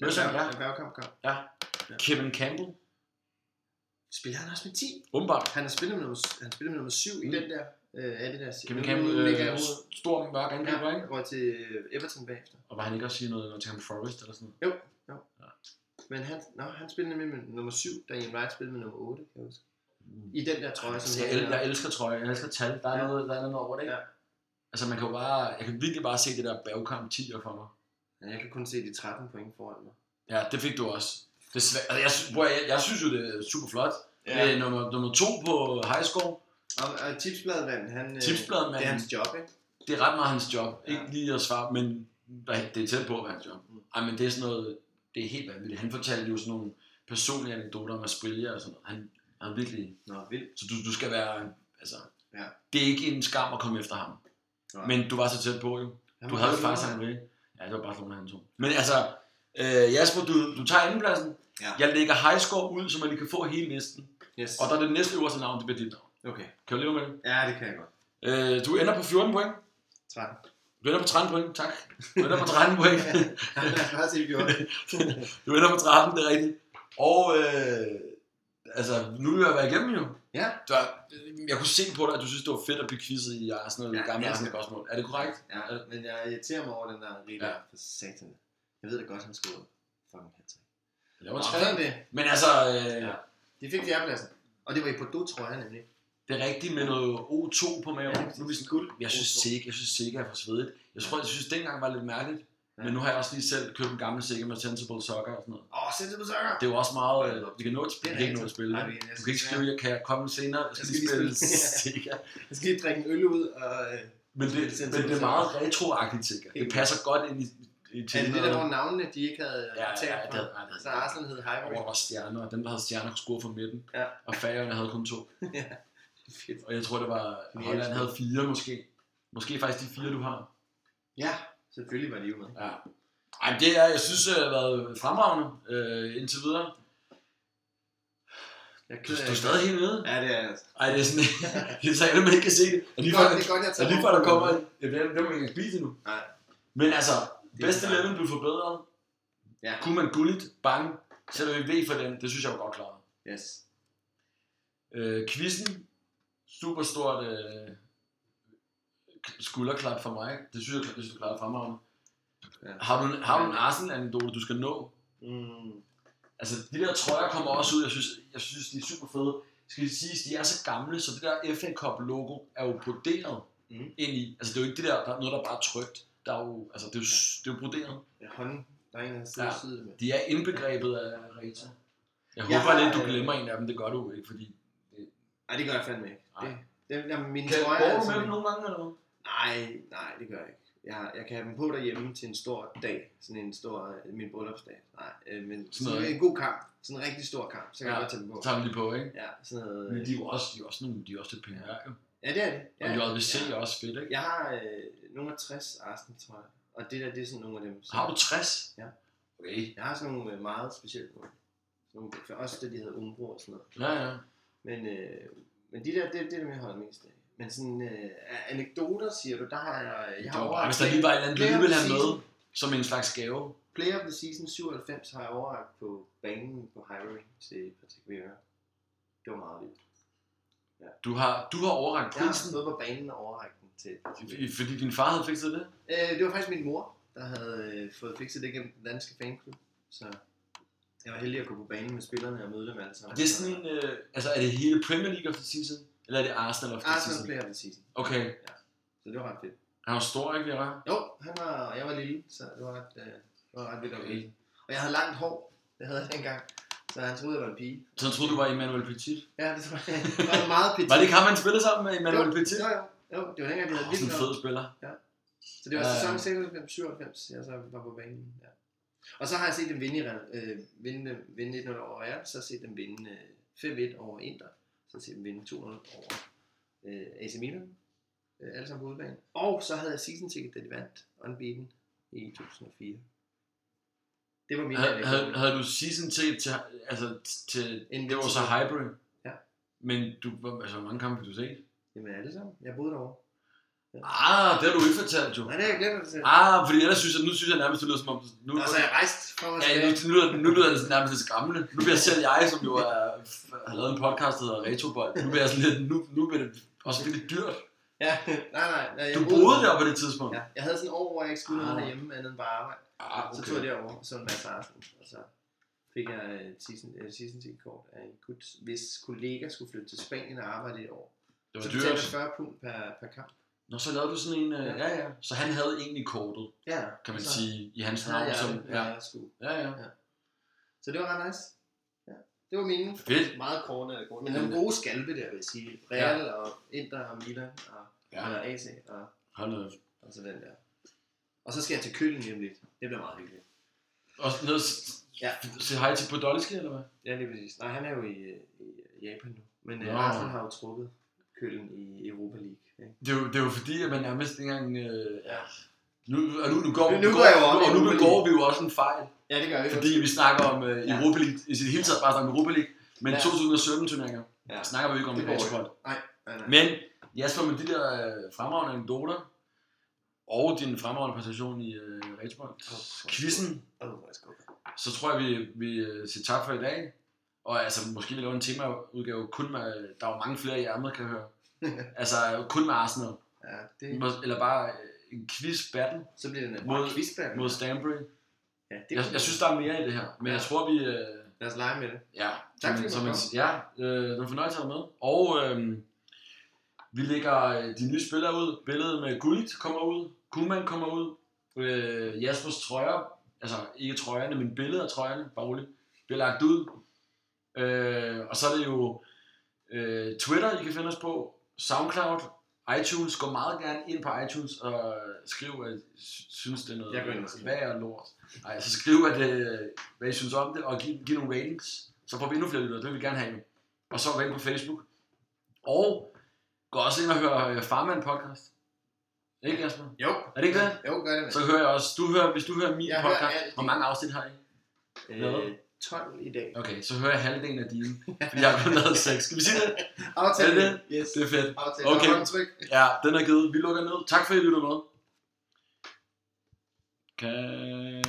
[SPEAKER 2] Da
[SPEAKER 1] Møsson,
[SPEAKER 2] Berg-
[SPEAKER 1] ja.
[SPEAKER 2] da Bergkamp kom.
[SPEAKER 1] Kevin Campbell.
[SPEAKER 2] Spiller han også med 10?
[SPEAKER 1] Åbenbart.
[SPEAKER 2] Han har spillet med nummer, han spillede med nummer 7 i
[SPEAKER 1] Mm.
[SPEAKER 2] den der øh, Adidas.
[SPEAKER 1] Kevin
[SPEAKER 2] Nu-
[SPEAKER 1] Campbell,
[SPEAKER 2] nu ligger jeg
[SPEAKER 1] øh,
[SPEAKER 2] i hovedet.
[SPEAKER 1] stor mørk angriber,
[SPEAKER 2] Ja,
[SPEAKER 1] ikke?
[SPEAKER 2] jeg går til Everton bagefter.
[SPEAKER 1] Og var han ikke også sige noget til ham Forrest eller sådan noget?
[SPEAKER 2] Men han, nå, han spillede nemlig med nummer 7, da Ian Wright spillede med nummer 8, kan jeg huske. I den der trøje, som
[SPEAKER 1] Altså, jeg, el- jeg elsker trøjer, jeg elsker tal. Der er,
[SPEAKER 2] Ja.
[SPEAKER 1] noget, der er noget over det, ikke?
[SPEAKER 2] Ja.
[SPEAKER 1] Altså, man kan jo bare, jeg kan virkelig bare se det der bagkamp 10'er for mig.
[SPEAKER 2] Ja, jeg kan kun se de 13 point foran mig.
[SPEAKER 1] Ja, det fik du også. Desværre, altså, jeg, sy- bror, jeg, jeg, synes jo, det er super flot. Ja. Det er nummer, nummer to på high score.
[SPEAKER 2] Og, og tipsbladet vandt, han, øh,
[SPEAKER 1] Tipsbladet,
[SPEAKER 2] det
[SPEAKER 1] mand.
[SPEAKER 2] er hans job, ikke?
[SPEAKER 1] Det er ret meget hans job.
[SPEAKER 2] Ja.
[SPEAKER 1] Ikke lige at svare, men det er tæt på at være hans job.
[SPEAKER 2] Mm.
[SPEAKER 1] Ej, men det er sådan noget, det er helt vanvittigt. Han fortalte jo sådan nogle personlige anekdoter om Asprilja og sådan noget. Han, han er virkelig
[SPEAKER 2] Nå, vildt.
[SPEAKER 1] Så du, du skal være, altså,
[SPEAKER 2] Ja.
[SPEAKER 1] det er ikke en skam at komme efter ham.
[SPEAKER 2] Nej.
[SPEAKER 1] Men du var så tæt på jo.
[SPEAKER 2] Han
[SPEAKER 1] Du
[SPEAKER 2] var
[SPEAKER 1] havde
[SPEAKER 2] også
[SPEAKER 1] faktisk
[SPEAKER 2] nummer-
[SPEAKER 1] Henri. Ja, det var bare sådan, han tog. Men altså, øh, Jasper, du, du tager andenpladsen.
[SPEAKER 2] Ja.
[SPEAKER 1] Jeg lægger highscore ud, så man lige kan få hele listen.
[SPEAKER 2] Yes.
[SPEAKER 1] Og der er det næste øverste navn, det bliver dit navn.
[SPEAKER 2] Okay.
[SPEAKER 1] Kan du leve med det?
[SPEAKER 2] Ja, det kan jeg godt.
[SPEAKER 1] Øh, du ender på 14 point.
[SPEAKER 2] 13.
[SPEAKER 1] Du ender på 13 point, tak. Du ender på 13 point.
[SPEAKER 2] Han har faktisk ikke gjort det.
[SPEAKER 1] Du ender på 13, det er rigtigt. Og øh, altså, nu vil jeg være igennem jo.
[SPEAKER 2] Ja.
[SPEAKER 1] Der, jeg kunne se på dig, at du synes, det var fedt at blive quizzet i Arsenal, ja,
[SPEAKER 2] Ja,
[SPEAKER 1] gamle
[SPEAKER 2] jeg
[SPEAKER 1] Arsenal
[SPEAKER 2] skal-
[SPEAKER 1] spørgsmål. Er det korrekt?
[SPEAKER 2] Ja, øh, men jeg irriterer mig over den der Rita
[SPEAKER 1] Ja.
[SPEAKER 2] ja. for satan. Jeg ved da godt, han skulle fucking hat
[SPEAKER 1] Jeg laver
[SPEAKER 2] Nå,
[SPEAKER 1] tre.
[SPEAKER 2] sådan det.
[SPEAKER 1] Men altså, øh,
[SPEAKER 2] Ja. De fik fjerdepladsen. Og det var i Bordeaux, tror jeg nemlig.
[SPEAKER 1] det er rigtigt med noget O2 på maven.
[SPEAKER 2] Ja,
[SPEAKER 1] nu er vi sådan,
[SPEAKER 2] guld.
[SPEAKER 1] jeg synes ikke, jeg synes sikkert, jeg er for svedigt. Jeg tror, jeg synes, dengang var lidt mærkeligt.
[SPEAKER 2] Ja.
[SPEAKER 1] Men nu har jeg også lige selv købt en gammel sikker med Sensible Soccer og sådan noget.
[SPEAKER 2] Åh, oh, sæt det på sokker.
[SPEAKER 1] Det er jo også meget, øh, vi kan nå et spil,
[SPEAKER 2] Det er
[SPEAKER 1] vi kan ikke nå et
[SPEAKER 2] rigtigt.
[SPEAKER 1] spil.
[SPEAKER 2] Nej,
[SPEAKER 1] ikke?
[SPEAKER 2] vi- jeg
[SPEAKER 1] Du kan
[SPEAKER 2] skal
[SPEAKER 1] ikke
[SPEAKER 2] desværre-
[SPEAKER 1] skrive, jeg kan jeg komme senere, jeg skal lige spille sikker.
[SPEAKER 2] Jeg skal lige drikke en øl ud, og øh,
[SPEAKER 1] Men det,
[SPEAKER 2] Det er
[SPEAKER 1] men det er meget retroagtigt sikkert. Det
[SPEAKER 2] Helt
[SPEAKER 1] passer godt ind i, i
[SPEAKER 2] er Altså, det det der,
[SPEAKER 1] temaet.
[SPEAKER 2] hvor navnene de ikke havde
[SPEAKER 1] Ja,
[SPEAKER 2] talt
[SPEAKER 1] ja, det
[SPEAKER 2] for?
[SPEAKER 1] havde- ja, det
[SPEAKER 2] Så
[SPEAKER 1] havde-
[SPEAKER 2] Arsenal hed Highbury.
[SPEAKER 1] Hvor der var stjerner, og dem, der havde stjerner, kunne score fra midten.
[SPEAKER 2] Ja.
[SPEAKER 1] Og færgerne havde kun to.
[SPEAKER 2] Fedt.
[SPEAKER 1] Og jeg tror, det var,
[SPEAKER 2] Genialt.
[SPEAKER 1] Holland havde fire måske. Måske faktisk de fire, du har.
[SPEAKER 2] Ja, selvfølgelig var de jo med.
[SPEAKER 1] Ja. Ej, det er, jeg synes, det har været fremragende øh, indtil videre.
[SPEAKER 2] Jeg er
[SPEAKER 1] Du,
[SPEAKER 2] ked af
[SPEAKER 1] du er
[SPEAKER 2] det.
[SPEAKER 1] stadig helt nede.
[SPEAKER 2] Ja, det er jeg altså.
[SPEAKER 1] Ej, det er sådan, det er sådan, at man ikke kan se det. Og
[SPEAKER 2] Det
[SPEAKER 1] lige
[SPEAKER 2] er
[SPEAKER 1] før,
[SPEAKER 2] godt, det er godt, jeg
[SPEAKER 1] og
[SPEAKER 2] tager
[SPEAKER 1] lige før der
[SPEAKER 2] over.
[SPEAKER 1] kommer, det bliver det må man ikke engang spise nu.
[SPEAKER 2] Nej.
[SPEAKER 1] Men altså,
[SPEAKER 2] Det er
[SPEAKER 1] bedste
[SPEAKER 2] dejligt.
[SPEAKER 1] level blev forbedret.
[SPEAKER 2] Ja.
[SPEAKER 1] Kunne man gulligt, bang, sætter vi ved for den, det synes jeg var godt klaret.
[SPEAKER 2] Yes.
[SPEAKER 1] Øh, quizzen, super stort øh, k- skulderklap for mig. Det synes jeg, det synes, du klarede fremragende.
[SPEAKER 2] Ja.
[SPEAKER 1] Har du, en- har du en Arsenal-anekdote, du skal nå?
[SPEAKER 2] Mm.
[SPEAKER 1] Altså, de der trøjer kommer også ud. Jeg synes, jeg synes de er super fede. Skal lige sige, de er så gamle, så det der FA Cup logo er jo broderet mm.
[SPEAKER 2] Mhm.
[SPEAKER 1] ind i. Altså, det er jo ikke det der, der er noget, der er bare er trygt. Der er jo, altså, det er jo, s- det er jo broderet.
[SPEAKER 2] Ja, Hånden, der er en, der sidder
[SPEAKER 1] Ja.
[SPEAKER 2] ja. side med.
[SPEAKER 1] De er indbegrebet af Reta. Jeg
[SPEAKER 2] Jeg
[SPEAKER 1] håber
[SPEAKER 2] har,
[SPEAKER 1] lidt, du
[SPEAKER 2] øh,
[SPEAKER 1] glemmer en af dem. Det gør du ikke, fordi...
[SPEAKER 2] Nej, det gør jeg fandme ikke.
[SPEAKER 1] Nej.
[SPEAKER 2] Det, det, jamen, mine
[SPEAKER 1] Kan,
[SPEAKER 2] trøjer...
[SPEAKER 1] går
[SPEAKER 2] er
[SPEAKER 1] du med
[SPEAKER 2] sådan-
[SPEAKER 1] dem nogle gange, eller hvad?
[SPEAKER 2] Nej, nej, det gør jeg ikke. Jeg, jeg kan have dem på derhjemme til en stor dag. Sådan en stor... øh, Min bryllupsdag. Nej, øh, men
[SPEAKER 1] Sådan
[SPEAKER 2] sådan
[SPEAKER 1] noget.
[SPEAKER 2] en god kamp. Sådan en rigtig stor kamp. Så kan
[SPEAKER 1] Ja.
[SPEAKER 2] jeg godt tage dem på.
[SPEAKER 1] Tager dem lige på, ikke?
[SPEAKER 2] Ja, sådan noget...
[SPEAKER 1] Men
[SPEAKER 2] øh,
[SPEAKER 1] de er jo også, de er også, nogle, de er også lidt penge værd, jo.
[SPEAKER 2] Ja, det er det.
[SPEAKER 1] Og
[SPEAKER 2] Ja,
[SPEAKER 1] JVC
[SPEAKER 2] ja.
[SPEAKER 1] er også fedt, ikke?
[SPEAKER 2] Jeg har øh, nummer 60 Arsenal, tror jeg. Og det der, det er sådan nogle af dem. Så
[SPEAKER 1] Har du 60?
[SPEAKER 2] Ja.
[SPEAKER 1] Okay.
[SPEAKER 2] Jeg har sådan nogle øh, meget specielle nogle. Sådan nogle- for også det, de hedder Umbro og sådan noget.
[SPEAKER 1] Ja, ja.
[SPEAKER 2] Men, øh, men de der, det, det er dem, jeg holder mest af. Men sådan øh, a- anekdoter, siger du, der har jeg... jeg
[SPEAKER 1] Det
[SPEAKER 2] har
[SPEAKER 1] var bare,
[SPEAKER 2] overrakt
[SPEAKER 1] hvis der lige var et eller andet, du
[SPEAKER 2] flere
[SPEAKER 1] lige ville have med,
[SPEAKER 2] season-
[SPEAKER 1] som en slags gave.
[SPEAKER 2] Player of the Season 97 har jeg overrakt på banen på Highbury til Patrick Vieira. Det var meget vildt.
[SPEAKER 1] Du har, du har overragt
[SPEAKER 2] Jeg har
[SPEAKER 1] prisen,
[SPEAKER 2] stået på banen og overrakt den til Patrick Vieira.
[SPEAKER 1] i- fordi din far havde fikset det.
[SPEAKER 2] Øh, det var faktisk min mor, der havde øh, fået fikset det gennem den danske fanklub. Så jeg var heldig at gå på banen med spillerne og møde dem alle
[SPEAKER 1] Og
[SPEAKER 2] sammen.
[SPEAKER 1] det er sådan en, øh, altså er det hele Premier League of the season? Eller er det Arsenal of the
[SPEAKER 2] Arsenal
[SPEAKER 1] season?
[SPEAKER 2] player of the season.
[SPEAKER 1] Okay.
[SPEAKER 2] Så det var ret fedt.
[SPEAKER 1] Han var stor, ikke, Vera?
[SPEAKER 2] Jo, han var, jeg var lille, så det var ret, øh, det var ret vildt
[SPEAKER 1] Okay.
[SPEAKER 2] okay. Og jeg havde langt hår, det havde jeg dengang. Så han troede, jeg var en pige.
[SPEAKER 1] Så han troede, du var Emmanuel Petit.
[SPEAKER 2] Ja, det tror jeg. Jeg var meget petit.
[SPEAKER 1] Var det ikke ham, han spillede sammen med, Emmanuel
[SPEAKER 2] Jo,
[SPEAKER 1] Petit?
[SPEAKER 2] Jo, jo. Jo, det var dengang, de havde
[SPEAKER 1] Og sådan en
[SPEAKER 2] vildt
[SPEAKER 1] fed spiller.
[SPEAKER 2] Så det var
[SPEAKER 1] Ja, ja.
[SPEAKER 2] sæson 96, 97, jeg så var på banen. Ja. Og så har jeg set dem vinde, i Real- øh, vinde, vinde 1-0 over Real, så har jeg set dem vinde øh, 5-1 over Inter, så har jeg set dem vinde 2-0 over øh, AC Milan, øh, alle sammen på udebane. Og så havde jeg season ticket, da de vandt unbeaten i 2004. Det var min
[SPEAKER 1] Havde, havde,
[SPEAKER 2] anekdote.
[SPEAKER 1] havde du season ticket til, altså, til,
[SPEAKER 2] En
[SPEAKER 1] det var så Highbury?
[SPEAKER 2] Ja.
[SPEAKER 1] Men du, hvor- altså, hvor mange kampe har du set?
[SPEAKER 2] Jamen alle sammen, jeg boede derovre.
[SPEAKER 1] Ah, det har du ikke fortalt, jo.
[SPEAKER 2] Nej, det har jeg glemt at fortælle.
[SPEAKER 1] Ah, fordi ellers synes jeg, nu synes jeg nærmest, det lyder som om... Nu,
[SPEAKER 2] Nå, så jeg rejste fra og
[SPEAKER 1] Ja, nu,
[SPEAKER 2] tilbage.
[SPEAKER 1] nu, lyder- nu lyder det sådan nærmest lidt skræmmende. Nu bliver selv jeg, som jo er, har lavet en podcast, der hedder Retrobold. Nu bliver jeg sådan lidt, nu, nu bliver det også virkelig dyrt.
[SPEAKER 2] Ja, nej, nej. nej jeg
[SPEAKER 1] Du boede der på det tidspunkt?
[SPEAKER 2] Ja, jeg havde sådan et år, hvor jeg ikke skulle noget
[SPEAKER 1] Ah.
[SPEAKER 2] derhjemme, andet end bare arbejde.
[SPEAKER 1] Ah,
[SPEAKER 2] Så tog jeg derover og så en masse aften, og så fik jeg øh, et season, øh, season ticket kort af en gut, hvis kollega skulle flytte til Spanien og arbejde et år.
[SPEAKER 1] Det
[SPEAKER 2] så
[SPEAKER 1] var
[SPEAKER 2] betalte
[SPEAKER 1] dyrt.
[SPEAKER 2] jeg 40 pund per, per kamp.
[SPEAKER 1] Nå, så lavede du sådan en... øh, Ja, ja. Så han havde egentlig kortet,
[SPEAKER 2] Ja,
[SPEAKER 1] kan man
[SPEAKER 2] så
[SPEAKER 1] sige, i hans
[SPEAKER 2] Så havde
[SPEAKER 1] navn.
[SPEAKER 2] jeg,
[SPEAKER 1] Som,
[SPEAKER 2] det, når
[SPEAKER 1] ja,
[SPEAKER 2] jeg skulle.
[SPEAKER 1] ja, ja.
[SPEAKER 2] Så det var ret nice. Ja. Det var mine
[SPEAKER 1] Fedt.
[SPEAKER 2] meget korte af Men nogle gode skalpe der, vil jeg sige. Real og Inter og Milan og,
[SPEAKER 1] Ja,
[SPEAKER 2] ja. og AC og,
[SPEAKER 1] hold nu. op.
[SPEAKER 2] og så den der. Og så skal jeg til Køln hjem lidt. Det bliver meget hyggeligt.
[SPEAKER 1] Og ned, ja.
[SPEAKER 2] Ja.
[SPEAKER 1] se hej til Podolski, eller hvad?
[SPEAKER 2] Ja, lige præcis. Nej, han er jo i, øh, i Japan nu. Men
[SPEAKER 1] Nå.
[SPEAKER 2] øh, Arsenal har jo trukket Køln i Europa League. Ikke?
[SPEAKER 1] Det er, jo, det er jo fordi, at man nærmest ikke engang... Øh, ja. Nu, og nu, nu, går,
[SPEAKER 2] Nu- nu
[SPEAKER 1] nu,
[SPEAKER 2] går jeg jo op i
[SPEAKER 1] og nu
[SPEAKER 2] Europa
[SPEAKER 1] begår vi jo også en fejl.
[SPEAKER 2] Ja, det gør vi
[SPEAKER 1] Fordi vi snakker om øh,
[SPEAKER 2] Ja.
[SPEAKER 1] Europa League, i sit hele taget bare snakker om Europa League, men
[SPEAKER 2] Ja.
[SPEAKER 1] 2017 turneringer
[SPEAKER 2] Ja.
[SPEAKER 1] snakker vi jo ikke om
[SPEAKER 2] Det
[SPEAKER 1] i
[SPEAKER 2] går
[SPEAKER 1] Racesport.
[SPEAKER 2] Nej, nej.
[SPEAKER 1] Men Jasper, med de der øh, fremragende anekdoter, og din fremragende præstation i øh, Racesport, quizzen,
[SPEAKER 2] Åh, hvor er jeg skuffet.
[SPEAKER 1] så tror jeg, vi, vi øh, siger tak for i dag. Og altså, måske vi laver en temaudgave kun med, der er jo mange flere i ærmet, kan jeg høre. altså, kun med Arsenal.
[SPEAKER 2] Ja, det,
[SPEAKER 1] Mås- Eller bare øh, en quiz battle
[SPEAKER 2] så bliver det en
[SPEAKER 1] Mod-
[SPEAKER 2] mod, quizband.
[SPEAKER 1] mod Stanbury.
[SPEAKER 2] ja, det
[SPEAKER 1] Jeg, jeg synes, der er mere i det her, men jeg tror, vi... Øh,
[SPEAKER 2] Lad os lege med det.
[SPEAKER 1] Ja,
[SPEAKER 2] Tak,
[SPEAKER 1] som,
[SPEAKER 2] fordi du
[SPEAKER 1] som
[SPEAKER 2] kom.
[SPEAKER 1] en, ja øh, det var en fornøjelse at være med. Og øh, vi lægger øh, de nye spillere ud. Billedet med Gullit kommer ud. Kuman kommer ud. Øh, Jaspers trøjer, altså ikke trøjerne, men billeder af trøjerne, bare roligt, bliver lagt ud. Øh, og så er det jo øh, Twitter, I kan finde os på. Soundcloud, iTunes. Gå meget gerne ind på iTunes og skriv, at I sy- synes, det er noget
[SPEAKER 2] Jeg går ind og skriver.
[SPEAKER 1] hvad er lort. Ej, så skriv, at, øh, hvad I synes om det, og giv, giv nogle ratings. Så får vi endnu flere lyttere, det vil vi gerne have. Og så vær inde på Facebook. Og gå også ind og hør øh, Farman podcast. Ikke Jasper?
[SPEAKER 2] Jo.
[SPEAKER 1] Er det ikke det?
[SPEAKER 2] Jo, gør det, mand.
[SPEAKER 1] Så hører jeg også, du hører, hvis du hører min
[SPEAKER 2] Jeg hører
[SPEAKER 1] podcast,
[SPEAKER 2] alt.
[SPEAKER 1] hvor mange afsnit har I?
[SPEAKER 2] øh, 12 i dag.
[SPEAKER 1] Okay, så hører jeg halvdelen af dine, fordi jeg har kun lavet seks. Skal vi sige det?
[SPEAKER 2] Aftale.
[SPEAKER 1] Er
[SPEAKER 2] Yes.
[SPEAKER 1] Det er fedt.
[SPEAKER 2] Aftale.
[SPEAKER 1] Okay.
[SPEAKER 2] Okay. Håndtryk.
[SPEAKER 1] Ja, den er givet. Vi lukker ned. Tak fordi I lyttede med. Kan...